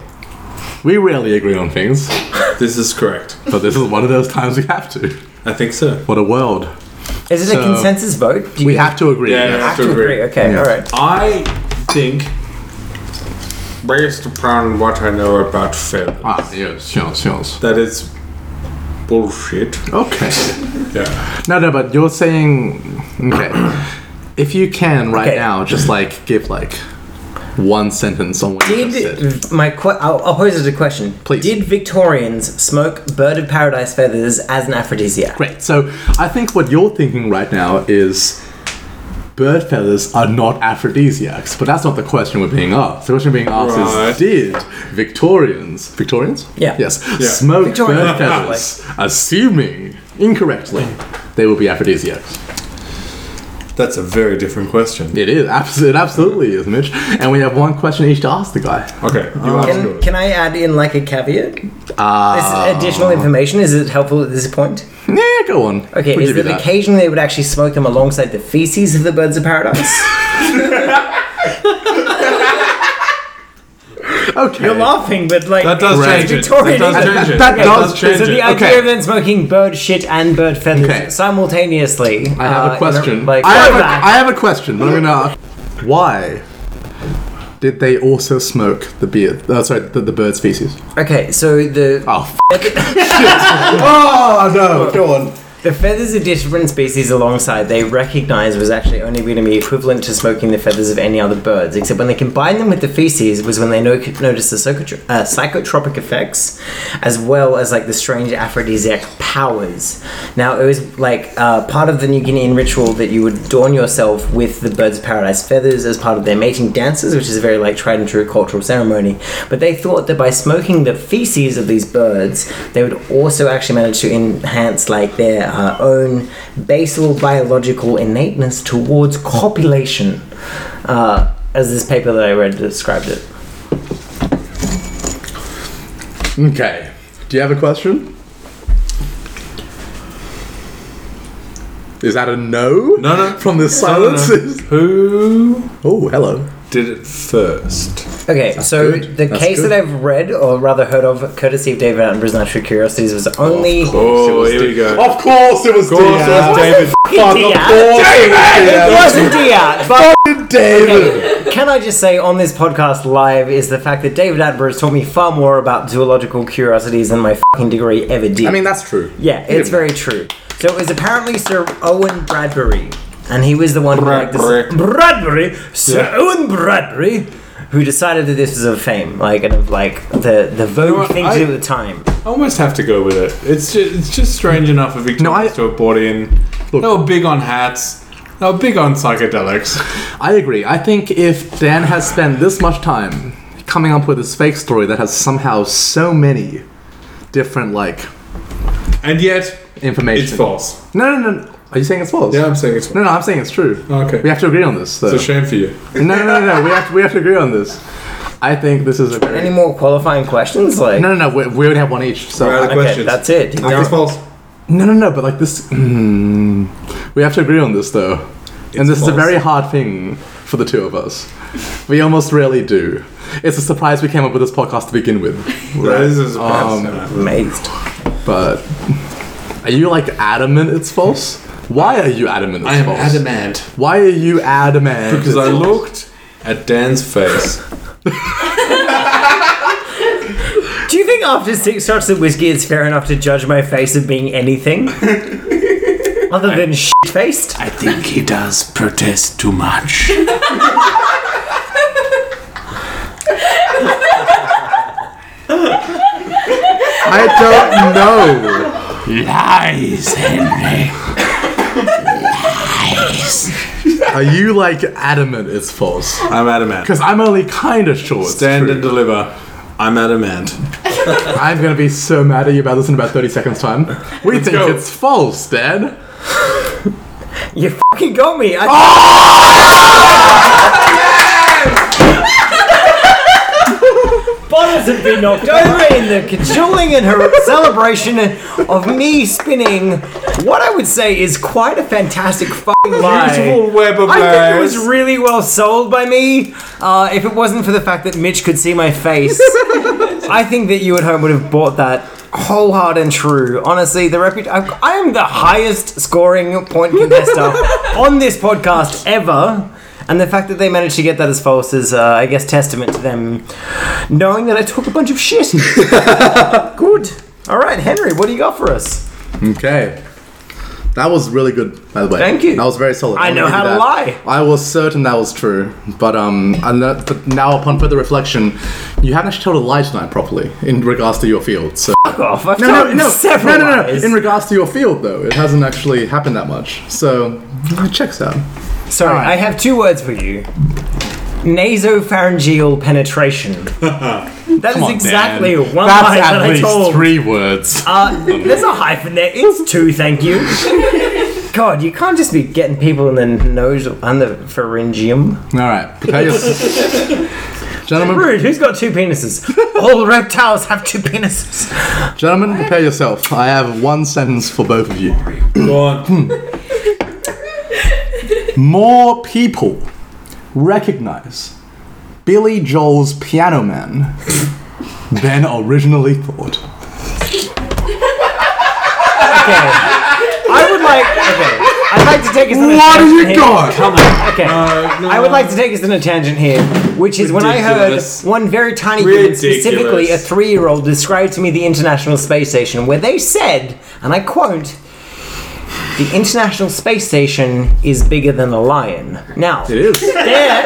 Speaker 4: We rarely agree on things,
Speaker 6: this is correct.
Speaker 4: but this is one of those times we have to.
Speaker 6: I think so.
Speaker 4: What a world.
Speaker 2: Is it a
Speaker 4: So-
Speaker 2: consensus vote? Do
Speaker 4: We have to agree.
Speaker 6: Yeah, yeah.
Speaker 2: have to agree. Okay, all right.
Speaker 6: I think
Speaker 3: Based upon what I know about feathers,
Speaker 4: Ah, yes, yes, yes.
Speaker 6: that it's bullshit.
Speaker 4: Okay.
Speaker 6: Yeah.
Speaker 4: No, no, but you're saying okay. If you can right
Speaker 2: Okay.
Speaker 4: now, just like give like one sentence on what you just said.
Speaker 2: Did my que- I'll, I'll pose it as a question.
Speaker 4: Please.
Speaker 2: Did Victorians smoke bird of paradise feathers as an aphrodisiac?
Speaker 4: Great. So I think what you're thinking right now is bird feathers are not aphrodisiacs, but that's not the question we're being asked. The question being asked
Speaker 6: Right.
Speaker 4: is did Victorians Victorians?
Speaker 2: Yeah.
Speaker 4: Yes. Smoke
Speaker 2: Victorian.
Speaker 4: bird feathers, assuming incorrectly they will be aphrodisiacs.
Speaker 6: That's a very different question.
Speaker 4: It is. Abs- it absolutely is, Mitch. And we have one question each to ask the guy.
Speaker 6: Okay, you ask
Speaker 2: Can, can I add in like a caveat? Uh,
Speaker 4: Ah.
Speaker 2: is additional information? Is it helpful at this point?
Speaker 4: Yeah, go on.
Speaker 2: Okay,
Speaker 4: We'll
Speaker 2: is
Speaker 4: give you
Speaker 2: that, occasionally they would actually smoke them alongside the feces of the birds of paradise?
Speaker 4: Okay.
Speaker 2: You're laughing, but like
Speaker 6: That does
Speaker 4: Right.
Speaker 6: change it.
Speaker 2: Victorian
Speaker 6: That does
Speaker 2: is-
Speaker 6: change it.
Speaker 4: That does
Speaker 6: does
Speaker 2: So
Speaker 6: change
Speaker 2: the
Speaker 6: it.
Speaker 2: idea
Speaker 4: Okay.
Speaker 2: of them smoking bird shit and bird feathers
Speaker 4: Okay.
Speaker 2: simultaneously. Uh,
Speaker 4: I
Speaker 7: Uh,
Speaker 4: have a question.
Speaker 2: Like,
Speaker 4: I, have a,
Speaker 2: throwback.
Speaker 4: I have a question, but I'm gonna. Why did they also smoke the beard? Uh, sorry, the, the bird's feces.
Speaker 2: okay, so the
Speaker 4: Oh, f- oh no! Go on.
Speaker 2: The feathers of different species alongside they recognise was actually only going to be equivalent to smoking the feathers of any other birds, except when they combined them with the feces was when they no- noticed the psychotro- uh, psychotropic effects, as well as like the strange aphrodisiac powers. Now it was like uh, part of the New Guinean ritual that you would adorn yourself with the birds of paradise feathers as part of their mating dances, which is a very like tried and true cultural ceremony. But they thought that by smoking the feces of these birds, they would also actually manage to enhance like their uh, own basal biological innateness towards copulation, uh, as this paper that I read described it.
Speaker 4: Okay. Do you have a question? Is that a no?
Speaker 6: No, no.
Speaker 4: From the
Speaker 6: No, no, no.
Speaker 4: silence?
Speaker 6: Who
Speaker 4: Oh, hello.
Speaker 3: did it first.
Speaker 2: Okay, so the case that I've read, or rather heard of, courtesy of David Attenborough's Natural Curiosities, was only
Speaker 3: Oh, here we go.
Speaker 7: Of course it was Diaz.
Speaker 3: David.
Speaker 7: Fuck,
Speaker 2: Diaz.
Speaker 7: of course it
Speaker 2: It wasn't Diaz, but
Speaker 7: was David.
Speaker 2: can I just say on this podcast live is the fact that David Attenborough's taught me far more about zoological curiosities than my fucking degree ever did.
Speaker 7: I mean, that's true.
Speaker 2: yeah, it's very true. So it was apparently Sir Owen Bradbury, and he was the one who liked this Bradbury, Sir Owen Bradbury, who decided that this was of fame, like and of like the the vogue thing to do at the time.
Speaker 6: I almost have to go with it. It's just, it's just strange enough for Victorians
Speaker 4: No, I-
Speaker 6: to have bought in. they were big on hats. They were big on psychedelics.
Speaker 4: I agree. I think if Dan has spent this much time coming up with this fake story that has somehow so many different like
Speaker 6: And yet,
Speaker 4: information.
Speaker 6: it's false.
Speaker 4: No, no, no. Are you saying it's false?
Speaker 6: Yeah, I'm saying it's false.
Speaker 4: No, no. I'm saying it's true.
Speaker 6: Okay.
Speaker 4: We have to agree on this. Though.
Speaker 6: It's a shame for you.
Speaker 4: no, no, no, no. We have to, we have to agree on this. I think this is a very
Speaker 2: Any more qualifying questions? Like
Speaker 4: no, no, no. We, we only have one each. So
Speaker 3: Right.
Speaker 2: okay,
Speaker 3: questions.
Speaker 2: that's it. You don't-
Speaker 3: That's false.
Speaker 4: no, no, no. But like this, mm, we have to agree on this though, and this is a
Speaker 3: false.
Speaker 4: very hard thing for the two of us. We almost rarely do. It's a surprise we came up with this podcast to begin with.
Speaker 6: This is
Speaker 2: amazed.
Speaker 4: But are you like adamant it's false? Why are you adamant it's
Speaker 6: I am
Speaker 4: false?
Speaker 6: adamant.
Speaker 4: Why are you adamant?
Speaker 6: Because
Speaker 4: it's
Speaker 6: I
Speaker 4: false?
Speaker 6: looked at Dan's face.
Speaker 2: Do you think after six shots of whiskey, it's fair enough to judge my face of being anything other than shit faced?
Speaker 6: I think he does protest too much.
Speaker 4: I don't know.
Speaker 6: Lies, eh? Henry.
Speaker 4: Are you like adamant it's false?
Speaker 6: I'm adamant.
Speaker 4: Because I'm only kind of sure. It's
Speaker 6: Stand
Speaker 4: true.
Speaker 6: and deliver. I'm adamant.
Speaker 4: I'm gonna be so mad at you about this in about 30 seconds time. We think
Speaker 6: go.
Speaker 4: it's false, Dad.
Speaker 2: You fucking got me. I-
Speaker 6: Oh!
Speaker 2: Bottles have been knocked over in the cajoling and her celebration of me spinning what I would say is quite a fantastic fucking lie.
Speaker 6: Beautiful web of
Speaker 2: I think it was
Speaker 6: lies.
Speaker 2: really well sold by me. Uh, if it wasn't for the fact that Mitch could see my face, I think that you at home would have bought that wholehearted and true. Honestly, the repu- I, I am the highest scoring point contestant on this podcast ever. And the fact that they managed to get that as false is, uh, I guess, testament to them knowing that I took a bunch of shit. Good. All right, Henry, what do you got for us?
Speaker 4: Okay. That was really good, by the way.
Speaker 2: Thank you.
Speaker 4: That was very solid.
Speaker 2: I
Speaker 4: I'll
Speaker 2: know
Speaker 4: give you
Speaker 2: how to
Speaker 4: that.
Speaker 2: lie.
Speaker 4: I was certain that was true, but um, I know, but now upon further reflection, you haven't actually told a lie tonight properly in regards to your field. So
Speaker 2: Fuck off. I've
Speaker 4: no, no,
Speaker 2: told
Speaker 4: no,
Speaker 2: several
Speaker 4: no, no, no.
Speaker 2: lies.
Speaker 4: In regards to your field, though, it hasn't actually happened that much. So it checks out.
Speaker 2: Sorry, I have two words for you. Nasopharyngeal penetration. That is exactly one line that I told.
Speaker 4: three words.
Speaker 2: Uh, there's a hyphen there. It's two, thank you. God, you can't just be getting people in the nose and the pharyngium.
Speaker 4: All right, prepare yourself, gentlemen.
Speaker 2: Rude, who's got two penises? All reptiles have two penises.
Speaker 4: Gentlemen, prepare yourself. I have one sentence for both of you.
Speaker 6: Go on.
Speaker 4: More people recognize Billy Joel's Piano Man than originally thought.
Speaker 2: Okay. I would like. Okay. I'd like to take us. on a
Speaker 4: What do
Speaker 2: tangent
Speaker 4: you
Speaker 2: here.
Speaker 4: got?
Speaker 2: Okay. I would
Speaker 4: Um,
Speaker 2: like to take us on a tangent here, which is when I heard
Speaker 6: Ridiculous.
Speaker 2: one very tiny kid, specifically a
Speaker 6: Ridiculous.
Speaker 2: three year old, describe to me the International Space Station, where they said, and I quote, the International Space Station is bigger than a lion. Now, it
Speaker 4: is.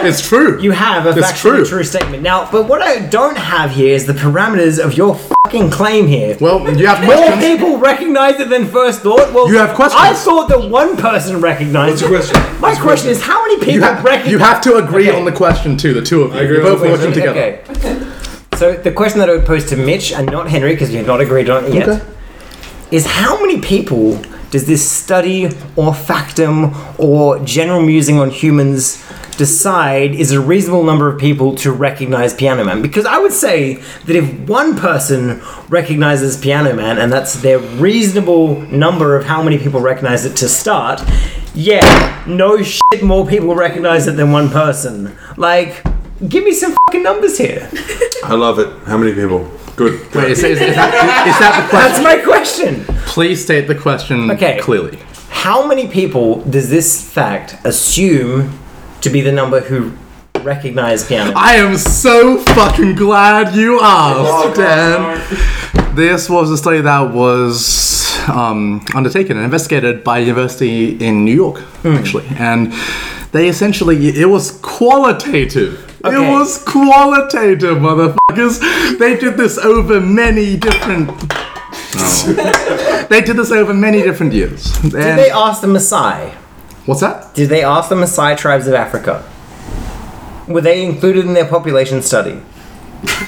Speaker 4: It's true.
Speaker 2: you have a
Speaker 4: It's
Speaker 2: factually
Speaker 4: true.
Speaker 2: true. statement. Now, but what I don't have here is the parameters of your fucking claim here.
Speaker 4: Well, you have
Speaker 2: More
Speaker 4: questions.
Speaker 2: people recognize it than first thought. Well,
Speaker 4: You have questions.
Speaker 2: I thought that one person recognized. What's
Speaker 3: your question?
Speaker 2: My question is, how many people
Speaker 4: You have,
Speaker 2: recognize?
Speaker 4: you have to agree
Speaker 2: Okay.
Speaker 4: on the question too. The two of you.
Speaker 3: agree
Speaker 4: You're
Speaker 3: on
Speaker 4: both
Speaker 3: the
Speaker 4: working
Speaker 3: question.
Speaker 4: together.
Speaker 2: Okay. So the question that I would pose to Mitch and not Henry, because we have not agreed on it yet,
Speaker 4: Okay.
Speaker 2: is how many people does this study or factum or general musing on humans decide is a reasonable number of people to recognize Piano Man? Because I would say that if one person recognizes Piano Man and that's their reasonable number of how many people recognize it to start, yeah, no shit more people recognize it than one person. Like, Give me some fucking numbers here.
Speaker 6: I love it. How many people? Good.
Speaker 4: Wait, is, is- is that, is that the question?
Speaker 2: That's my question.
Speaker 4: Please state the question
Speaker 2: Okay.
Speaker 4: clearly.
Speaker 2: How many people does this fact assume to be the number who recognize piano?
Speaker 4: I am so fucking glad you asked, Dan. This was a study that was um, undertaken and investigated by a university in New York, actually, and they essentially it was qualitative.
Speaker 2: Okay.
Speaker 4: It was qualitative, motherfuckers. They did this over many different. they did this over many different years.
Speaker 2: Did
Speaker 4: And-
Speaker 2: they ask the Maasai?
Speaker 4: what's that?
Speaker 2: Did they ask the Maasai tribes of Africa? Were they included in their population study?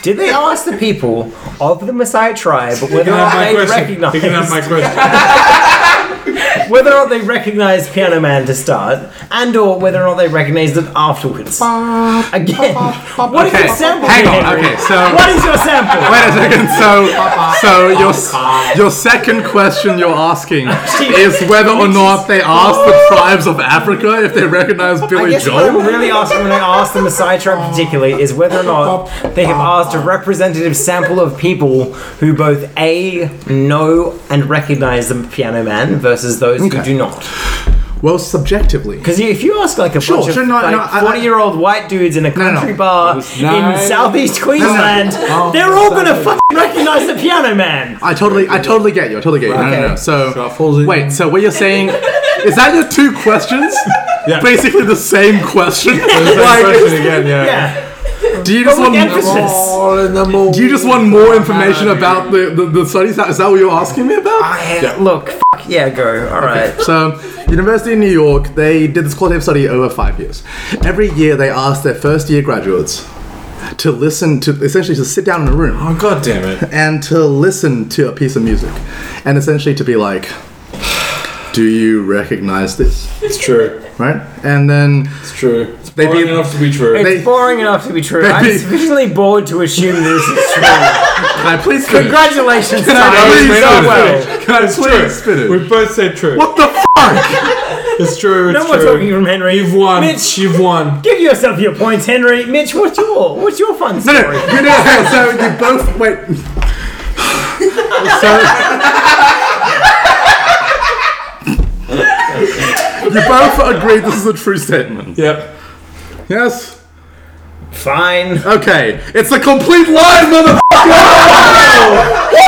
Speaker 2: Did they ask the people of the Maasai tribe whether or not they recognized
Speaker 6: my question.
Speaker 2: whether or not they recognized Piano Man to start, and or whether or not they recognized it afterwards? Again, what is your sample?
Speaker 4: Hang on.
Speaker 2: Henry?
Speaker 4: Okay, so
Speaker 2: What is your sample?
Speaker 4: Wait a second. So, so your s- your second question you're asking is whether or not they asked the tribes of Africa if they recognize
Speaker 2: I
Speaker 4: Billy
Speaker 2: guess what
Speaker 4: Joel.
Speaker 2: I'm really asking when I ask the Maasai
Speaker 4: Oh.
Speaker 2: tribe particularly is whether or not they have asked a representative sample of people who both A, know and recognize the piano man versus those who
Speaker 4: Okay.
Speaker 2: do not.
Speaker 4: Well, subjectively.
Speaker 2: Because if you ask like a
Speaker 4: Sure,
Speaker 2: bunch
Speaker 4: sure,
Speaker 2: of
Speaker 4: no, no, I- I-
Speaker 2: 40 year old white dudes in a
Speaker 4: no.
Speaker 2: country bar in southeast Queensland, they're all going to fucking recognize the piano man.
Speaker 4: I totally, I totally get you. I totally get you. No, no, no.
Speaker 2: Okay.
Speaker 4: So, wait. So, what you're saying is that your two questions? Basically, the same question. like,
Speaker 6: again,
Speaker 2: Yeah.
Speaker 4: do you just
Speaker 2: But with
Speaker 4: want?
Speaker 2: emphasis.
Speaker 4: Do you just want more information about the, the, the studies? Is that- Is that what you're asking me about?
Speaker 2: Look, fuck yeah, go. All right.
Speaker 4: So, University of New York, they did this qualitative study over five years. Every year, they asked their first year graduates to listen to, essentially, to sit down in a room
Speaker 6: Oh god damn it!
Speaker 4: and to listen to a piece of music, and essentially to be like, "Do you recognize this?"
Speaker 6: It's true.
Speaker 4: Right? And then
Speaker 6: It's true. It's
Speaker 4: They
Speaker 6: boring
Speaker 4: be-
Speaker 6: enough to be true.
Speaker 4: they,
Speaker 2: It's boring enough to be true. I'm
Speaker 4: Maybe-
Speaker 2: sufficiently bored to assume this is true.
Speaker 4: can I please finish?
Speaker 2: Congratulations,
Speaker 4: Can I
Speaker 2: Simon.
Speaker 4: please
Speaker 2: You've
Speaker 4: finish?
Speaker 2: done well.
Speaker 4: Can I please finish?
Speaker 6: We both said true.
Speaker 4: What the fuck?
Speaker 6: It's true. It's
Speaker 2: No more
Speaker 6: true.
Speaker 2: talking from Henry.
Speaker 6: You've won.
Speaker 2: Mitch,
Speaker 6: You've won.
Speaker 2: give yourself your points, Henry. Mitch, what's your what's your fun
Speaker 4: No,
Speaker 2: story?
Speaker 4: no, you know, hang on, so you both wait. So you both agreed this is a true statement.
Speaker 6: Yep.
Speaker 4: Yes.
Speaker 2: Fine.
Speaker 4: Okay. It's a complete lie, motherfucker. Woo!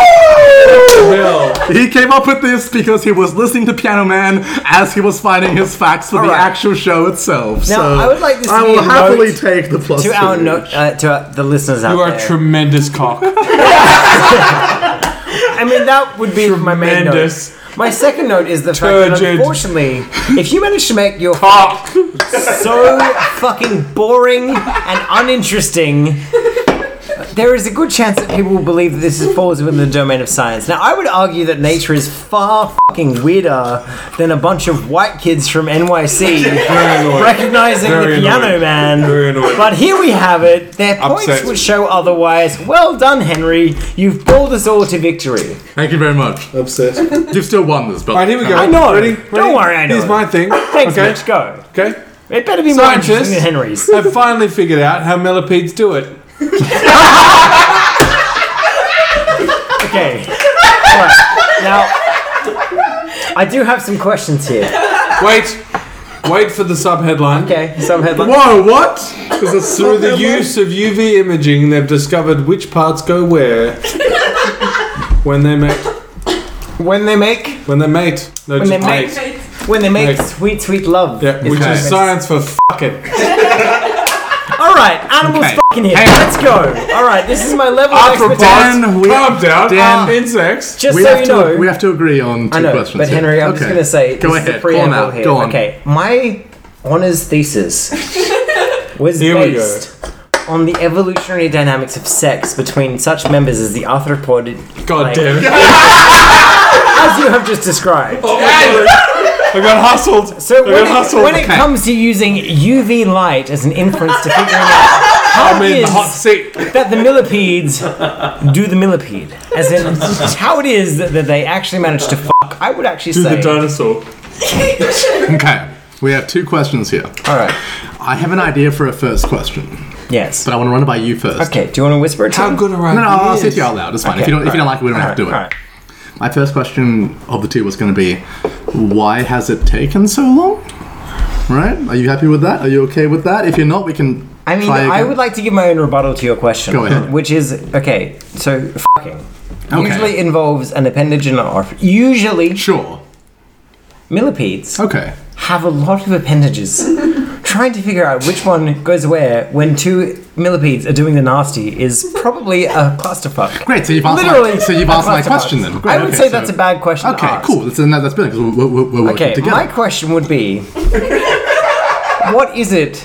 Speaker 4: He came up with this because he was listening to Piano Man as he was finding his facts for the
Speaker 2: Alright.
Speaker 4: actual show itself.
Speaker 2: Now,
Speaker 4: so
Speaker 2: I would like this to
Speaker 4: I
Speaker 2: be
Speaker 4: will
Speaker 2: a note
Speaker 4: happily take the plus
Speaker 2: To our
Speaker 4: two.
Speaker 2: note, uh, to uh, the listeners out
Speaker 11: You are a
Speaker 2: there.
Speaker 11: tremendous cock.
Speaker 2: I mean, that would be my main note.
Speaker 11: Tremendous.
Speaker 2: My second note is the fact that
Speaker 11: Turgid.
Speaker 2: unfortunately, if you manage to make your cock so fucking boring and uninteresting, there is a good chance that people will believe that this is, falls within the domain of science. Now, I would argue that nature is far fucking weirder than a bunch of white kids from NYC recognizing
Speaker 6: Very
Speaker 2: the piano
Speaker 6: annoyed.
Speaker 2: man.
Speaker 6: Very annoyed.
Speaker 2: But here we have it. Their points
Speaker 6: Upset.
Speaker 2: would show otherwise. Well done, Henry. You've pulled us all to victory.
Speaker 4: Thank you very much.
Speaker 6: Upset.
Speaker 4: You've still won this, but
Speaker 6: Alright, here we go.
Speaker 2: I know.
Speaker 6: Ready?
Speaker 2: Don't
Speaker 6: Ready?
Speaker 2: worry, I know.
Speaker 6: Here's my thing.
Speaker 2: Thanks,
Speaker 6: okay.
Speaker 2: Mitch. Go.
Speaker 6: Okay.
Speaker 2: It better be more
Speaker 6: Scientists.
Speaker 2: interesting than Henry's.
Speaker 6: I finally figured out how millipedes do it.
Speaker 2: Okay. All right. Now, I do have some questions here.
Speaker 6: Wait. Wait for the sub headline.
Speaker 2: Okay, some headlines.
Speaker 4: Whoa, what? Is it
Speaker 6: Through the use of UV imaging, they've discovered which parts go where when they mate.
Speaker 2: When they make,
Speaker 6: When they mate. No,
Speaker 2: When
Speaker 6: just
Speaker 2: they
Speaker 6: mate.
Speaker 2: when they make
Speaker 6: Make.
Speaker 2: sweet, sweet love.
Speaker 6: Yeah, which
Speaker 2: what it
Speaker 6: is
Speaker 2: is.
Speaker 6: science for fucking.
Speaker 2: All right, animals
Speaker 4: Okay.
Speaker 2: fucking here.
Speaker 4: Hang on.
Speaker 2: Let's go. All right, this is my level of expertise.
Speaker 4: Dan, we,
Speaker 6: Calm down. Ah,
Speaker 4: Dan,
Speaker 6: Insects.
Speaker 2: Just
Speaker 4: we,
Speaker 2: so
Speaker 4: have
Speaker 2: you
Speaker 4: to,
Speaker 2: know,
Speaker 4: we have to agree on two
Speaker 2: I know,
Speaker 4: questions.
Speaker 2: but
Speaker 4: here.
Speaker 2: Henry, I'm just
Speaker 4: Okay.
Speaker 2: gonna say
Speaker 4: Go
Speaker 2: this is
Speaker 4: ahead,
Speaker 2: the
Speaker 4: go on
Speaker 2: preamble
Speaker 4: out,
Speaker 2: here.
Speaker 4: go on.
Speaker 2: Okay, my honors thesis was
Speaker 6: Here we go.
Speaker 2: based on the evolutionary dynamics of sex between such members as the arthropod,
Speaker 6: God
Speaker 2: like,
Speaker 6: damn it.
Speaker 2: as you have just described.
Speaker 4: Oh,
Speaker 11: I got hustled.
Speaker 2: So when it,
Speaker 11: hustle.
Speaker 2: when it comes to using UV light as an inference to figuring out how
Speaker 6: I'm
Speaker 2: it
Speaker 6: in the
Speaker 2: is
Speaker 6: hot seat.
Speaker 2: that the millipedes do the millipede, as in how it is that, that they actually manage to fuck. I would actually say
Speaker 6: dinosaur.
Speaker 4: Okay, we have two questions here.
Speaker 2: all right.
Speaker 4: I have an idea for a first question,
Speaker 2: Yes.
Speaker 4: But I want to run it by you first.
Speaker 2: Okay, do you want to whisper it to
Speaker 6: How
Speaker 2: him?
Speaker 6: good are
Speaker 4: No, no, I'll
Speaker 6: ideas?
Speaker 4: say it to you out loud. It's fine. if
Speaker 2: Okay,
Speaker 4: you don't, if you don't like it, we don't have to do it.
Speaker 2: Alright.
Speaker 4: My first question of the two was going to be, why has it taken so long? Right? Are you happy with that? Are you okay with that? If you're not, we can.
Speaker 2: I mean,
Speaker 4: try
Speaker 2: I
Speaker 4: again.
Speaker 2: would like to give my own rebuttal to your question.
Speaker 4: Go ahead.
Speaker 2: Which is, okay, so fucking. Usually involves an appendage and an artery. Usually,
Speaker 4: Sure.
Speaker 2: millipedes
Speaker 4: Okay.
Speaker 2: have a lot of appendages. Trying to figure out which one goes where when two millipedes are doing the nasty is probably a clusterfuck.
Speaker 4: Great. So you've answered.
Speaker 2: Literally.
Speaker 4: my, so you've
Speaker 2: a
Speaker 4: answered my
Speaker 2: clusterfuck.
Speaker 4: question then. Great,
Speaker 2: I would
Speaker 4: okay,
Speaker 2: say
Speaker 4: so-
Speaker 2: that's a bad question. to
Speaker 4: Okay.
Speaker 2: ask.
Speaker 4: Cool. That's, no, that's better because we're, we're, we're working
Speaker 2: Okay,
Speaker 4: together.
Speaker 2: my question would be what is it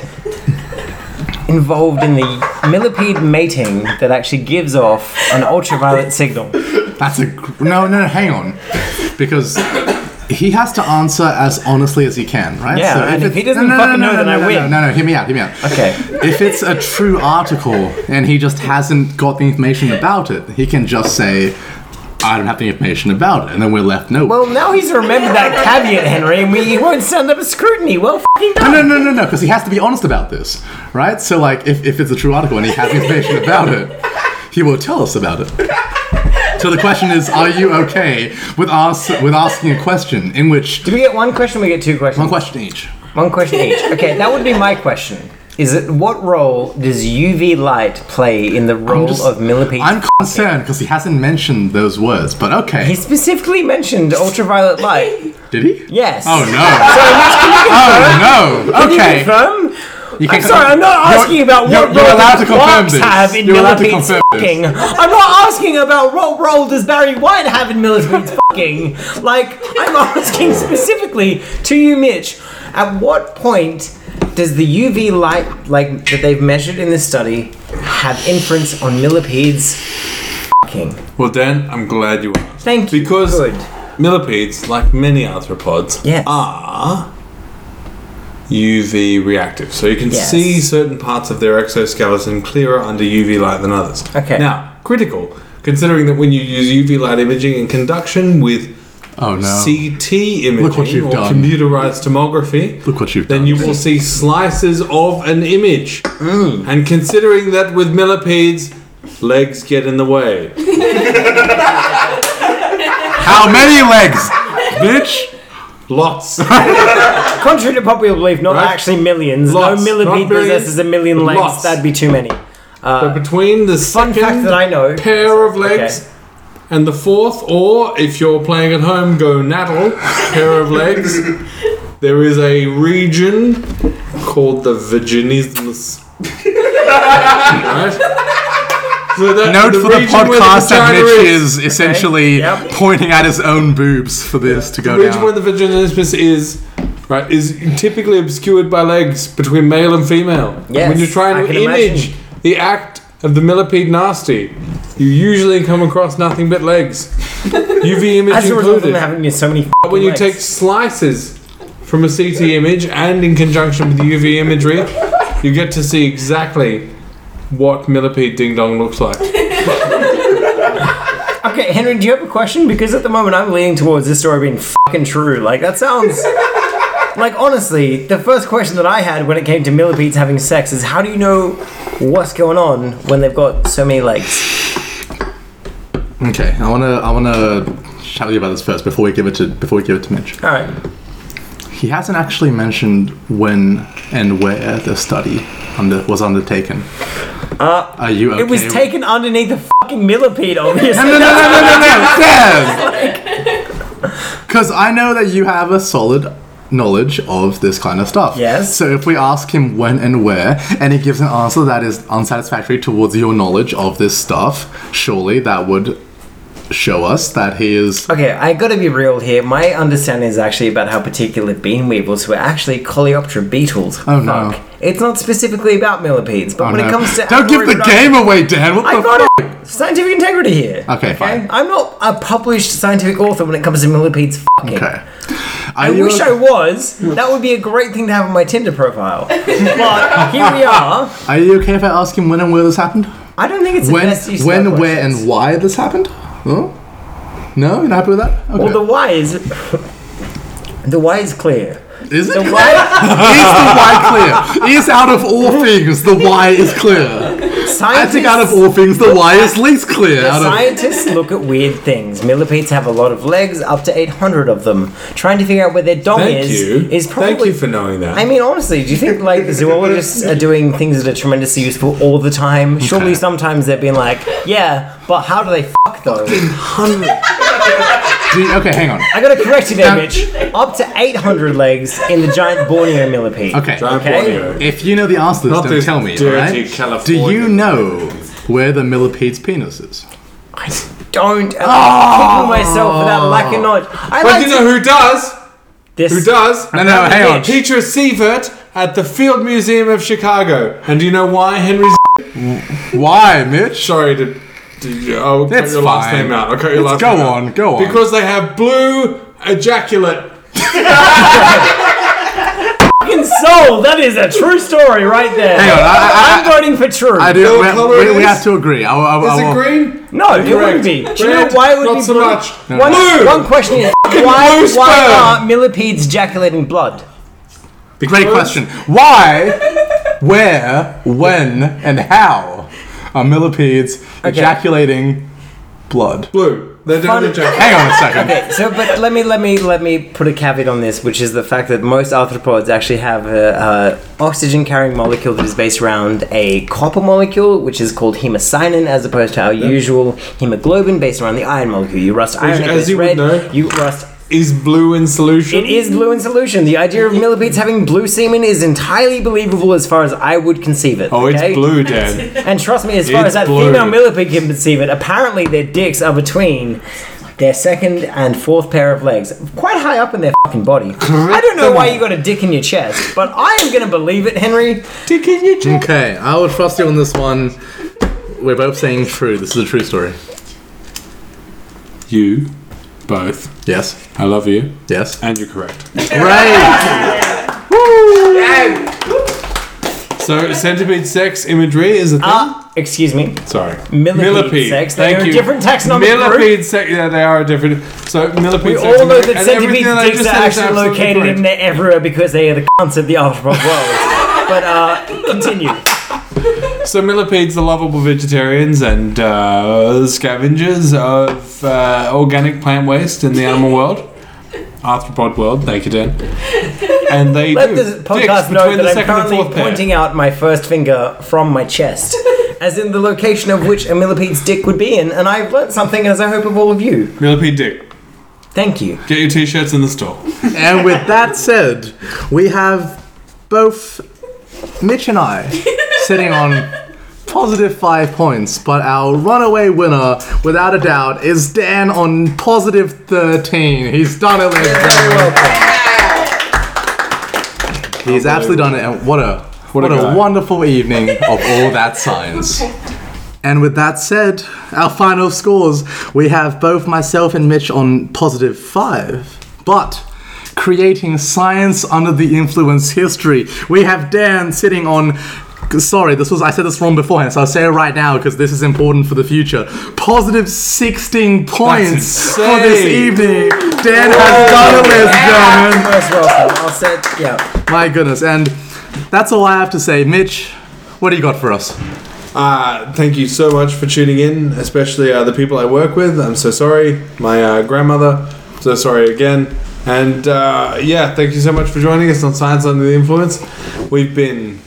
Speaker 2: involved in the millipede mating that actually gives off an ultraviolet signal?
Speaker 4: That's a gr- no, no, no. Hang on, because he has to answer as honestly as he can, right?
Speaker 2: Yeah, and if
Speaker 4: it's-
Speaker 2: he doesn't fucking know, then
Speaker 4: no,
Speaker 2: I
Speaker 4: no,
Speaker 2: win.
Speaker 4: No, no, no, hear me out, hear me out.
Speaker 2: Okay.
Speaker 4: If it's a true article and he just hasn't got the information about it, he can just say, "I don't have the information about it," and then we're left no.
Speaker 2: Well, now he's remembered that caveat, Henry, and we he won't stand up to scrutiny. Well, f***ing done.
Speaker 4: no, no, no, no, no, because he has to be honest about this, right? So, like, if, if it's a true article and he has information about it, he will tell us about it. So the question is, are you okay with us with asking a question in which
Speaker 2: Do we get one question? or We get two questions.
Speaker 4: One question each.
Speaker 2: One question each. Okay, that would be my question. Is it what role does UV light play in the role
Speaker 4: just-
Speaker 2: of millipede?
Speaker 4: I'm concerned because he hasn't mentioned those words, but okay.
Speaker 2: He specifically mentioned ultraviolet light.
Speaker 4: Did he?
Speaker 2: Yes.
Speaker 4: Oh no! oh no! Okay.
Speaker 2: Confirm?
Speaker 4: You
Speaker 2: I'm sorry, I'm not
Speaker 4: You're-
Speaker 2: asking about
Speaker 4: you're-
Speaker 2: what
Speaker 4: you're
Speaker 2: role
Speaker 4: allowed
Speaker 2: does
Speaker 4: to confirm
Speaker 2: Blobs
Speaker 4: this.
Speaker 2: have in
Speaker 4: You're allowed to
Speaker 2: millipedes
Speaker 4: confirm this.
Speaker 2: fucking. I'm not asking about what role does Barry White have in millipedes fucking. Like, I'm asking specifically to you, Mitch, at what point does the UV light, like, that they've measured in this study, have inference on millipedes fucking?
Speaker 6: Well, Dan, I'm glad you asked.
Speaker 2: Thank you.
Speaker 6: Because
Speaker 2: Good. Ah.
Speaker 6: millipedes, like many arthropods,
Speaker 2: Yes.
Speaker 6: are UV reactive. So you can
Speaker 2: Yes.
Speaker 6: see certain parts of their exoskeleton clearer under UV light than others.
Speaker 2: Okay.
Speaker 6: Now, critical, considering that when you use UV light imaging in conduction with
Speaker 4: Oh no!
Speaker 6: CT imaging
Speaker 4: Look what you've
Speaker 6: or
Speaker 4: done.
Speaker 6: computerized tomography,
Speaker 4: Look what you've
Speaker 6: then
Speaker 4: done. Mm.
Speaker 6: you will see slices of an image. And considering that with millipedes, legs get in the way.
Speaker 4: How many legs, bitch?
Speaker 6: Lots.
Speaker 2: Contrary to popular belief, not
Speaker 6: Right?
Speaker 2: actually millions.
Speaker 6: Lots,
Speaker 2: no millipede
Speaker 6: not millions,
Speaker 2: possesses a million
Speaker 6: but
Speaker 2: legs.
Speaker 6: lots.
Speaker 2: That'd be too many.
Speaker 6: but between the
Speaker 2: Uh, Fun
Speaker 6: second
Speaker 2: fact that I know.
Speaker 6: pair of legs and the fourth, or if you're playing at home, go nattle pair of legs. There is a region called the vaginismus. right? So that,
Speaker 4: Note for the
Speaker 6: region where
Speaker 4: podcast that
Speaker 6: vagina
Speaker 4: Mitch is essentially
Speaker 2: Yep.
Speaker 4: pointing at his own boobs for this to go
Speaker 6: The region where
Speaker 4: down.
Speaker 6: the vaginismus is. Right, is typically obscured by legs between male and female.
Speaker 2: Yes,
Speaker 6: when you're trying
Speaker 2: I
Speaker 6: to
Speaker 2: can
Speaker 6: image
Speaker 2: imagine.
Speaker 6: the act of the millipede nasty, you usually come across nothing but legs. UV image
Speaker 2: As a result of
Speaker 6: included.
Speaker 2: them having so many.
Speaker 6: But when you take slices from a CT image and in conjunction with the UV imagery, you get to see exactly what millipede ding dong looks like.
Speaker 2: Okay, Henry, do you have a question? Because at the moment I'm leaning towards this story being fucking true. Like that sounds. like honestly, the first question that I had when it came to millipedes having sex is how do you know what's going on when they've got so many legs?
Speaker 4: Okay, I wanna, I wanna chat with you about this first before we give it to before we give it to Mitch.
Speaker 2: All right.
Speaker 4: He hasn't actually mentioned when and where the study under, was undertaken. Uh, Are you okay?
Speaker 2: It was
Speaker 4: with-
Speaker 2: taken underneath the fucking millipede, obviously.
Speaker 4: No, no, no, no, no, no, Sam! Because I know that you have a solid knowledge of this kind of stuff.
Speaker 2: Yes.
Speaker 4: So if we ask him when and where, and he gives an answer that is unsatisfactory towards your knowledge of this stuff, surely that would show us that he is.
Speaker 2: Okay, I gotta be real here. My understanding is actually about how particular bean weevils were actually Coleoptera beetles.
Speaker 4: Oh, no.
Speaker 2: It's not specifically about millipedes, but
Speaker 4: Oh,
Speaker 2: when it
Speaker 4: no.
Speaker 2: comes to
Speaker 4: Don't give the
Speaker 2: reproduction-
Speaker 4: game away, Dan. What
Speaker 2: I
Speaker 4: the
Speaker 2: got it. Oh, Scientific integrity here.
Speaker 4: Okay, fine.
Speaker 2: I'm not a published scientific author when it comes to millipedes. Fucking.
Speaker 4: Okay.
Speaker 2: I wish I was. That would be a great thing to have on my Tinder profile. but here we are.
Speaker 4: Are you okay if I ask him when and where this happened?
Speaker 2: I don't think it's the
Speaker 4: When,
Speaker 2: best use of our
Speaker 4: when, where,
Speaker 2: questions.
Speaker 4: and why this happened? Huh? No, you're not happy with that? Okay.
Speaker 2: Well, the why is the why is clear.
Speaker 4: Is it?
Speaker 2: The why?
Speaker 4: Is the Y clear? Is out of all things the Y is clear. I think out of
Speaker 2: Scientists,
Speaker 4: all things the Y is least clear. Out of
Speaker 2: scientists look at weird things. Millipedes have a lot of legs, up to 800 of them. Trying to figure out where their dong
Speaker 6: Thank
Speaker 2: is
Speaker 6: you.
Speaker 2: is probably.
Speaker 6: Thank you for knowing that.
Speaker 2: I mean, honestly, do you think like zoologists are doing things that are tremendously useful all the time? Surely sometimes they're being like, yeah, but how do they fuck though?
Speaker 4: do, okay, hang on.
Speaker 2: I gotta correct you there, bitch. Up to 800 legs in the giant Borneo millipede.
Speaker 4: Okay.
Speaker 2: Okay.
Speaker 6: Borneo.
Speaker 4: If you know the answer to this,
Speaker 6: Not
Speaker 4: don't
Speaker 6: this
Speaker 4: tell me.
Speaker 6: dirty
Speaker 4: alright? Do
Speaker 6: California.
Speaker 4: you know where the millipede's penis is?
Speaker 2: I don't. I'm kicking myself for that lack of knowledge. I
Speaker 6: But
Speaker 2: like
Speaker 6: you
Speaker 2: to-
Speaker 6: know who does?
Speaker 2: this.
Speaker 6: Who does?
Speaker 4: No, no, hang on.
Speaker 6: Peter Sievert at the Field Museum of Chicago. And do you know why Henry?
Speaker 4: Why, Mitch?
Speaker 6: Sorry to. to I'll cut
Speaker 4: That's
Speaker 6: your last
Speaker 4: fine.
Speaker 6: name out. I'll cut your
Speaker 4: Let's
Speaker 6: last
Speaker 4: go
Speaker 6: name out.
Speaker 4: on, go on.
Speaker 6: Because they have blue ejaculate.
Speaker 2: fucking soul. That is a true story right there.
Speaker 4: Hang on, I-
Speaker 2: am voting for true.
Speaker 4: I
Speaker 6: know
Speaker 4: do.
Speaker 6: what colour
Speaker 4: We,
Speaker 6: it
Speaker 4: we, we
Speaker 6: is?
Speaker 4: have to agree. I, I,
Speaker 6: Is
Speaker 4: I,
Speaker 6: it
Speaker 4: will-
Speaker 6: green?
Speaker 2: no, it
Speaker 6: Correct.
Speaker 2: wouldn't be. Do you know
Speaker 6: Red,
Speaker 2: why it would
Speaker 6: not
Speaker 2: be
Speaker 6: so
Speaker 2: blue?
Speaker 6: much.
Speaker 2: One,
Speaker 6: Blue.
Speaker 2: one question is
Speaker 6: blue
Speaker 2: why,
Speaker 6: sperm.
Speaker 2: why are millipedes ejaculating blood?
Speaker 4: Great question. Why, where, when, and how are millipedes ejaculating blood?
Speaker 6: Blue. They don't ejaculate.
Speaker 4: Hang on a second.
Speaker 2: Okay, so but let me let me let me put a caveat on this, which is the fact that most arthropods actually have a, a oxygen-carrying molecule that is based around a copper molecule, which is called hemocyanin, as opposed to our usual hemoglobin based around the iron molecule. You rust iron, it
Speaker 6: as
Speaker 2: goes
Speaker 6: you would
Speaker 2: red.
Speaker 6: know-
Speaker 2: You rust
Speaker 6: Is blue in solution?
Speaker 2: It is blue in solution. The idea of millipedes having blue semen is entirely believable as far as I would conceive it.
Speaker 6: Oh, it's
Speaker 2: okay?
Speaker 6: blue, Dan.
Speaker 2: And trust me, as far
Speaker 6: It's
Speaker 2: as that
Speaker 6: blue.
Speaker 2: female millipede can conceive it, apparently their dicks are between their second and fourth pair of legs, quite high up in their fucking body. I don't know why you got a dick in your chest, but I am gonna believe it, Henry.
Speaker 4: Okay, I will trust you on this one. We're both saying true. This is a true story.
Speaker 12: You both.
Speaker 4: Yes.
Speaker 12: I love you.
Speaker 4: Yes.
Speaker 12: And you're correct.
Speaker 4: Right.
Speaker 12: So centipede sex imagery is a thing.
Speaker 2: Ah, excuse me.
Speaker 12: Sorry.
Speaker 2: Millipede sex. They
Speaker 12: Uh, Thank
Speaker 2: are a
Speaker 12: you.
Speaker 2: different taxonomic
Speaker 12: Millipede sex. Yeah, they are a different. So millipede
Speaker 2: We
Speaker 12: sex.
Speaker 2: all know
Speaker 12: imagery-
Speaker 2: that
Speaker 12: and
Speaker 2: centipedes'
Speaker 12: everything that I
Speaker 2: dicks
Speaker 12: just
Speaker 2: are
Speaker 12: said is
Speaker 2: actually
Speaker 12: absolutely
Speaker 2: located
Speaker 12: correct.
Speaker 2: in there everywhere because they are the cunts of the arthropod world. But uh, continue.
Speaker 12: So millipedes are lovable vegetarians and uh, scavengers of uh, organic plant waste in the animal world. Arthropod world, thank you, Dan. And they
Speaker 2: Let
Speaker 12: do.
Speaker 2: this
Speaker 12: Dicks
Speaker 2: podcast know
Speaker 12: between the
Speaker 2: that I'm
Speaker 12: second and
Speaker 2: currently
Speaker 12: fourth pair.
Speaker 2: pointing out my first finger from my chest, as in the location of which a millipede's dick would be in, and I've learnt something, as I hope of all of you.
Speaker 12: Millipede dick.
Speaker 2: Thank you.
Speaker 12: Get your t-shirts in the store.
Speaker 4: and with that said, we have both Mitch and I sitting on positive five points, but our runaway winner, without a doubt, is Dan on positive 13. He's done it, ladies and gentlemen. He's absolutely done it, and what a what,
Speaker 12: a guy.
Speaker 4: a wonderful evening of all that science. And with that said, our final scores. We have both myself and Mitch on positive five. But creating science under the influence history, we have Dan sitting on. Sorry, this was I said this wrong beforehand, so I'll say it right now because this is important for the future. Positive 16 points for this
Speaker 12: insane.
Speaker 4: evening. Dan has done it, ladies and gentlemen.
Speaker 2: First Wilson, I'll say, yeah.
Speaker 4: My goodness, and that's all I have to say. Mitch, what do you got for us?
Speaker 6: Uh, thank you so much for tuning in, especially uh, the people I work with. I'm so sorry. My uh, grandmother, so sorry again. And uh, yeah, thank you so much for joining us on Science Under the Influence. We've been,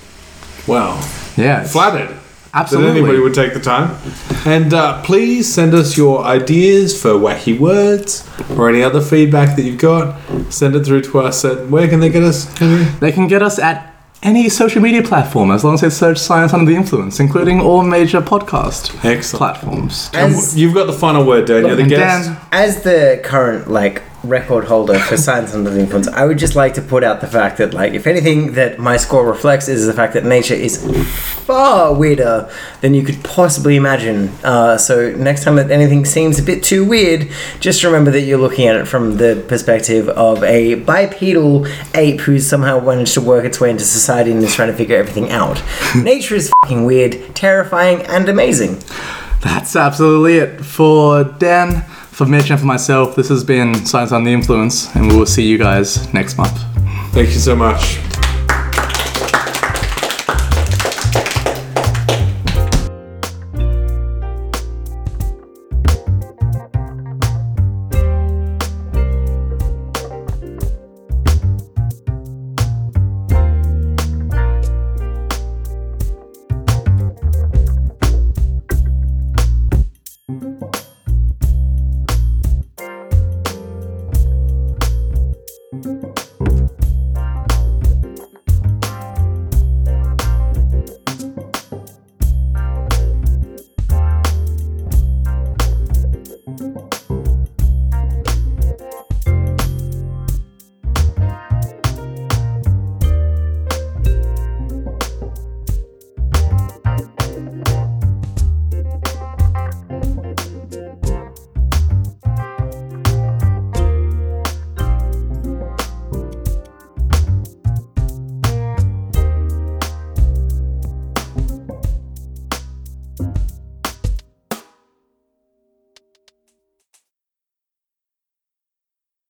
Speaker 6: well,
Speaker 4: Yeah, it's-
Speaker 6: flattered that
Speaker 4: absolutely.
Speaker 6: anybody would take the time. And uh, please send us your ideas for wacky words or any other feedback that you've got. Send it through to us at where can they get us? Henry?
Speaker 4: They can get us at any social media platform as long as they search Science Under the Influence, including all major podcast
Speaker 6: Excellent.
Speaker 4: platforms.
Speaker 2: As,
Speaker 6: You've got the final word, Dan. You're the
Speaker 4: And
Speaker 6: guest.
Speaker 4: Dan,
Speaker 2: as the current like record holder for science under the influence i would just like to put out the fact that like if anything that my score reflects is the fact that nature is far weirder than you could possibly imagine uh, so next time that anything seems a bit too weird just remember that you're looking at it from the perspective of a bipedal ape who's somehow managed to work its way into society and is trying to figure everything out nature is fucking weird terrifying and amazing
Speaker 4: that's absolutely it for Dan, for Mitch, and for myself. This has been Science Under the Influence, and we will see you guys next month.
Speaker 6: Thank you so much.